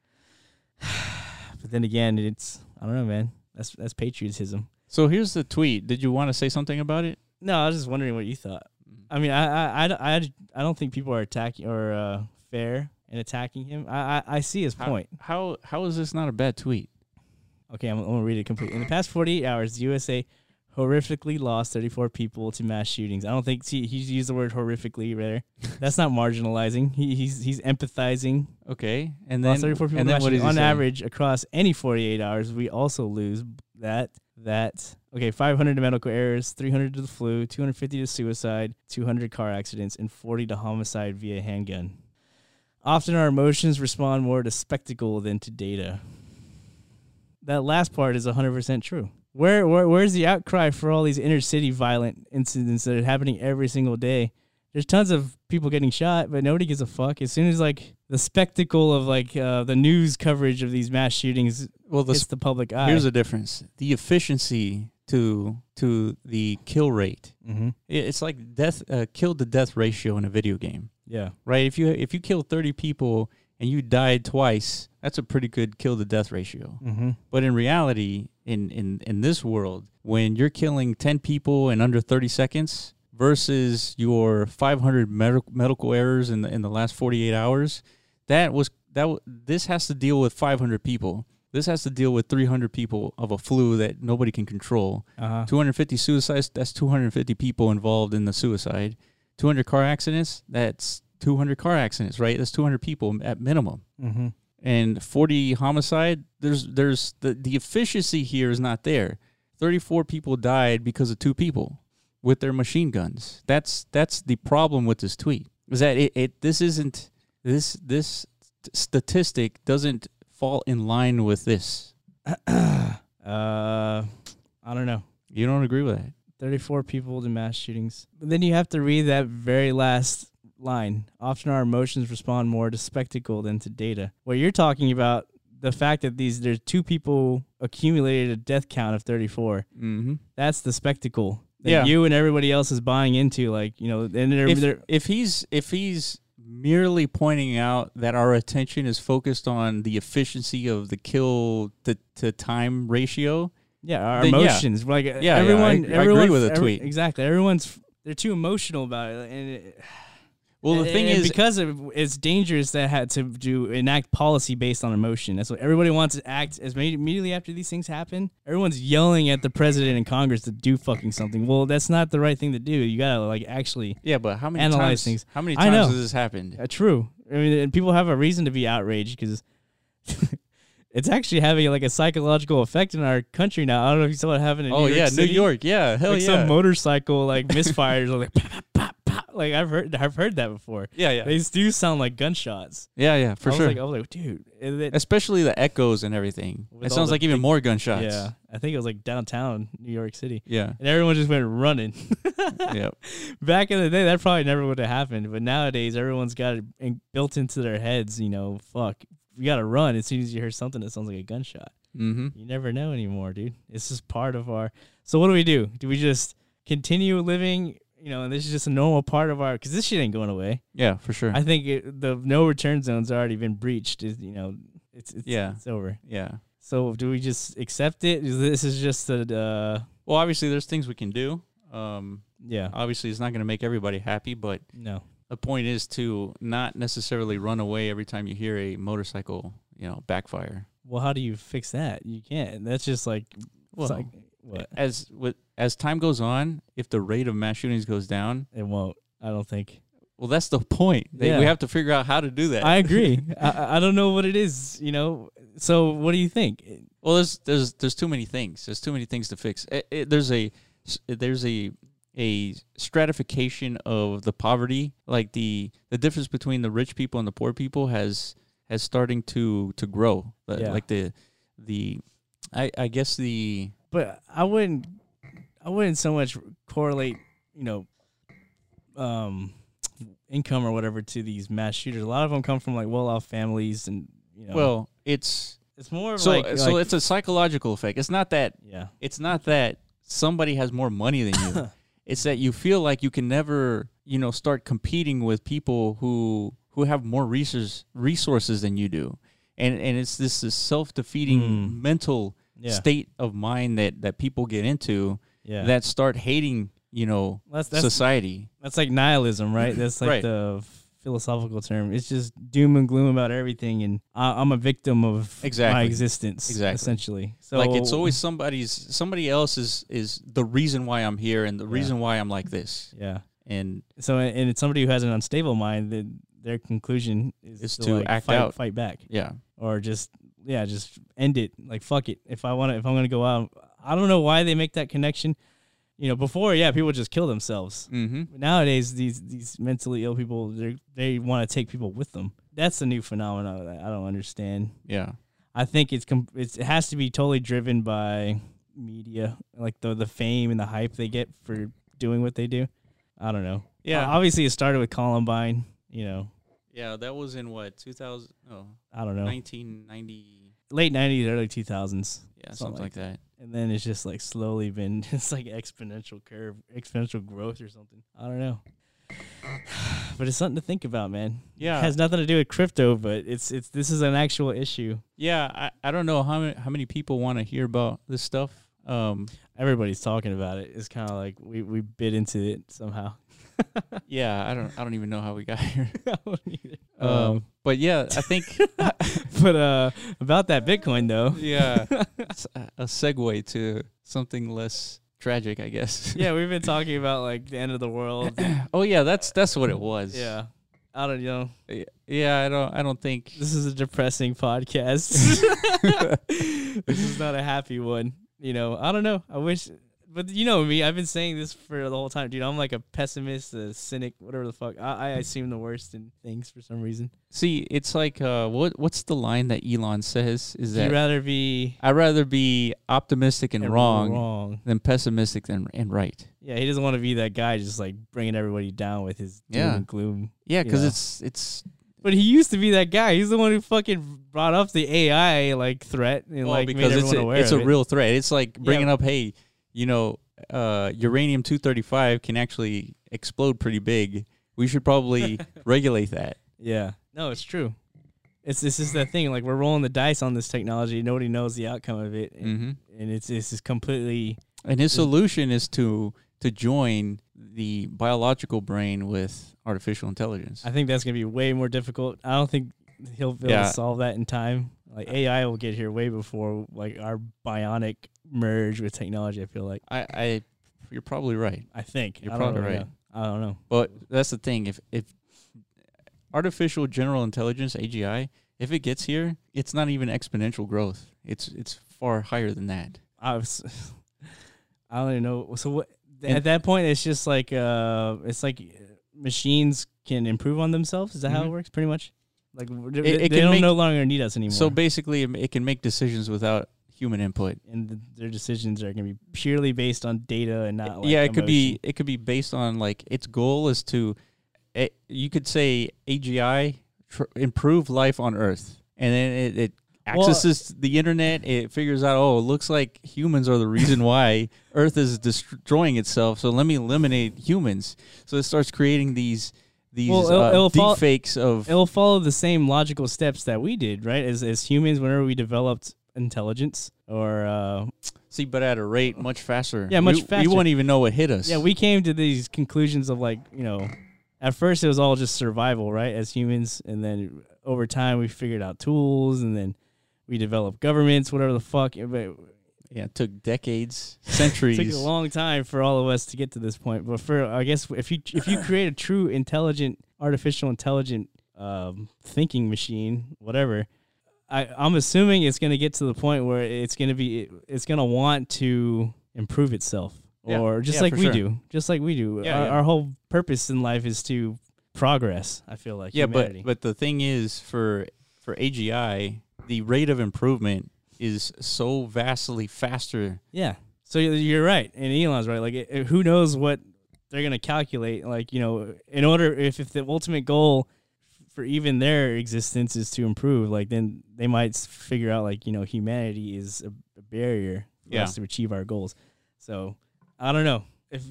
[SPEAKER 2] but then again, it's I don't know, man. That's that's patriotism.
[SPEAKER 1] So here's the tweet. Did you want to say something about it?
[SPEAKER 2] No, I was just wondering what you thought. I mean, I I, I, I, I don't think people are attacking or uh, fair in attacking him. I, I, I see his
[SPEAKER 1] How-
[SPEAKER 2] point.
[SPEAKER 1] How how is this not a bad tweet?
[SPEAKER 2] Okay, I'm, I'm gonna read it completely. In the past 48 hours, the USA horrifically lost 34 people to mass shootings. I don't think see, he's used the word horrifically there. That's not marginalizing. He, he's he's empathizing.
[SPEAKER 1] Okay, and then
[SPEAKER 2] Lost 34 people
[SPEAKER 1] and
[SPEAKER 2] to
[SPEAKER 1] then
[SPEAKER 2] mass
[SPEAKER 1] what
[SPEAKER 2] shootings.
[SPEAKER 1] is he
[SPEAKER 2] on
[SPEAKER 1] saying?
[SPEAKER 2] average across any 48 hours. We also lose that that okay 500 to medical errors, 300 to the flu, 250 to suicide, 200 car accidents, and 40 to homicide via handgun. Often our emotions respond more to spectacle than to data that last part is 100% true. Where, where where's the outcry for all these inner city violent incidents that are happening every single day? There's tons of people getting shot, but nobody gives a fuck. As soon as like the spectacle of like uh, the news coverage of these mass shootings
[SPEAKER 1] Well, the
[SPEAKER 2] hits
[SPEAKER 1] sp-
[SPEAKER 2] the public eye,
[SPEAKER 1] here's the difference: the efficiency to to the kill rate.
[SPEAKER 2] Mhm.
[SPEAKER 1] I- It's like death uh, kill to death ratio in a video game,
[SPEAKER 2] yeah,
[SPEAKER 1] right? If you if you kill 30 people and you died twice, that's a pretty good kill to death ratio.
[SPEAKER 2] mm-hmm.
[SPEAKER 1] But in reality, in, in, in this world, when you're killing 10 people in under 30 seconds versus your 500 medi- medical errors in the, in the last 48 hours, that was that w- this has to deal with 500 people. This has to deal with 300 people of a flu that nobody can control.
[SPEAKER 2] Uh-huh.
[SPEAKER 1] 250 suicides, that's 250 people involved in the suicide. 200 car accidents, that's 200 car accidents, right? That's 200 people at minimum and 40 homicide there's there's the, the efficiency here is not there 34 people died because of two people with their machine guns that's that's the problem with this tweet is that it, it this isn't this this statistic doesn't fall in line with this
[SPEAKER 2] Uh, I don't know.
[SPEAKER 1] you don't agree with that
[SPEAKER 2] 34 people to mass shootings. But then you have to read that very last line. Often our emotions respond more to spectacle than to data. What you're talking about, the fact that these there's two people accumulated a death count of 34.
[SPEAKER 1] mm-hmm.
[SPEAKER 2] That's the spectacle that
[SPEAKER 1] Yeah.
[SPEAKER 2] you and everybody else is buying into. Like you know, and they're,
[SPEAKER 1] if,
[SPEAKER 2] they're
[SPEAKER 1] if he's if he's merely pointing out that our attention is focused on the efficiency of the kill to, to time ratio
[SPEAKER 2] yeah, our
[SPEAKER 1] then yeah.
[SPEAKER 2] emotions. Like
[SPEAKER 1] yeah, I-
[SPEAKER 2] yeah, everyone,
[SPEAKER 1] I agree
[SPEAKER 2] everyone
[SPEAKER 1] with the
[SPEAKER 2] every-
[SPEAKER 1] tweet.
[SPEAKER 2] exactly, everyone's they're too emotional about it, and it,
[SPEAKER 1] well the thing
[SPEAKER 2] And
[SPEAKER 1] is
[SPEAKER 2] because of, it's dangerous that had to do enact policy based on emotion. That's what everybody wants to act as imme- immediately after these things happen. Everyone's yelling at the president and Congress to do fucking something. Well, that's not the right thing to do. You gotta like actually.
[SPEAKER 1] Yeah, but how many times,
[SPEAKER 2] analyze things.
[SPEAKER 1] How many
[SPEAKER 2] I
[SPEAKER 1] times
[SPEAKER 2] know.
[SPEAKER 1] has this happened?
[SPEAKER 2] Uh, true. I mean, and people have a reason to be outraged because it's actually having like a psychological effect in our country now. I don't know if you saw it happen in
[SPEAKER 1] Oh
[SPEAKER 2] New York
[SPEAKER 1] yeah,
[SPEAKER 2] City.
[SPEAKER 1] New York. Yeah, hell
[SPEAKER 2] Like
[SPEAKER 1] yeah.
[SPEAKER 2] some motorcycle like misfires or like pop, pop, pop. Like I've heard, I've heard that before.
[SPEAKER 1] Yeah, yeah.
[SPEAKER 2] They do sound like gunshots.
[SPEAKER 1] yeah, yeah, for
[SPEAKER 2] I was
[SPEAKER 1] sure.
[SPEAKER 2] Like, I was like, dude, and it-
[SPEAKER 1] Especially the echoes and everything.
[SPEAKER 2] With
[SPEAKER 1] It
[SPEAKER 2] all
[SPEAKER 1] sounds
[SPEAKER 2] the
[SPEAKER 1] like even more gunshots.
[SPEAKER 2] yeah, I think it was like downtown New York City,
[SPEAKER 1] yeah,
[SPEAKER 2] and everyone just went running.
[SPEAKER 1] yeah.
[SPEAKER 2] Back in the day, that probably never would have happened, but nowadays everyone's got it in- built into their heads. You know, fuck, you gotta run as soon as you hear something that sounds like a gunshot.
[SPEAKER 1] Mm-hmm.
[SPEAKER 2] You never know anymore, dude. It's just part of our. So what do we do? Do we just continue living? You know, and this is just a normal part of our because this shit ain't going away.
[SPEAKER 1] Yeah, for sure.
[SPEAKER 2] I think it, the no return zone's already been breached. Is you know, it's, it's
[SPEAKER 1] Yeah.
[SPEAKER 2] it's over.
[SPEAKER 1] yeah.
[SPEAKER 2] So do we just accept it? Is This is just a uh,
[SPEAKER 1] Well, obviously there's things we can do. Um,
[SPEAKER 2] yeah.
[SPEAKER 1] obviously it's not going to make everybody happy, but
[SPEAKER 2] No.
[SPEAKER 1] the point is to not necessarily run away every time you hear a motorcycle, you know, backfire.
[SPEAKER 2] Well, how do you fix that? You can't. That's just like, it's
[SPEAKER 1] Well,
[SPEAKER 2] like what?
[SPEAKER 1] As with as time goes on, if the rate of mass shootings goes down,
[SPEAKER 2] It won't. I don't think.
[SPEAKER 1] well, that's the point. They, We
[SPEAKER 2] Yeah.
[SPEAKER 1] have to figure out how to do that.
[SPEAKER 2] I agree. I- I, I don't know what it is. You know. So what do you think?
[SPEAKER 1] Well, there's there's there's too many things. There's too many things to fix. Eh, eh, there's a s- there's a a stratification of the poverty, like the the difference between the rich people and the poor people has has starting to to grow. Like-
[SPEAKER 2] Yeah.
[SPEAKER 1] Like the the I, I guess the
[SPEAKER 2] but I wouldn't I wouldn't so much correlate, you know, um, income or whatever to these mass shooters. A lot of them come from like well-off families, and you know,
[SPEAKER 1] well, it's
[SPEAKER 2] it's more of
[SPEAKER 1] so
[SPEAKER 2] like,
[SPEAKER 1] so
[SPEAKER 2] like-
[SPEAKER 1] it's a psychological effect. It's not that
[SPEAKER 2] yeah,
[SPEAKER 1] it's not that somebody has more money than you. it's that you feel like you can never, you know, start competing with people who who have more resources resources than you do. And and it's this, this self-defeating mental
[SPEAKER 2] Hmm. Yeah.
[SPEAKER 1] state of mind that that people get into
[SPEAKER 2] Yeah.
[SPEAKER 1] that start hating, you know,
[SPEAKER 2] That's- that's-
[SPEAKER 1] society.
[SPEAKER 2] that's like nihilism, right? That's like
[SPEAKER 1] Right.
[SPEAKER 2] the philosophical term. It's just doom and gloom about everything, and I, I'm a victim of my
[SPEAKER 1] Exactly.
[SPEAKER 2] existence,
[SPEAKER 1] Exactly.
[SPEAKER 2] essentially. So
[SPEAKER 1] like it's always somebody's somebody else is is the reason why I'm here and the reason why I'm like this.
[SPEAKER 2] yeah.
[SPEAKER 1] And
[SPEAKER 2] So and it's somebody who has an unstable mind. Then their conclusion is
[SPEAKER 1] Is to
[SPEAKER 2] like,
[SPEAKER 1] act
[SPEAKER 2] fight,
[SPEAKER 1] out.
[SPEAKER 2] fight back.
[SPEAKER 1] yeah.
[SPEAKER 2] or just yeah, just end it. Like fuck it. If I want to, if I'm gonna go out, I don't know why they make that connection. You know, before yeah, people just kill themselves.
[SPEAKER 1] Mhm.
[SPEAKER 2] But nowadays, these these mentally ill people they they want to take people with them. That's the new phenomenon that I don't understand.
[SPEAKER 1] Yeah.
[SPEAKER 2] I think it's, com- it's it has to be totally driven by media, like the the fame and the hype they get for doing what they do. I don't know.
[SPEAKER 1] Yeah.
[SPEAKER 2] O- obviously it started with Columbine. You know,
[SPEAKER 1] Yeah, that was in what, 2000 oh,
[SPEAKER 2] I don't know,
[SPEAKER 1] 1990
[SPEAKER 2] late '90s, early 2000s.
[SPEAKER 1] Yeah, something like that.
[SPEAKER 2] and then it's just like slowly been it's like exponential curve exponential growth or something i don't know but it's something to think about man
[SPEAKER 1] Yeah.
[SPEAKER 2] it has nothing to do with crypto but it's it's this is an actual issue
[SPEAKER 1] Yeah, I, I don't know how many, how many people want to hear about this stuff. Um,
[SPEAKER 2] everybody's talking about it it's kind of like we we bit into it somehow
[SPEAKER 1] yeah, I don't I don't even know how we got here.
[SPEAKER 2] I don't either.
[SPEAKER 1] Um,
[SPEAKER 2] Um,
[SPEAKER 1] but yeah, I think
[SPEAKER 2] but uh about that bitcoin though
[SPEAKER 1] yeah, it's a, a segue to something less tragic, I guess.
[SPEAKER 2] yeah we've been talking about like the end of the world
[SPEAKER 1] oh yeah, that's that's what it was.
[SPEAKER 2] yeah i don't know
[SPEAKER 1] Y- Yeah, I don't I don't think
[SPEAKER 2] This is a depressing podcast. this is not a happy one. You know, I don't know. I wish, but you know me. I've been saying this for the whole time, dude. I'm like a pessimist, a cynic, whatever the fuck. I, I assume the worst in things for some reason.
[SPEAKER 1] See, it's like uh what what's the line that Elon says is
[SPEAKER 2] You'd
[SPEAKER 1] that
[SPEAKER 2] rather be
[SPEAKER 1] I'd rather be optimistic and, wrong,
[SPEAKER 2] wrong.
[SPEAKER 1] than pessimistic than and right.
[SPEAKER 2] Yeah, he doesn't want to be that guy, just like bringing everybody down with his doom
[SPEAKER 1] Yeah.
[SPEAKER 2] and gloom.
[SPEAKER 1] Yeah, cuz
[SPEAKER 2] Yeah.
[SPEAKER 1] it's it's
[SPEAKER 2] But he used to be that guy. He's the one who fucking brought up the AI like threat and
[SPEAKER 1] Well,
[SPEAKER 2] like made
[SPEAKER 1] because it's
[SPEAKER 2] everyone
[SPEAKER 1] a,
[SPEAKER 2] aware
[SPEAKER 1] it's
[SPEAKER 2] of
[SPEAKER 1] a
[SPEAKER 2] it.
[SPEAKER 1] real threat. It's like bringing
[SPEAKER 2] Yeah.
[SPEAKER 1] up, hey, you know, uh, uranium two thirty five can actually explode pretty big. We should probably regulate that.
[SPEAKER 2] Yeah. No, it's true. It's this is the thing. Like we're rolling the dice on this technology. Nobody knows the outcome of it, and,
[SPEAKER 1] Mm-hmm.
[SPEAKER 2] and it's this is completely
[SPEAKER 1] And his solution is to to join the biological brain with artificial intelligence.
[SPEAKER 2] I think that's gonna be way more difficult. I don't think he'll be able
[SPEAKER 1] Yeah.
[SPEAKER 2] to solve that in time. Like AI will get here way before like our bionic merge with technology. I feel like
[SPEAKER 1] I, I you're probably right,
[SPEAKER 2] I think
[SPEAKER 1] You're
[SPEAKER 2] I don't
[SPEAKER 1] probably
[SPEAKER 2] really
[SPEAKER 1] right.
[SPEAKER 2] know. I don't know.
[SPEAKER 1] but that's the thing. If if artificial general intelligence AGI, if it gets here, it's not even exponential growth. It's it's far higher than that.
[SPEAKER 2] I was, I don't even know. So what?
[SPEAKER 1] And-
[SPEAKER 2] at that point, it's just like uh, it's like machines can improve on themselves. Is that how it
[SPEAKER 1] Mhm.
[SPEAKER 2] works? Pretty much. Like they,
[SPEAKER 1] it
[SPEAKER 2] they
[SPEAKER 1] can
[SPEAKER 2] don't
[SPEAKER 1] make-
[SPEAKER 2] no longer need us anymore.
[SPEAKER 1] So basically, it, it can make decisions without human input.
[SPEAKER 2] and th- their decisions are going to be purely based on data and not. Like
[SPEAKER 1] yeah, it could be it could be based on like its goal is to, it, you could say AGI tr- improve life on Earth, and then it. it
[SPEAKER 2] Well-
[SPEAKER 1] Accesses the internet, it figures out. Oh, it looks like humans are the reason why Earth is destroying itself. So let me eliminate humans. So it starts creating these these
[SPEAKER 2] Well, it'll-
[SPEAKER 1] uh,
[SPEAKER 2] it'll
[SPEAKER 1] deep
[SPEAKER 2] fol-
[SPEAKER 1] fakes of
[SPEAKER 2] It'll follow the same logical steps that we did, right? As as humans, whenever we developed intelligence or uh,
[SPEAKER 1] see, but at a rate much faster.
[SPEAKER 2] Yeah, much
[SPEAKER 1] We-
[SPEAKER 2] faster.
[SPEAKER 1] We won't even know what hit us.
[SPEAKER 2] Yeah, we came to these conclusions of like, you know, at first it was all just survival, right, as humans, and then over time we figured out tools, and then we developed governments, whatever the fuck. It, but
[SPEAKER 1] yeah it took decades,
[SPEAKER 2] it
[SPEAKER 1] centuries.
[SPEAKER 2] took a long time for all of us to get to this point. But for I guess if you if you create a true intelligent artificial intelligent um, thinking machine, whatever. I, I'm assuming it's going to get to the point where it's going to be, it's going to want to improve itself
[SPEAKER 7] Yeah.
[SPEAKER 2] or just
[SPEAKER 7] Yeah,
[SPEAKER 2] like
[SPEAKER 7] for
[SPEAKER 2] we
[SPEAKER 7] sure.
[SPEAKER 2] do, just like we do.
[SPEAKER 7] Yeah,
[SPEAKER 2] our,
[SPEAKER 7] yeah.
[SPEAKER 2] our whole purpose in life is to progress. I feel like
[SPEAKER 1] yeah,
[SPEAKER 2] humanity.
[SPEAKER 1] but but the thing is for for AGI, the rate of improvement is so vastly faster.
[SPEAKER 2] yeah. So you're- you're right, and Elon's right. Like, it, it- who knows what they're gonna calculate? Like, you know, in order if if the ultimate goal for even their existence is to improve, like then they might s- figure out like you know humanity is a, a barrier for
[SPEAKER 1] Yeah.
[SPEAKER 2] us to achieve our goals. So I don't know if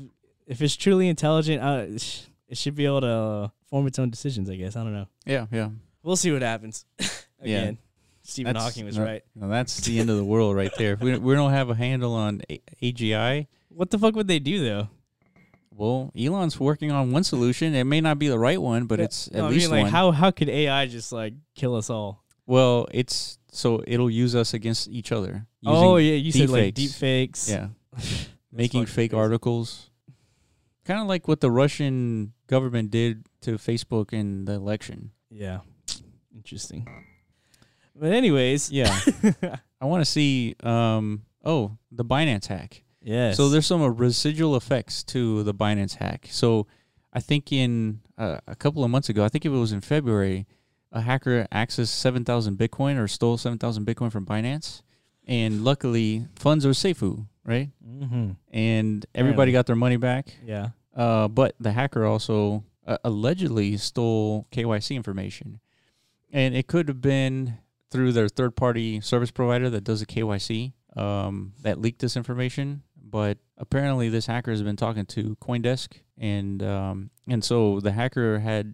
[SPEAKER 2] if it's truly intelligent, uh, it sh- it should be able to form its own decisions. I guess I don't know.
[SPEAKER 1] Yeah, yeah.
[SPEAKER 2] We'll see what happens. Again, Stephen
[SPEAKER 1] That's-
[SPEAKER 2] Hawking was
[SPEAKER 1] no-
[SPEAKER 2] right.
[SPEAKER 1] no, that's the end of the world right there. If we, we don't have a handle on A- AGI,
[SPEAKER 2] What the fuck would they do though?
[SPEAKER 1] well, Elon's working on one solution. It may not be the right one, but
[SPEAKER 2] Yeah.
[SPEAKER 1] it's at
[SPEAKER 2] No, I mean,
[SPEAKER 1] least
[SPEAKER 2] like
[SPEAKER 1] one.
[SPEAKER 2] how how could AI just like kill us all?
[SPEAKER 1] well, it's so it'll use us against each other. using
[SPEAKER 2] oh yeah, you said like deep
[SPEAKER 1] deepfakes.
[SPEAKER 2] fakes.
[SPEAKER 1] Yeah. Making
[SPEAKER 2] fucking
[SPEAKER 1] fake
[SPEAKER 2] crazy.
[SPEAKER 1] articles. Kind of like what the Russian government did to Facebook in the election.
[SPEAKER 2] Yeah. Interesting. But anyways,
[SPEAKER 1] Yeah. I want to see um oh, the Binance hack.
[SPEAKER 2] yes.
[SPEAKER 1] So there's some uh, residual effects to the Binance hack. So I think in uh, a couple of months ago, I think it was in February, a hacker accessed 7,000 Bitcoin or stole 7,000 Bitcoin from Binance. And luckily, funds are seifu, right?
[SPEAKER 2] mm-hmm.
[SPEAKER 1] And everybody got their money back.
[SPEAKER 2] yeah.
[SPEAKER 1] Uh, but the hacker also uh, allegedly stole KYC information, and it could have been through their third-party service provider that does the KYC um, that leaked this information. But apparently, this hacker has been talking to CoinDesk, and um, and so the hacker had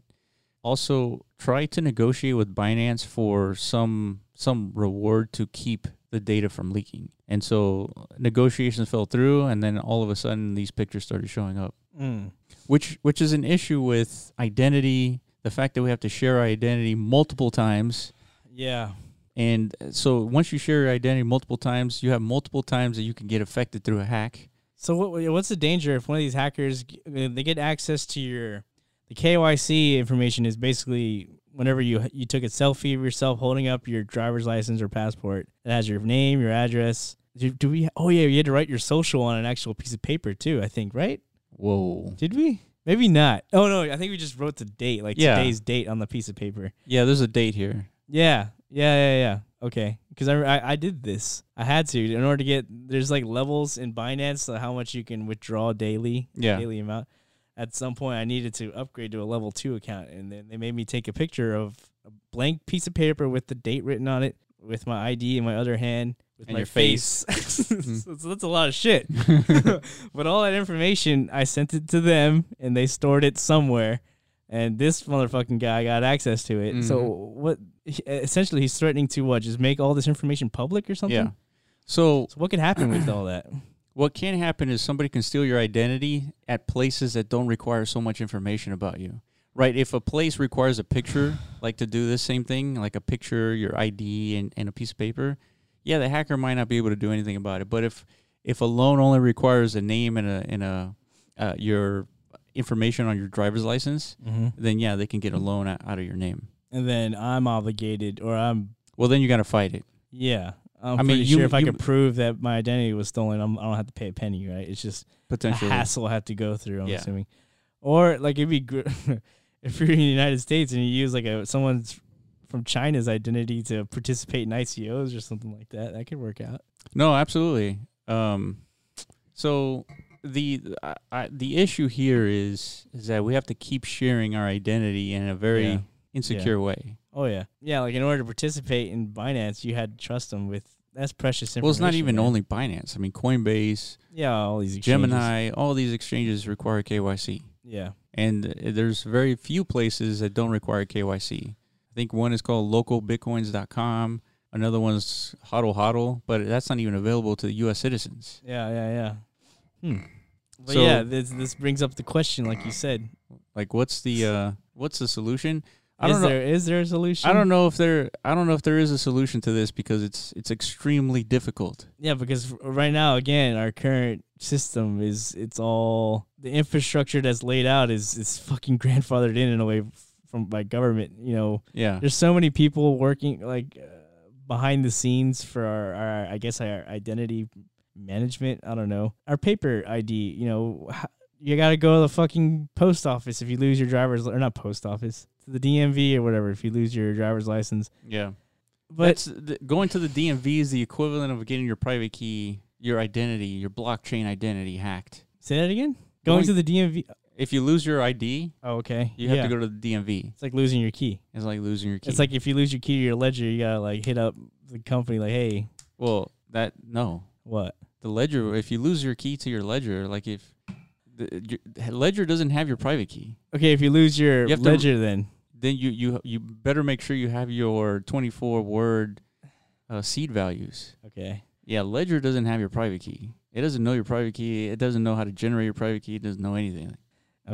[SPEAKER 1] also tried to negotiate with Binance for some some reward to keep the data from leaking. And so negotiations fell through and then all of a sudden these pictures started showing up
[SPEAKER 2] Mm.
[SPEAKER 1] which which is an issue with identity the fact that we have to share our identity multiple times
[SPEAKER 2] Yeah.
[SPEAKER 1] and uh, so once you share your identity multiple times you have multiple times that you can get affected through a hack
[SPEAKER 2] So what what's the danger if one of these hackers g- uh, they get access to your the KYC information is basically whenever you you took a selfie of yourself holding up your driver's license or passport it has your name your address do, do we oh yeah you had to write your social on an actual piece of paper too I think right
[SPEAKER 1] whoa
[SPEAKER 2] did we maybe not oh no I think we just wrote the date like
[SPEAKER 1] Yeah.
[SPEAKER 2] today's date on the piece of paper
[SPEAKER 1] yeah there's a date here
[SPEAKER 2] yeah, yeah, yeah, yeah. Okay, because I, I I did this. I had to in order to get. There's like levels in Binance to how much you can withdraw daily.
[SPEAKER 1] Yeah.
[SPEAKER 2] daily amount. At some point, I needed to upgrade to a level two account, and then they made me take a picture of a blank piece of paper with the date written on it, with my ID in my other hand, with
[SPEAKER 1] And
[SPEAKER 2] my
[SPEAKER 1] your face.
[SPEAKER 2] so, so that's a lot of shit. but all that information, I sent it to them, and they stored it somewhere and this motherfucking guy got access to it. So
[SPEAKER 1] Mm-hmm.
[SPEAKER 2] what? he- Essentially, he's threatening to what? Just make all this information public or something?
[SPEAKER 1] yeah so
[SPEAKER 2] So what could happen with all that?
[SPEAKER 1] what can happen is somebody can steal your identity at places that don't require so much information about you right if a place requires a picture like to do this same thing like a picture your id and, and a piece of paper yeah the hacker might not be able to do anything about it but if if a loan only requires a name and a and a uh, your information on your driver's license then yeah they can get a loan o- out of your name
[SPEAKER 2] And then I'm obligated, or I'm
[SPEAKER 1] well then you got to fight it
[SPEAKER 2] yeah. I'm
[SPEAKER 1] I mean,
[SPEAKER 2] pretty
[SPEAKER 1] you-
[SPEAKER 2] sure if I
[SPEAKER 1] you-
[SPEAKER 2] could prove that my identity was stolen, I'm, I don't have to pay a penny, right? It's just a
[SPEAKER 1] potentially
[SPEAKER 2] hassle I have to go through. I'm
[SPEAKER 1] Yeah.
[SPEAKER 2] assuming, or like it'd be gr- if you're in the United States and you use like a someone's from China's identity to participate in ICOs or something like that, that could work out.
[SPEAKER 1] No, absolutely. Um, so the I, I, the issue here is is that we have to keep sharing our identity in a very
[SPEAKER 2] Yeah.
[SPEAKER 1] insecure way.
[SPEAKER 2] Oh yeah, yeah. Like in order to participate in Binance, you had to trust them with that's precious information.
[SPEAKER 1] Well, it's not even
[SPEAKER 2] man.
[SPEAKER 1] only Binance. I mean, Coinbase,
[SPEAKER 2] yeah, all these exchanges.
[SPEAKER 1] Gemini, all these exchanges require KYC,
[SPEAKER 2] Yeah,
[SPEAKER 1] and uh, there's very few places that don't require KYC. I think one is called localbitcoins.com. Another one's Hodl Hodl, but that's not even available to U.S. citizens.
[SPEAKER 2] yeah, yeah, yeah. Hmm. But
[SPEAKER 1] So-
[SPEAKER 2] yeah, this this brings up the question, like you said,
[SPEAKER 1] Like, what's the uh, what's the solution? I
[SPEAKER 2] is
[SPEAKER 1] don't know.
[SPEAKER 2] there is there a solution?
[SPEAKER 1] I don't know if there I don't know if there is a solution to this because it's it's extremely difficult.
[SPEAKER 2] Yeah, because r- right now, again, our current system is it's all the infrastructure that's laid out is is fucking grandfathered in in a way f- from by government. You know,
[SPEAKER 1] Yeah.
[SPEAKER 2] there's so many people working like uh, behind the scenes for our, our I guess our identity
[SPEAKER 8] management. I don't know. Our paper ID, you know, h- you got to go to the fucking post office if you lose your driver's li- or not post office, to the DMV or whatever if you lose your driver's license.
[SPEAKER 1] Yeah.
[SPEAKER 8] But
[SPEAKER 1] That's th- going to the DMV is the equivalent of getting your private key, your identity, your blockchain identity hacked.
[SPEAKER 8] say that again. Going,
[SPEAKER 1] Going-
[SPEAKER 8] to the DMV.
[SPEAKER 1] If you lose your ID,
[SPEAKER 8] Oh, okay.
[SPEAKER 1] you have
[SPEAKER 8] Yeah.
[SPEAKER 1] to go to the DMV.
[SPEAKER 8] It's like losing your key.
[SPEAKER 1] It's like losing your key.
[SPEAKER 8] It's like if you lose your key to your ledger, you gotta like hit up the company like, hey,
[SPEAKER 1] well, that no,
[SPEAKER 8] what?
[SPEAKER 1] the ledger. If you lose your key to your ledger, like if the your, ledger doesn't have your private key,
[SPEAKER 8] Okay, if you lose your
[SPEAKER 1] You have to-
[SPEAKER 8] ledger, then
[SPEAKER 1] then you you you better make sure you have your twenty four word uh, seed values.
[SPEAKER 8] okay,
[SPEAKER 1] Yeah, ledger doesn't have your private key. It doesn't know your private key. It doesn't know how to generate your private key. It doesn't know anything.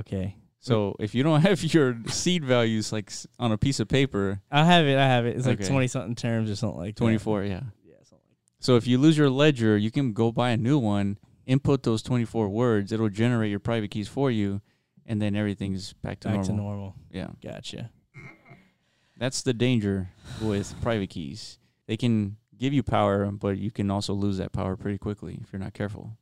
[SPEAKER 8] okay.
[SPEAKER 1] So if you don't have your seed values like s- on a piece of paper,
[SPEAKER 8] I have it. I have it. It's like
[SPEAKER 1] Okay.
[SPEAKER 8] twenty something terms or something like that.
[SPEAKER 1] 24, yeah. So if you lose your ledger, you can go buy a new one, input those 24 words, it'll generate your private keys for you, and then everything's back to,
[SPEAKER 8] Back
[SPEAKER 1] normal.
[SPEAKER 8] to normal.
[SPEAKER 1] Yeah.
[SPEAKER 8] Gotcha.
[SPEAKER 1] That's the danger with private keys. They can give you power, but you can also lose that power pretty quickly if you're not careful.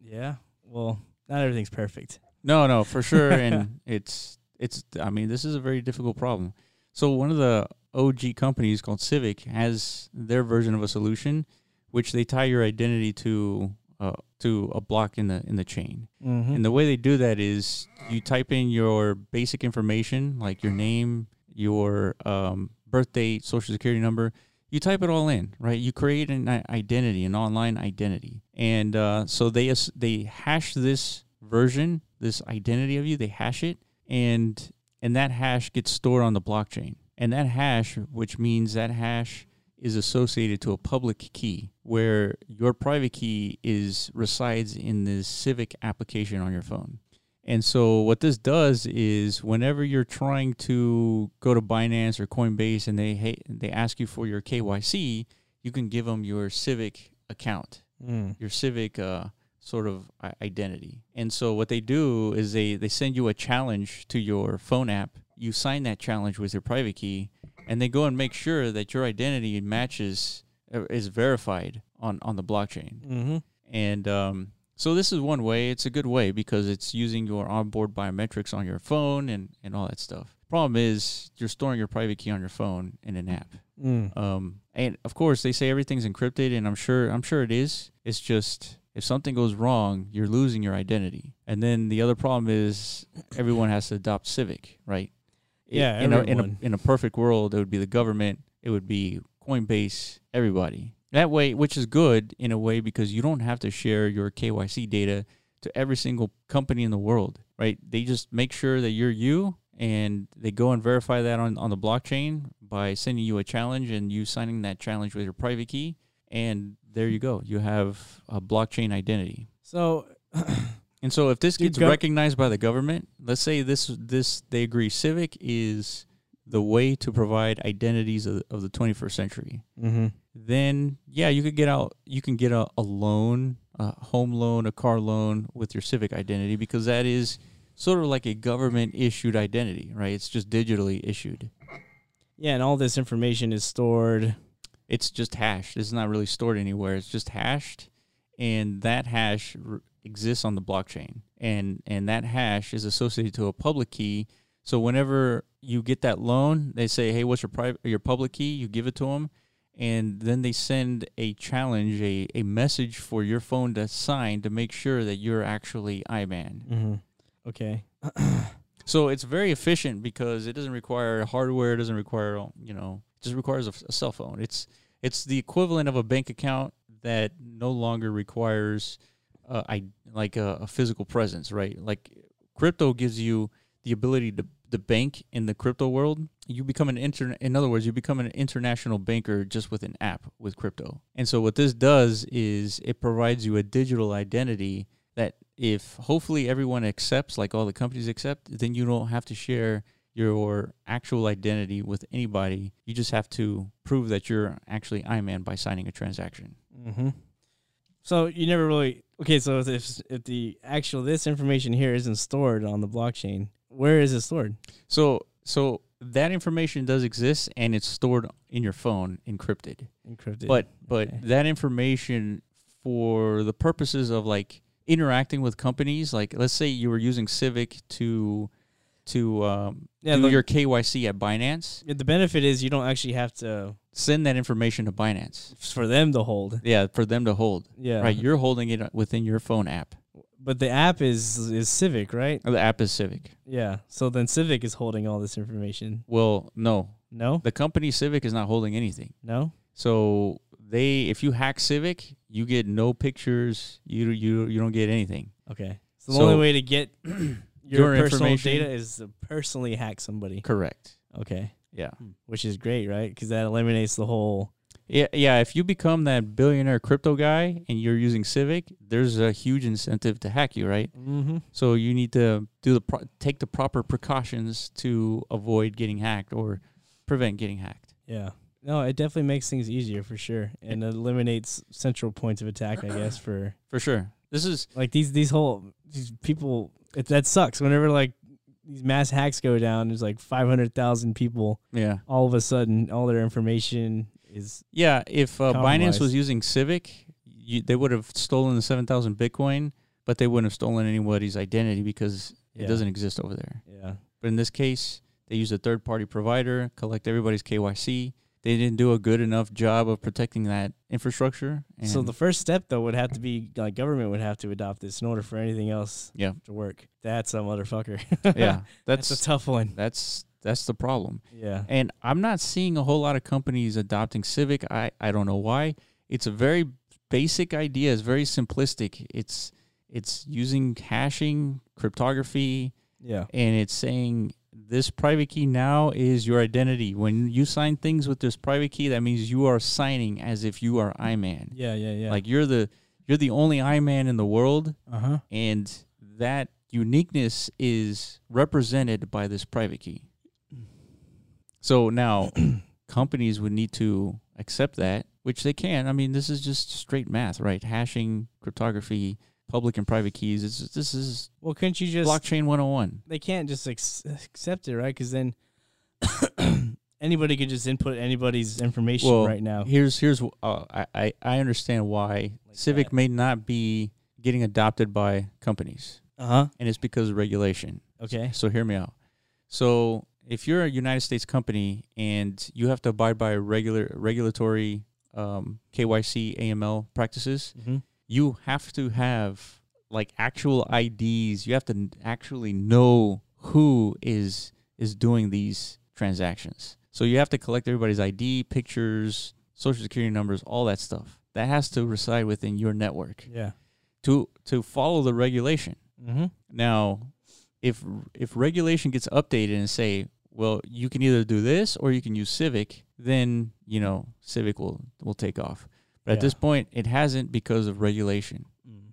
[SPEAKER 8] Yeah. Well, not everything's perfect.
[SPEAKER 1] No, no, for sure. and it's it's I mean, this is a very difficult problem. So one of the OG companies called Civic has their version of a solution, which they tie your identity to uh, to a block in the in the chain.
[SPEAKER 8] Mm-hmm.
[SPEAKER 1] And the way they do that is you type in your basic information, like your name, your um, birthday, social security number. You type it all in, right? You create an i- identity, an online identity, and uh, so they as- they hash this version, this identity of you. They hash it, and and that hash gets stored on the blockchain. And that hash, which means that hash is associated to a public key where your private key is resides in this civic application on your phone. And so what this does is whenever you're trying to go to Binance or Coinbase and they hey, they ask you for your KYC, you can give them your civic account your civic uh, sort of i- identity. And so what they do is they, they send you a challenge to your phone app. You sign that challenge with your private key, and they go and make sure that your identity matches uh, is verified on on the blockchain.
[SPEAKER 8] Mm-hmm.
[SPEAKER 1] And um, so this is one way. It's a good way because it's using your onboard biometrics on your phone and, and all that stuff. Problem is, you're storing your private key on your phone in an app. Um, and of course, they say everything's encrypted, and I'm sure I'm sure it is. It's just if something goes wrong, you're losing your identity. And then the other problem is everyone has to adopt Civic, right? It-
[SPEAKER 8] Yeah,
[SPEAKER 1] in a, in a
[SPEAKER 8] everyone.
[SPEAKER 1] in a perfect world, it would be the government, it would be Coinbase, everybody. That way, which is good in a way because you don't have to share your KYC data to every single company in the world, right? They just make sure that you're you and they go and verify that on, on the blockchain by sending you a challenge and you signing that challenge with your private key. And there you go. You have a blockchain identity.
[SPEAKER 8] So
[SPEAKER 1] And so if this
[SPEAKER 8] Dude,
[SPEAKER 1] gets
[SPEAKER 8] gov-
[SPEAKER 1] recognized by the government, let's say this this they agree civic is the way to provide identities of, of the 21st century. Then yeah, you could get out you can get a, a loan, a home loan, a car loan with your civic identity because that is sort of like a government issued identity, right? It's just digitally issued.
[SPEAKER 8] yeah, and all this information is stored.
[SPEAKER 1] It's just hashed. It's not really stored anywhere. It's just hashed and that hash r- exists on the blockchain and and that hash is associated to a public key so whenever you get that loan they say hey what's your private your public key you give it to them and then they send a challenge a, a message for your phone to sign to make sure that you're actually iban
[SPEAKER 8] Okay.
[SPEAKER 1] so it's very efficient because it doesn't require hardware, it doesn't require you know, it just requires a, f- a cell phone. It's it's the equivalent of a bank account that no longer requires uh, I like a, a physical presence, right? Like crypto gives you the ability to the bank in the crypto world. You become an intern. In other words, you become an international banker just with an app with crypto. And so what this does is it provides you a digital identity that if hopefully everyone accepts, like all the companies accept, then you don't have to share your actual identity with anybody. You just have to prove that you're actually Iman by signing a transaction.
[SPEAKER 8] Mm-hmm. So you never really okay. So if if the actual this information here isn't stored on the blockchain, where is it stored?
[SPEAKER 1] So so that information does exist and it's stored in your phone encrypted.
[SPEAKER 8] Encrypted.
[SPEAKER 1] But but that information for the purposes of like interacting with companies. Like, let's say you were using Civic to to um,
[SPEAKER 2] Yeah,
[SPEAKER 1] do
[SPEAKER 2] the-
[SPEAKER 1] your KYC at Binance.
[SPEAKER 2] Yeah, The benefit is you don't actually have to
[SPEAKER 1] Send that information to Binance.
[SPEAKER 2] for them to hold.
[SPEAKER 1] Yeah, for them to hold.
[SPEAKER 2] Yeah.
[SPEAKER 1] Right, you're holding it within your phone app. Uh,
[SPEAKER 2] But the app is is Civic, right?
[SPEAKER 1] The app is Civic.
[SPEAKER 2] Yeah. So then Civic is holding all this information.
[SPEAKER 1] Well, no,
[SPEAKER 2] No?
[SPEAKER 1] the company Civic is not holding anything.
[SPEAKER 2] No?
[SPEAKER 1] So they, if you hack Civic, you get no pictures. You you you don't get anything.
[SPEAKER 2] Okay. So the
[SPEAKER 1] So-
[SPEAKER 2] only way to get your,
[SPEAKER 1] Your
[SPEAKER 2] personal
[SPEAKER 1] information-
[SPEAKER 2] data is to personally hack somebody.
[SPEAKER 1] Correct.
[SPEAKER 2] Okay.
[SPEAKER 1] Yeah.
[SPEAKER 2] Which is great, right? Because that eliminates the whole
[SPEAKER 1] Yeah, yeah. If you become that billionaire crypto guy and you're using Civic, there's a huge incentive to hack you, right? Mm-hmm. So you need to do the pro- take the proper precautions to avoid getting hacked or prevent getting hacked.
[SPEAKER 2] Yeah. No, it definitely makes things easier for sure. And eliminates central points of attack, I guess, for
[SPEAKER 1] For sure. This is
[SPEAKER 2] like these these whole these people it, that sucks whenever like these mass hacks go down there's like 500,000 people
[SPEAKER 1] yeah,
[SPEAKER 2] all of a sudden all their information is
[SPEAKER 1] yeah. If uh, Binance
[SPEAKER 2] Compromised.
[SPEAKER 1] was using Civic, you, they would have stolen the seven thousand Bitcoin, but they wouldn't have stolen anybody's identity because
[SPEAKER 2] Yeah.
[SPEAKER 1] it doesn't exist over there.
[SPEAKER 2] yeah
[SPEAKER 1] But in this case, they used a third party provider, collect everybody's KYC. They didn't do a good enough job of protecting that infrastructure. And
[SPEAKER 2] so the first step though would have to be like government would have to adopt this in order for anything else
[SPEAKER 1] yeah,
[SPEAKER 2] to work that's a motherfucker
[SPEAKER 1] yeah,
[SPEAKER 2] that's,
[SPEAKER 1] that's that's,
[SPEAKER 2] a tough one
[SPEAKER 1] that's the problem.
[SPEAKER 2] yeah
[SPEAKER 1] And I'm not seeing a whole lot of companies adopting Civic. I I don't know why. It's a very basic idea. It's very simplistic. It's it's using hashing, cryptography,
[SPEAKER 2] yeah
[SPEAKER 1] and it's saying this private key now is your identity. When you sign things with this private key, that means you are signing as if you are Iman.
[SPEAKER 2] yeah yeah yeah
[SPEAKER 1] Like you're the you're the only Iman in the world,
[SPEAKER 2] Uh-huh.
[SPEAKER 1] and that uniqueness is represented by this private key. So now, companies would need to accept that, which they can. I mean, this is just straight math, right? Hashing, cryptography, public and private keys. It's, this is
[SPEAKER 2] well couldn't you just
[SPEAKER 1] blockchain 101.
[SPEAKER 2] they can't just ex- accept it right because then anybody could just input anybody's information right now
[SPEAKER 1] Here's here's uh, I, I I understand why Civic may not be getting adopted by companies,
[SPEAKER 2] uh-huh
[SPEAKER 1] and it's because of regulation.
[SPEAKER 2] okay
[SPEAKER 1] So hear me out. So if you're a United States company and you have to abide by regular regulatory um, KYC AML practices, you have to have like actual IDs. You have to n- actually know who is is doing these transactions. So you have to collect everybody's ID, pictures, social security numbers, all that stuff. That has to reside within your network
[SPEAKER 2] yeah
[SPEAKER 1] to to follow the regulation. Now, if if regulation gets updated and say, well, you can either do this or you can use Civic, then you know Civic will will take off. But at this point, it hasn't because of regulation.
[SPEAKER 2] Mm.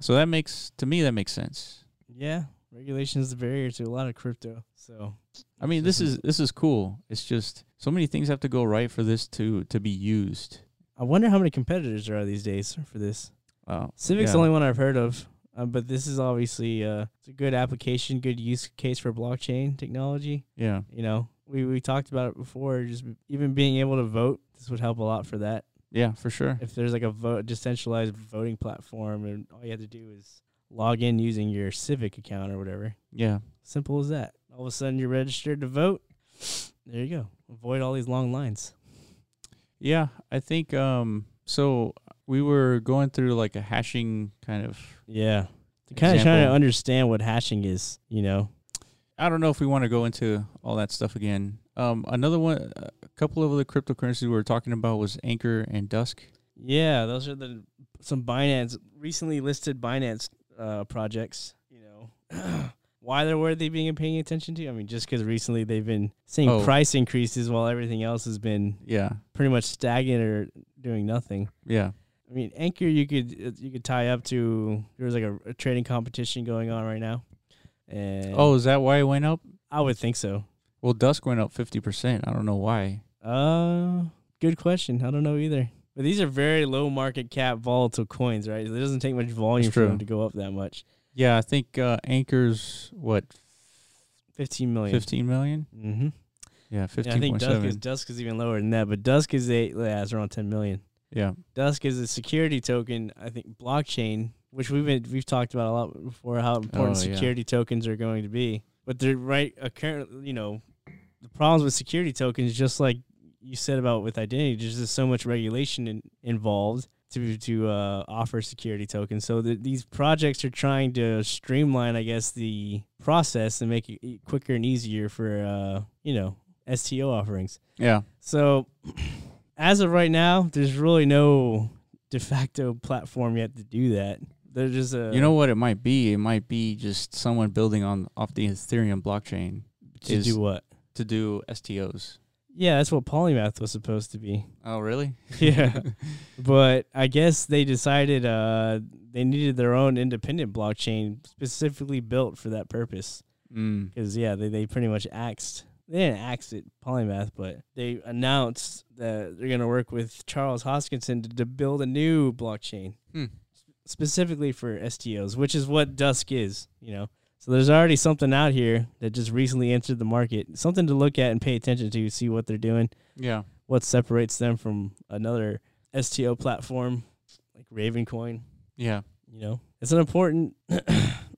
[SPEAKER 1] So that makes to me that makes sense.
[SPEAKER 2] Yeah, regulation is the barrier to a lot of crypto. So
[SPEAKER 1] I mean, this is this is cool. It's just so many things have to go right for this to to be used.
[SPEAKER 2] I wonder how many competitors there are these days for this.
[SPEAKER 1] Wow.
[SPEAKER 2] Civic's the
[SPEAKER 1] Yeah.
[SPEAKER 2] only one I've heard of, um, but this is obviously uh, it's a good application, good use case for blockchain technology.
[SPEAKER 1] yeah.
[SPEAKER 2] You know, we we talked about it before. Just even being able to vote, this would help a lot for that.
[SPEAKER 1] Yeah, for sure.
[SPEAKER 2] If there's like a vote, decentralized voting platform, and all you have to do is log in using your Civic account or whatever.
[SPEAKER 1] Yeah.
[SPEAKER 2] Simple as that. All of a sudden, you're registered to vote. There you go. Avoid all these long lines.
[SPEAKER 1] Yeah, I think um so we were going through like a hashing kind of
[SPEAKER 2] Yeah. Kind of trying to
[SPEAKER 1] Example. understand
[SPEAKER 2] understand what hashing is, you know.
[SPEAKER 1] I don't know if we want to go into all that stuff again. Um another one a couple of other cryptocurrencies we were talking about was Anchor and Dusk.
[SPEAKER 2] Yeah, those are the some Binance recently listed Binance uh, projects. You know, why they're worthy being paying attention to? I mean, just because recently they've been seeing
[SPEAKER 1] Oh.
[SPEAKER 2] price increases while everything else has been
[SPEAKER 1] Yeah.
[SPEAKER 2] pretty much stagnant or doing nothing.
[SPEAKER 1] Yeah.
[SPEAKER 2] I mean, Anchor you could uh, you could tie up to there was like a, a trading competition going on right now, and
[SPEAKER 1] Oh, is that why it went up?
[SPEAKER 2] I would think so.
[SPEAKER 1] Well, Dusk went up 50%. I don't know why.
[SPEAKER 2] Uh, good question. I don't know either. But these are very low market cap volatile coins, right? It doesn't take much volume
[SPEAKER 1] That's
[SPEAKER 2] for
[SPEAKER 1] true.
[SPEAKER 2] them to go up that much.
[SPEAKER 1] Yeah, I think uh Anchor's what
[SPEAKER 2] Fifteen million.
[SPEAKER 1] 15 million?
[SPEAKER 2] Mm-hmm.
[SPEAKER 1] Yeah,
[SPEAKER 2] Yeah, I think Dusk is
[SPEAKER 1] 15.7.
[SPEAKER 2] Dusk is even lower than that, but Dusk is eight. Yeah, it's around ten million.
[SPEAKER 1] Yeah.
[SPEAKER 2] Dusk is a security token. I think blockchain, which we've been, we've talked about a lot before, how important
[SPEAKER 1] Oh, yeah.
[SPEAKER 2] security tokens are going to be. But they're right. A current, you know, the problems with security tokens, just like you said about with identity, there's just so much regulation in, involved to to uh, offer security tokens. So the, these projects are trying to streamline, I guess, the process and make it e- quicker and easier for uh, you know STO offerings.
[SPEAKER 1] Yeah.
[SPEAKER 2] So, as of right now, there's really no de facto platform yet to do that. There's just a
[SPEAKER 1] You know what it might be? It might be just someone building on off the Ethereum blockchain
[SPEAKER 2] to
[SPEAKER 1] is-
[SPEAKER 2] do what?
[SPEAKER 1] to do STOs.
[SPEAKER 2] Yeah, that's what polymath was supposed to be.
[SPEAKER 1] Oh, really?
[SPEAKER 2] Yeah, but I guess they decided uh, they needed their own independent blockchain specifically built for that purpose.
[SPEAKER 1] Mm.
[SPEAKER 2] Because yeah, they, they pretty much axed. They didn't axe it, Polymath, but they announced that they're gonna work with Charles Hoskinson to, to build a new blockchain
[SPEAKER 1] Hmm.
[SPEAKER 2] specifically for STOs, which is what Dusk is. You know, so there's already something out here that just recently entered the market. Something to look at and pay attention to, see what they're doing,
[SPEAKER 1] Yeah.
[SPEAKER 2] what separates them from another STO platform like Ravencoin
[SPEAKER 1] Yeah.
[SPEAKER 2] you know it's an important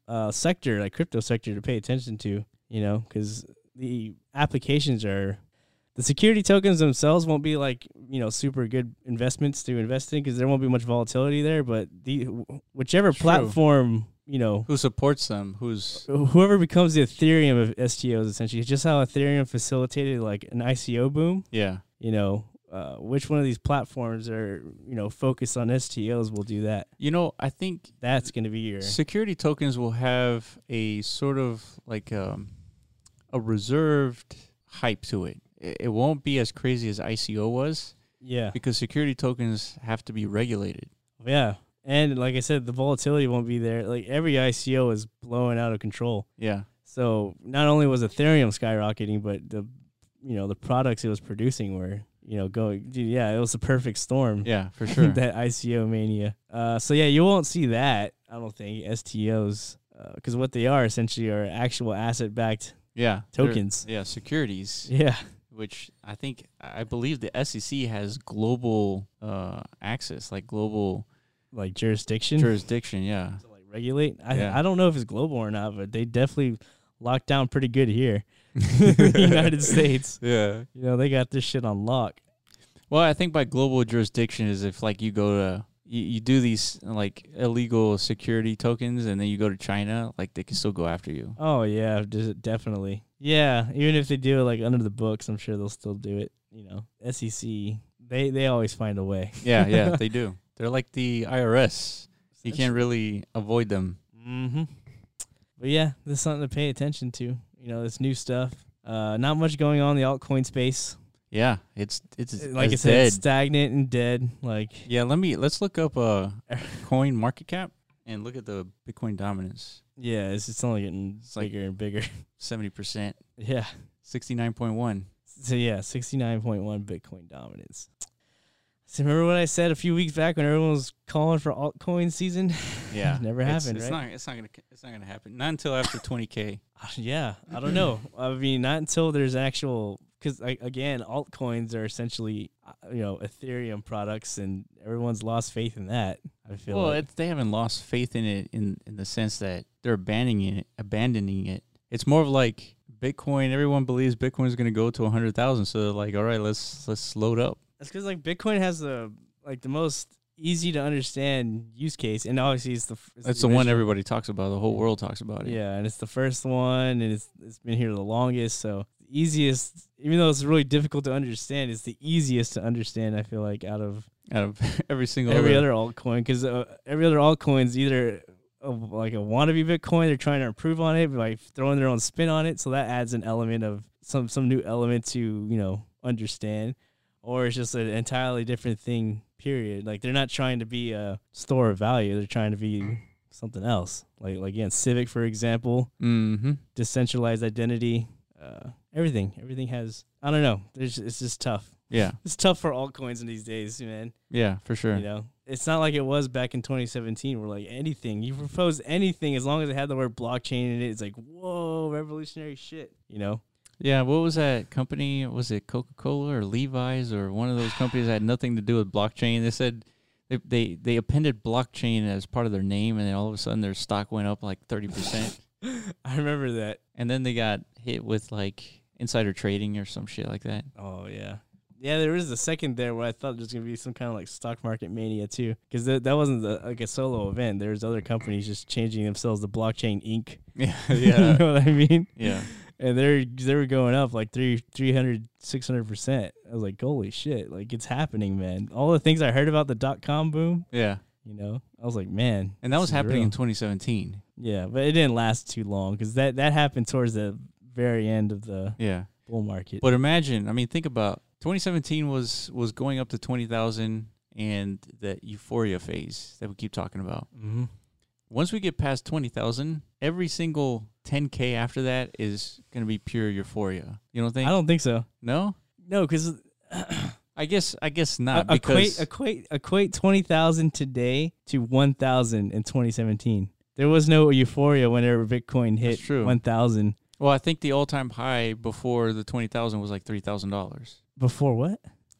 [SPEAKER 2] uh, sector like crypto sector to pay attention to you know because the applications are the security tokens themselves won't be like you know super good investments to invest in because there won't be much volatility there but the whichever
[SPEAKER 1] True.
[SPEAKER 2] platform you know
[SPEAKER 1] Who supports them? Who's
[SPEAKER 2] whoever becomes the ethereum of stos essentially it's just how ethereum facilitated like an ico boom
[SPEAKER 1] yeah.
[SPEAKER 2] you know uh, which one of these platforms are you know focused on stos will do that
[SPEAKER 1] You know, I think
[SPEAKER 2] that's going to be your
[SPEAKER 1] security tokens will have a sort of like um, a reserved hype to it. I- It won't be as crazy as ICO was
[SPEAKER 2] yeah
[SPEAKER 1] because security tokens have to be regulated.
[SPEAKER 2] Yeah. And like I said, the volatility won't be there. Like every ICO is blowing out of control.
[SPEAKER 1] Yeah.
[SPEAKER 2] So not only was Ethereum skyrocketing, but the you know, the products it was producing were, you know, going dude, yeah, it was the perfect storm.
[SPEAKER 1] Yeah, for sure.
[SPEAKER 2] that ICO mania. Uh so yeah, you won't see that, I don't think, STOs. Because uh, what they are essentially are actual asset backed.
[SPEAKER 1] yeah. they're-
[SPEAKER 2] Tokens.
[SPEAKER 1] Yeah, securities.
[SPEAKER 2] Yeah.
[SPEAKER 1] which I think I believe the SEC has global uh, access, like global
[SPEAKER 2] Like
[SPEAKER 1] Hmm.
[SPEAKER 2] jurisdiction.
[SPEAKER 1] jurisdiction. Yeah,
[SPEAKER 2] to like regulate. I
[SPEAKER 1] Yeah.
[SPEAKER 2] I don't know if it's global or not, but they definitely locked down pretty good here, in the United States.
[SPEAKER 1] yeah.
[SPEAKER 2] You know, they got this shit on lock.
[SPEAKER 1] Well, I think by global jurisdiction is if like you go to you, you do these like illegal security tokens and then you go to China, like they can still go after you.
[SPEAKER 2] Oh yeah, does it definitely. Yeah, even if they do it like under the books, I'm sure they'll still do it. You know, SEC they they always find a way.
[SPEAKER 1] Yeah, yeah, they do. They're like the IRS. You can't really avoid them.
[SPEAKER 2] Mm-hmm. But yeah, there's something to pay attention to. You know, this new stuff. Uh, not much going on in the altcoin space.
[SPEAKER 1] Yeah, it's it's
[SPEAKER 2] Eh, Like I
[SPEAKER 1] it's
[SPEAKER 2] said,
[SPEAKER 1] dead.
[SPEAKER 2] stagnant and dead. Like
[SPEAKER 1] Yeah, let me let's look up uh coin market cap and look at the Bitcoin dominance.
[SPEAKER 2] yeah, it's it's only getting
[SPEAKER 1] like-
[SPEAKER 2] bigger and bigger.
[SPEAKER 1] Seventy percent.
[SPEAKER 2] yeah.
[SPEAKER 1] 69.1.
[SPEAKER 2] So yeah, sixty nine point one Bitcoin dominance. So remember what I said a few weeks back when everyone was calling for altcoin season?
[SPEAKER 1] Yeah.
[SPEAKER 2] Never
[SPEAKER 1] It's-
[SPEAKER 2] happened,
[SPEAKER 1] It's
[SPEAKER 2] right?
[SPEAKER 1] not it's not going to it's not going to happen. Not until after 20k.
[SPEAKER 2] yeah, I don't know. I mean, not until there's actual because again, altcoins are essentially uh, you know Ethereum products, and everyone's lost faith in that. I feel
[SPEAKER 1] Well,
[SPEAKER 2] like.
[SPEAKER 1] it's, they haven't lost faith in it in in the sense that they're abandoning it, abandoning it. It's more of like Bitcoin, everyone believes Bitcoin's going to go to 100,000, so they're like, "All right, let's let's load up."
[SPEAKER 2] That's because like Bitcoin has the like the most easy to understand use case, and obviously it's the f- it's
[SPEAKER 1] That's the one
[SPEAKER 2] original-
[SPEAKER 1] everybody talks about. The whole world talks about it.
[SPEAKER 2] Yeah, and it's the first one, and it's it's been here the longest, so the easiest. Even though it's really difficult to understand, it's the easiest to understand. I feel like out of
[SPEAKER 1] Out of every single
[SPEAKER 2] every other altcoin, because uh, every other altcoin's either a, like a wannabe Bitcoin, they're trying to improve on it by throwing their own spin on it, so that adds an element of some some new element to you know understand, or it's just an entirely different thing. Period. Like they're not trying to be a store of value; they're trying to be something else. Like like again, Civic, for example
[SPEAKER 1] Mhm.
[SPEAKER 2] decentralized identity, uh, everything. Everything has. I don't know. There's, it's just tough.
[SPEAKER 1] Yeah.
[SPEAKER 2] It's tough for altcoins in these days, man.
[SPEAKER 1] Yeah, for sure.
[SPEAKER 2] You know, it's not like it was back in 2017, where like anything you propose anything as long as it had the word blockchain in it, it's like whoa, revolutionary shit. You know,
[SPEAKER 1] Yeah, what was that company? Was it Coca Cola or Levi's or one of those companies that had nothing to do with blockchain? They said they, they they appended blockchain as part of their name, and then all of a sudden their stock went up like thirty percent.
[SPEAKER 9] I remember that.
[SPEAKER 1] And then they got hit with like insider trading or some shit like that.
[SPEAKER 2] Oh yeah, yeah. There was a second there where I thought there was gonna be some kind of like stock market mania too, because that that wasn't the, like a solo event. There was other companies just changing themselves to Blockchain Inc.
[SPEAKER 1] Yeah,
[SPEAKER 2] you know what I mean?
[SPEAKER 1] yeah.
[SPEAKER 2] And they're they were going up like three 300 600 percent. I was like, holy shit! Like it's happening, man. All the things I heard about the dot com boom,
[SPEAKER 1] Yeah.
[SPEAKER 2] you know, I was like, man.
[SPEAKER 1] And that
[SPEAKER 2] this
[SPEAKER 1] was
[SPEAKER 2] is
[SPEAKER 1] happening
[SPEAKER 2] real.
[SPEAKER 1] in 2017.
[SPEAKER 2] yeah, but it didn't last too long because that that happened towards the very end of the
[SPEAKER 1] Yeah.
[SPEAKER 2] bull market.
[SPEAKER 1] But imagine, I mean, think about 2017 was was going up to 20,000 and that euphoria phase that we keep talking about.
[SPEAKER 2] mm-hmm.
[SPEAKER 1] Once we get past 20,000, every single 10k after that is going to be pure euphoria. You don't think?
[SPEAKER 2] I don't think so.
[SPEAKER 1] no?
[SPEAKER 2] No, because
[SPEAKER 1] I guess I guess not
[SPEAKER 2] Uh,
[SPEAKER 1] because
[SPEAKER 2] equate equate equate twenty thousand today to one thousand in twenty seventeen. There was no euphoria whenever Bitcoin hit
[SPEAKER 1] That's true.
[SPEAKER 2] one thousand.
[SPEAKER 1] well, I think the all-time high before the 20,000 was like $3,000.
[SPEAKER 2] Before what?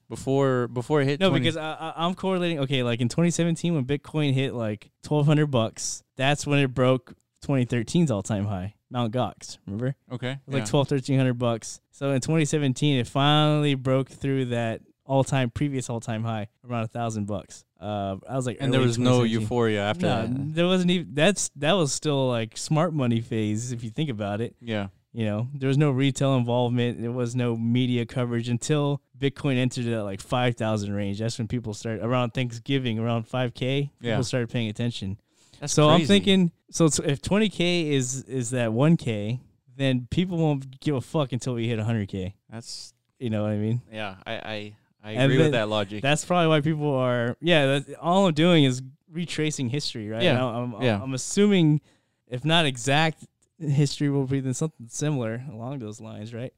[SPEAKER 1] Before before it hit
[SPEAKER 2] No,
[SPEAKER 1] 20
[SPEAKER 2] because I, I, I'm correlating. Okay, like in twenty seventeen when Bitcoin hit like twelve hundred bucks, that's when it broke 2013's all time high, Mount Gox. Remember,
[SPEAKER 1] okay.
[SPEAKER 2] it was
[SPEAKER 1] yeah.
[SPEAKER 2] like twelve thirteen hundred bucks. So in twenty seventeen, it finally broke through that all time previous all time high around a thousand bucks. Uh, I was like,
[SPEAKER 1] and there
[SPEAKER 2] early
[SPEAKER 1] was no
[SPEAKER 2] 2017.
[SPEAKER 1] euphoria after
[SPEAKER 2] No,
[SPEAKER 1] that.
[SPEAKER 2] there wasn't even that's that was still like smart money phase if you think about it.
[SPEAKER 1] Yeah.
[SPEAKER 2] You know, there was no retail involvement, there was no media coverage until Bitcoin entered that like five thousand range. That's when people started around Thanksgiving, around five K,
[SPEAKER 1] Yeah.
[SPEAKER 2] people started paying attention.
[SPEAKER 1] That's
[SPEAKER 2] so I'm
[SPEAKER 1] crazy.
[SPEAKER 2] thinking so it's- if twenty K is is that one K, then people won't give a fuck until we hit hundred K.
[SPEAKER 1] that's
[SPEAKER 2] You know what I mean?
[SPEAKER 1] yeah, I I I
[SPEAKER 2] And
[SPEAKER 1] agree with
[SPEAKER 2] then-
[SPEAKER 1] that logic.
[SPEAKER 2] That's probably why people are. Yeah, that's, all I'm doing is retracing history, right?
[SPEAKER 1] Yeah,
[SPEAKER 2] And I'm, I'm,
[SPEAKER 1] yeah.
[SPEAKER 2] I'm assuming, if not exact, history will be then something similar along those lines, right?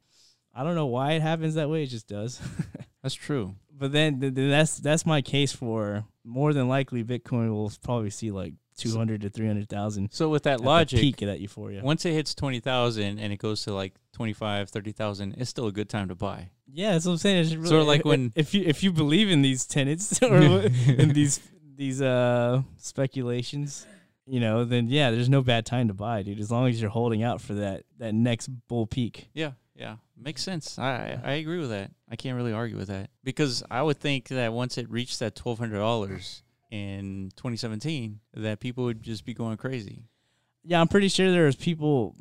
[SPEAKER 2] I don't know why it happens that way. It just does.
[SPEAKER 1] That's true.
[SPEAKER 2] but then th- th- that's that's my case for more than likely Bitcoin will probably see like two hundred to three hundred thousand
[SPEAKER 1] So with that logic,
[SPEAKER 2] peak of that euphoria.
[SPEAKER 1] once it hits 20,000 and it goes to like 25, 30,000, it's still a good time to buy.
[SPEAKER 2] Yeah, that's what I'm saying. It's really,
[SPEAKER 1] Sort of like
[SPEAKER 2] if-
[SPEAKER 1] when-
[SPEAKER 2] if you if you believe in these tenets or in these these uh speculations, you know, then yeah, there's no bad time to buy, dude. As long as you're holding out for that that next bull peak.
[SPEAKER 1] Yeah, yeah. Makes sense. I I agree with that. I can't really argue with that because I would think that once it reached that $1,200 in 2017, that people would just be going crazy.
[SPEAKER 2] Yeah, I'm pretty sure there was people.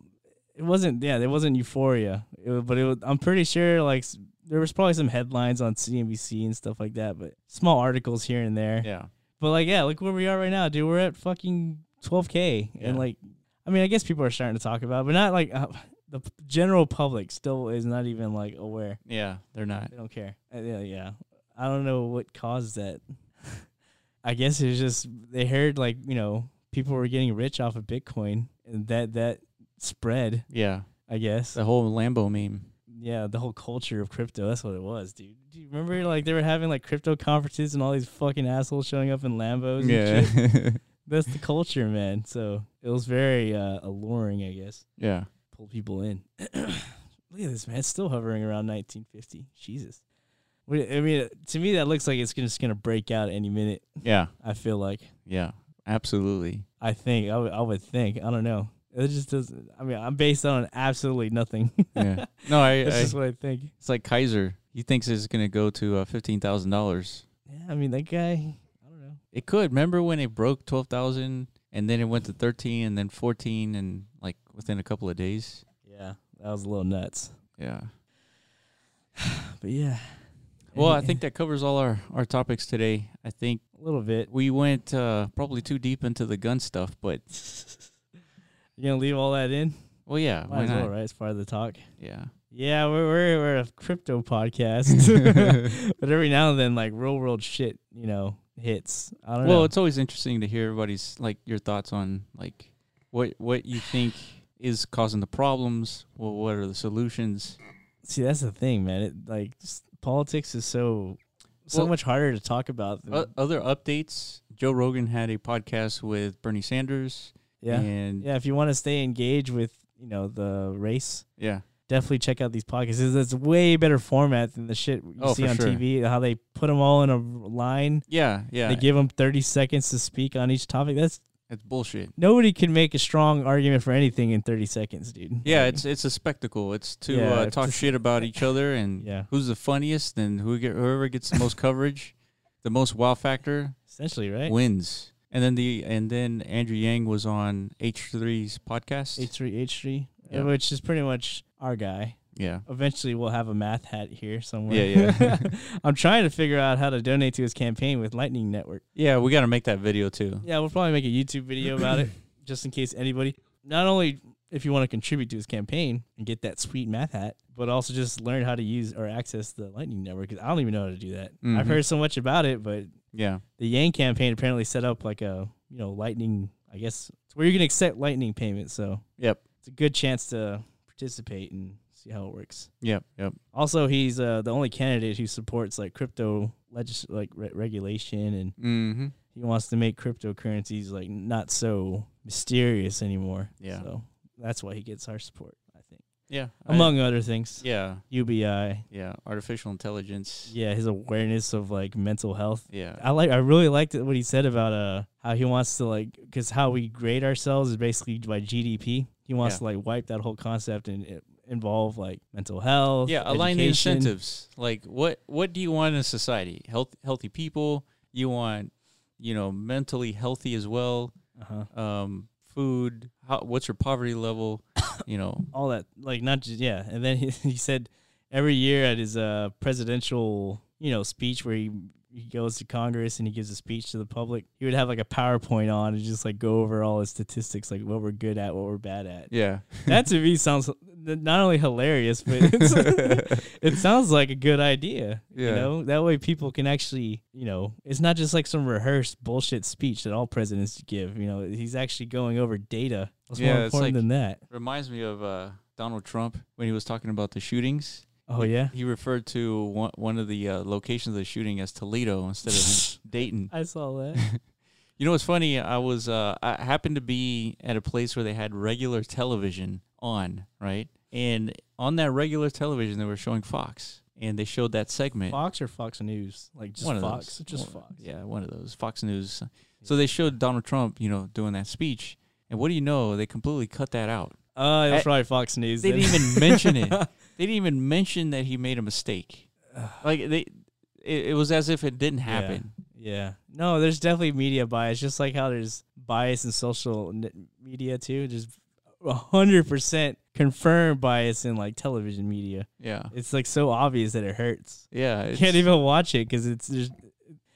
[SPEAKER 2] It wasn't yeah, there wasn't euphoria, it, wa- but it was, I'm pretty sure like s- there was probably some headlines on CNBC and stuff like that, but small articles here and there.
[SPEAKER 1] Yeah.
[SPEAKER 2] But like, yeah, look where we are right now, dude. We're at fucking 12k,
[SPEAKER 1] Yeah.
[SPEAKER 2] and like, I mean, I guess people are starting to talk about, it, but not like uh, the p- general public still is not even like aware.
[SPEAKER 1] Yeah, they're not.
[SPEAKER 2] They don't care. Uh, yeah, yeah. I don't know what caused that. I guess it was just they heard like you know people were getting rich off of Bitcoin, and that that spread.
[SPEAKER 1] Yeah.
[SPEAKER 2] I guess.
[SPEAKER 1] The whole Lambo meme.
[SPEAKER 2] Yeah, the whole culture of crypto. That's what it was, dude. Do you remember like they were having like crypto conferences and all these fucking assholes showing up in Lambos? and shit? that's the culture, man. So it was very uh, alluring, I guess.
[SPEAKER 1] yeah.
[SPEAKER 2] Pulled people in. Look at this, man. It's still hovering around 1950. Jesus. What- I mean, to me, that looks like it's gonna- just going to break out any minute.
[SPEAKER 1] Yeah.
[SPEAKER 2] I feel like.
[SPEAKER 1] Yeah. Absolutely.
[SPEAKER 2] I think. I would I would think. I don't know. It just doesn't. I mean, I'm based on absolutely nothing.
[SPEAKER 1] Yeah. No, I,
[SPEAKER 2] That's
[SPEAKER 1] I
[SPEAKER 2] just what I think.
[SPEAKER 1] it's like Kaiser. He thinks it's going to go to uh, $15,000.
[SPEAKER 2] Yeah, I mean, that guy. I don't know.
[SPEAKER 1] It could. Remember when it broke twelve thousand, and then it went to thirteen, and then fourteen, and like within a couple of days.
[SPEAKER 2] Yeah, that was a little nuts.
[SPEAKER 1] Yeah.
[SPEAKER 2] But yeah.
[SPEAKER 1] Well, I
[SPEAKER 2] Any-
[SPEAKER 1] think that covers all our our topics today. I think
[SPEAKER 2] a little bit.
[SPEAKER 1] we went uh, probably too deep into the gun stuff, but
[SPEAKER 2] You're going to leave all that in?
[SPEAKER 1] well, yeah,
[SPEAKER 2] Might
[SPEAKER 1] why
[SPEAKER 2] as
[SPEAKER 1] not?
[SPEAKER 2] well, right? It's part of the talk.
[SPEAKER 1] Yeah,
[SPEAKER 2] Yeah, we're we're, we're a crypto podcast, but every now and then, like real world shit, you know, hits. I don't
[SPEAKER 1] Well,
[SPEAKER 2] know.
[SPEAKER 1] it's always interesting to hear everybody's like your thoughts on like what what you think is causing the problems. Well, what are the solutions?
[SPEAKER 2] See, that's the thing, man. It like s- politics is so so
[SPEAKER 1] Well- uh,
[SPEAKER 2] much harder to talk about. Than,
[SPEAKER 1] O- other updates. Joe Rogan had a podcast with Bernie Sanders.
[SPEAKER 2] yeah,
[SPEAKER 1] and
[SPEAKER 2] yeah. If you want to stay engaged with you know the race,
[SPEAKER 1] yeah,
[SPEAKER 2] definitely check out these podcasts. It's, it's way better format than the shit you
[SPEAKER 1] Oh,
[SPEAKER 2] see
[SPEAKER 1] for
[SPEAKER 2] on
[SPEAKER 1] sure.
[SPEAKER 2] TV. How they put them all in a line.
[SPEAKER 1] Yeah, yeah.
[SPEAKER 2] They give them 30 seconds to speak on each topic. That's
[SPEAKER 1] it's bullshit.
[SPEAKER 2] nobody can make a strong argument for anything in 30 seconds, dude.
[SPEAKER 1] Yeah, it's it's a spectacle. It's to
[SPEAKER 2] Yeah,
[SPEAKER 1] uh,
[SPEAKER 2] it's
[SPEAKER 1] talk
[SPEAKER 2] just-
[SPEAKER 1] shit about each other and
[SPEAKER 2] Yeah.
[SPEAKER 1] who's the funniest and who get, whoever gets the most coverage, the most wow factor
[SPEAKER 2] essentially, right?
[SPEAKER 1] wins. And then the and then Andrew Yang was on H3's podcast.
[SPEAKER 2] H3H3,
[SPEAKER 1] Yeah.
[SPEAKER 2] which is pretty much our guy.
[SPEAKER 1] yeah.
[SPEAKER 2] Eventually, we'll have a math hat here somewhere.
[SPEAKER 1] Yeah, yeah.
[SPEAKER 2] I'm trying to figure out how to donate to his campaign with Lightning Network.
[SPEAKER 1] Yeah, we got to make that video too.
[SPEAKER 2] Yeah, we'll probably make a YouTube video about it just in case anybody, not only if you want to contribute to his campaign and get that sweet math hat, but also just learn how to use or access the Lightning Network. 'cause I don't even know how to do that.
[SPEAKER 1] Mhm.
[SPEAKER 2] I've heard so much about it, but
[SPEAKER 1] Yeah.
[SPEAKER 2] the Yang campaign apparently set up like a, you know, Lightning, I guess, it's where you can accept Lightning payments. So
[SPEAKER 1] Yep.
[SPEAKER 2] it's a good chance to participate and see how it works.
[SPEAKER 1] Yep. Yep.
[SPEAKER 2] Also, he's uh, the only candidate who supports like crypto legis- like re- regulation and
[SPEAKER 1] Mm-hmm.
[SPEAKER 2] he wants to make cryptocurrencies like not so mysterious anymore.
[SPEAKER 1] Yeah.
[SPEAKER 2] So that's why he gets our support, I think.
[SPEAKER 1] Yeah. I-
[SPEAKER 2] Among other things.
[SPEAKER 1] yeah.
[SPEAKER 2] UBI.
[SPEAKER 1] Yeah. Artificial intelligence.
[SPEAKER 2] Yeah, his awareness of like mental health.
[SPEAKER 1] Yeah.
[SPEAKER 2] I like I really liked it- what he said about uh how he wants to like cuz how we grade ourselves is basically by GDP. He wants
[SPEAKER 1] Yeah.
[SPEAKER 2] to like wipe that whole concept and it involve like mental health.
[SPEAKER 1] Yeah, align the
[SPEAKER 2] education.
[SPEAKER 1] incentives. Like what what do you want in society? Health healthy people. You want, you know, mentally healthy as well.
[SPEAKER 2] Uh-huh.
[SPEAKER 1] Um, food. How, what's your poverty level? You know.
[SPEAKER 2] all that like not just yeah and then he, he said every year at his uh presidential you know speech where he he goes to congress and he gives a speech to the public he would have like a powerpoint on and just like go over all his statistics like what we're good at what we're bad at
[SPEAKER 1] Yeah.
[SPEAKER 2] that to me sounds not only hilarious but it's, it sounds like a good idea you
[SPEAKER 1] Yeah.
[SPEAKER 2] know that way people can actually you know it's not just like some rehearsed bullshit speech that all presidents give you know he's actually going over data what's
[SPEAKER 1] Yeah,
[SPEAKER 2] more
[SPEAKER 1] it's
[SPEAKER 2] important
[SPEAKER 1] like-
[SPEAKER 2] than that
[SPEAKER 1] Reminds me of uh, Donald Trump when he was talking about the shootings.
[SPEAKER 2] oh yeah
[SPEAKER 1] He referred to one, one of the uh, locations of the shooting as Toledo instead of Dayton.
[SPEAKER 2] I saw that.
[SPEAKER 1] You know what's funny? I was uh, I happened to be at a place where they had regular television on, right? And on that regular television, they were showing Fox, and they showed that segment.
[SPEAKER 2] Fox or Fox News? Like just
[SPEAKER 1] One of
[SPEAKER 2] Fox.
[SPEAKER 1] those.
[SPEAKER 2] Just
[SPEAKER 1] One-
[SPEAKER 2] Fox.
[SPEAKER 1] Yeah, one of those Fox News. So they showed Donald Trump, you know, doing that speech, and what do you know? They completely cut that out.
[SPEAKER 2] Oh, uh, it was probably Fox News.
[SPEAKER 1] They
[SPEAKER 2] then.
[SPEAKER 1] didn't even mention it. They didn't even mention that he made a mistake. Like they, it, it was as if it didn't
[SPEAKER 2] Yeah.
[SPEAKER 1] happen.
[SPEAKER 2] Yeah. No, there's definitely media bias, just like how there's bias in social n- media too. Just hundred percent confirmed bias in like television media.
[SPEAKER 1] Yeah,
[SPEAKER 2] It's like so obvious that it hurts.
[SPEAKER 1] yeah. It's,
[SPEAKER 2] You can't even watch it because it's there's,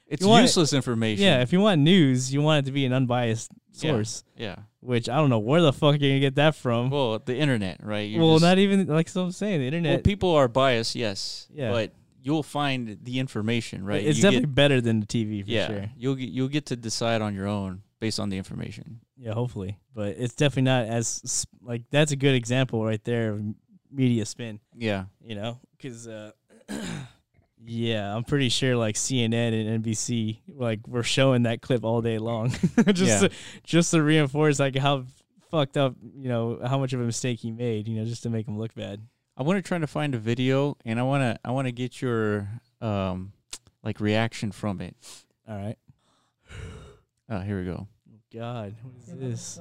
[SPEAKER 1] it's
[SPEAKER 2] you want-
[SPEAKER 1] useless information.
[SPEAKER 2] yeah. If you want news, you want it to be an unbiased
[SPEAKER 1] Yeah.
[SPEAKER 2] source,
[SPEAKER 1] yeah.
[SPEAKER 2] which I don't know where the fuck you're gonna get that from. Well,
[SPEAKER 1] Well, the internet, right? You're just-
[SPEAKER 2] not even like so I'm saying the
[SPEAKER 1] Well,
[SPEAKER 2] internet.
[SPEAKER 1] people are biased, yes.
[SPEAKER 2] Yeah.
[SPEAKER 1] But you'll find the information, right?
[SPEAKER 2] It's
[SPEAKER 1] You
[SPEAKER 2] definitely
[SPEAKER 1] get,
[SPEAKER 2] better than the TV for
[SPEAKER 1] yeah.
[SPEAKER 2] sure.
[SPEAKER 1] You'll get you'll get to decide on your own based on the information.
[SPEAKER 2] Yeah, hopefully. But it's definitely not as s- like that's a good example right there of m- media spin,
[SPEAKER 1] Yeah.
[SPEAKER 2] you know? Cuz uh yeah, I'm pretty sure like CNN and NBC like were showing that clip all day long just
[SPEAKER 1] Yeah.
[SPEAKER 2] to, just to reinforce like how fucked up, you know, how much of a mistake he made, you know, just to make him look bad.
[SPEAKER 1] I want to try to find a video and I wanna I wanna get your um like reaction from it.
[SPEAKER 2] All right.
[SPEAKER 1] Oh, here we go.
[SPEAKER 2] God, what is this?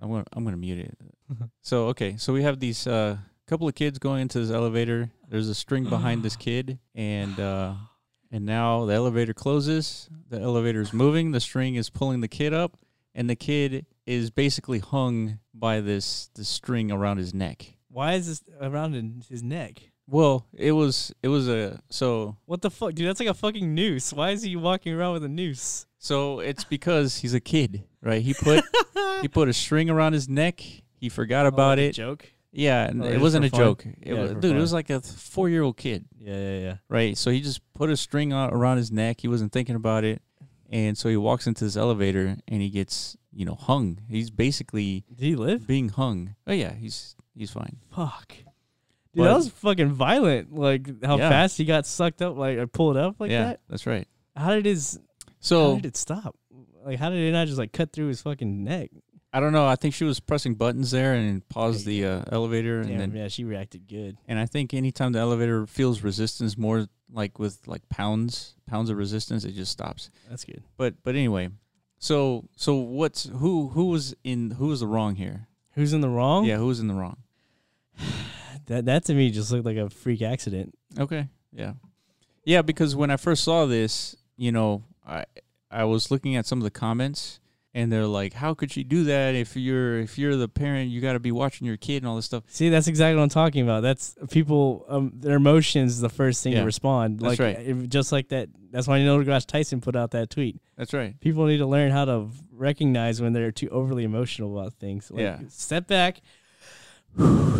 [SPEAKER 1] I'm gonna I'm gonna mute it. so okay, so we have these uh couple of kids going into this elevator. There's a string behind this kid, and uh, and now the elevator closes. The elevator is moving. The string is pulling the kid up, and the kid is basically hung by this this string around his neck.
[SPEAKER 2] Why is this around in his neck?
[SPEAKER 1] Well, it was it was a so
[SPEAKER 2] What the fuck, dude? That's like a fucking noose. Why is he walking around with a noose?
[SPEAKER 1] So it's because he's a kid, right? He put he put a string around his neck. He forgot about
[SPEAKER 2] Oh, Like a
[SPEAKER 1] it.
[SPEAKER 2] Joke.
[SPEAKER 1] Yeah, and
[SPEAKER 2] Oh,
[SPEAKER 1] it
[SPEAKER 2] just
[SPEAKER 1] wasn't
[SPEAKER 2] for
[SPEAKER 1] a
[SPEAKER 2] fun?
[SPEAKER 1] joke. It
[SPEAKER 2] Yeah,
[SPEAKER 1] was,
[SPEAKER 2] for
[SPEAKER 1] dude, it
[SPEAKER 2] fun.
[SPEAKER 1] was like a four year old kid,
[SPEAKER 2] Yeah, yeah, yeah.
[SPEAKER 1] right? So he just put a string on, around his neck. He wasn't thinking about it, and so he walks into this elevator and he gets you know hung. He's basically
[SPEAKER 2] Did he live?
[SPEAKER 1] being hung. Oh yeah, he's he's fine.
[SPEAKER 2] Fuck. Dude,
[SPEAKER 1] But-
[SPEAKER 2] that was fucking violent. Like how
[SPEAKER 1] Yeah.
[SPEAKER 2] fast he got sucked up, like or pulled up like
[SPEAKER 1] yeah, Oh.
[SPEAKER 2] that.
[SPEAKER 1] that's right.
[SPEAKER 2] How did his how
[SPEAKER 1] So
[SPEAKER 2] did it stop? Like how did it not just like cut through his fucking neck?
[SPEAKER 1] I don't know. I think she was pressing buttons there and paused the uh, elevator, and
[SPEAKER 2] Damn,
[SPEAKER 1] then
[SPEAKER 2] yeah, she reacted good.
[SPEAKER 1] and I think anytime the elevator feels resistance more like with like pounds pounds of resistance, it just stops.
[SPEAKER 2] That's good.
[SPEAKER 1] But but anyway, so so what's who who was in who was the wrong here?
[SPEAKER 2] Who's in the wrong?
[SPEAKER 1] Yeah, who was in the wrong?
[SPEAKER 2] That that to me just looked like a freak accident.
[SPEAKER 1] Okay. Yeah. Yeah, because when I first saw this, you know, I I was looking at some of the comments and they're like, How could she do that if you're if you're the parent, you gotta be watching your kid and all this stuff.
[SPEAKER 2] See, that's exactly what I'm talking about. That's people. Um, their emotions is the first thing
[SPEAKER 1] Yeah.
[SPEAKER 2] to respond.
[SPEAKER 1] That's
[SPEAKER 2] like,
[SPEAKER 1] right.
[SPEAKER 2] if- just like that. That's why Neil deGrasse Tyson put out that tweet.
[SPEAKER 1] That's right.
[SPEAKER 2] People need to learn how to recognize when they're too overly emotional about things. Like,
[SPEAKER 1] Yeah.
[SPEAKER 2] Step back,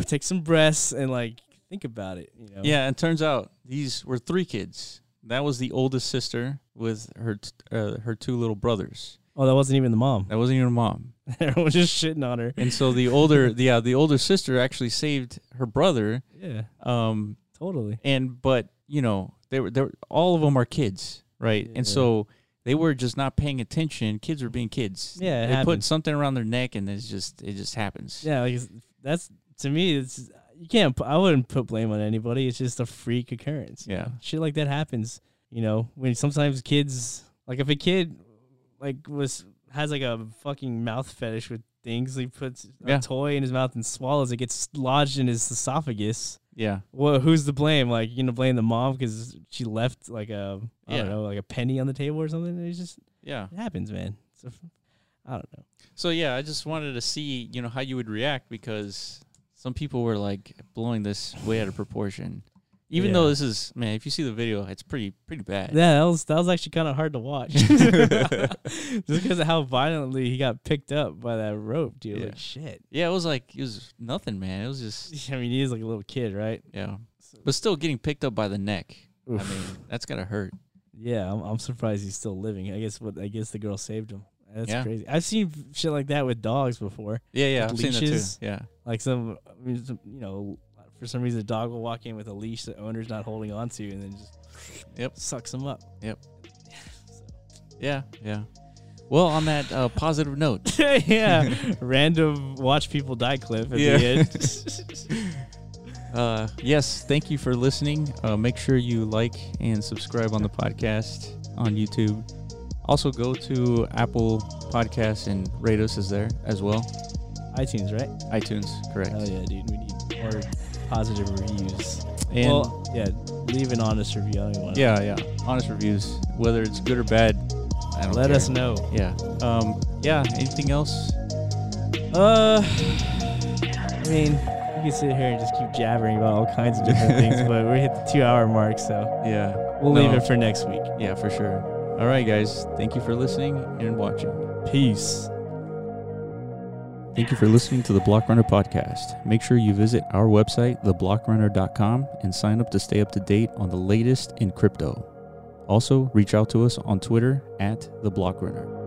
[SPEAKER 2] take some breaths, and like think about it. You know.
[SPEAKER 1] Yeah, and turns out these were three kids. That was the oldest sister with her t- uh, her two little brothers.
[SPEAKER 2] Oh, that wasn't even the mom.
[SPEAKER 1] That wasn't even a mom.
[SPEAKER 2] Everyone was just shitting on her.
[SPEAKER 1] And so the older, the, yeah, the older sister actually saved her brother.
[SPEAKER 2] Yeah.
[SPEAKER 1] Um,
[SPEAKER 2] Totally.
[SPEAKER 1] and but you know they were they were, all of them are kids, right? And so they were just not paying attention. Kids were being kids.
[SPEAKER 2] Yeah, it
[SPEAKER 1] they put
[SPEAKER 2] happens.
[SPEAKER 1] something around their neck, and it's just it just happens.
[SPEAKER 2] Yeah, like it's, that's to me. It's you can't. pu- I wouldn't put blame on anybody. It's just a freak occurrence. you
[SPEAKER 1] Yeah.
[SPEAKER 2] know? shit like that happens. You know, when sometimes kids, like if a kid, like was has like a fucking mouth fetish with things, he puts
[SPEAKER 1] Yeah.
[SPEAKER 2] a toy in his mouth and swallows. It gets lodged in his esophagus.
[SPEAKER 1] yeah,
[SPEAKER 2] Well, who's to blame? Like you gonna blame the mom because she left like a I
[SPEAKER 1] Yeah.
[SPEAKER 2] don't know like a penny on the table or something. It just
[SPEAKER 1] yeah.
[SPEAKER 2] it happens, man. So I don't know.
[SPEAKER 1] So yeah, I just wanted to see you know how you would react because some people were like blowing this way out of proportion. Even though
[SPEAKER 2] Yeah.
[SPEAKER 1] this is man, if you see the video, it's pretty pretty bad.
[SPEAKER 2] Yeah, that was that was actually kind of hard to watch, just because of how violently he got picked up by that rope, dude.
[SPEAKER 1] Yeah.
[SPEAKER 2] Like shit.
[SPEAKER 1] yeah, it was like it was nothing, man. It was just
[SPEAKER 2] I mean, he is like a little kid, right?
[SPEAKER 1] yeah, but still getting picked up by the neck. I mean, that's gotta hurt.
[SPEAKER 2] Yeah, I'm, I'm surprised he's still living. I guess what I guess the girl saved him. That's
[SPEAKER 1] Yeah.
[SPEAKER 2] crazy. I've seen shit like that with dogs before.
[SPEAKER 1] Yeah, yeah, I've
[SPEAKER 2] With
[SPEAKER 1] seen that
[SPEAKER 2] leashes.
[SPEAKER 1] too. Yeah,
[SPEAKER 2] Like some, I mean, some- you know, for some reason, a dog will walk in with a leash the owner's not holding on to, and then just
[SPEAKER 1] Yep.
[SPEAKER 2] sucks him up.
[SPEAKER 1] yeah, yeah. Well, on that uh, positive note,
[SPEAKER 2] yeah, random watch people die clip at
[SPEAKER 1] Yeah.
[SPEAKER 2] the end.
[SPEAKER 1] uh, yes, thank you for listening. Uh, make sure you like and subscribe on the podcast on YouTube. Also, go to Apple Podcasts and rate us is there as well.
[SPEAKER 2] iTunes, right?
[SPEAKER 1] iTunes, correct.
[SPEAKER 2] Oh yeah, dude, we need more positive reviews.
[SPEAKER 1] And
[SPEAKER 2] well, yeah, leave an honest review. I don't even wanna-
[SPEAKER 1] yeah, yeah, honest reviews, whether it's good or bad. I don't
[SPEAKER 2] let
[SPEAKER 1] care.
[SPEAKER 2] us know.
[SPEAKER 1] Yeah. Um, yeah. Anything else?
[SPEAKER 2] Uh, I mean, we can sit here and just keep jabbering about all kinds of different things, but we hit the two-hour mark, so
[SPEAKER 1] Yeah.
[SPEAKER 2] we'll leave
[SPEAKER 1] No.
[SPEAKER 2] it for next week.
[SPEAKER 1] Yeah, for sure. All right, guys. Thank you for listening and watching.
[SPEAKER 2] Peace.
[SPEAKER 1] Thank you for listening to the Block Runner podcast. Make sure you visit our website, theblockrunner.com, and sign up to stay up to date on the latest in crypto. Also, reach out to us on Twitter at the Block Runner.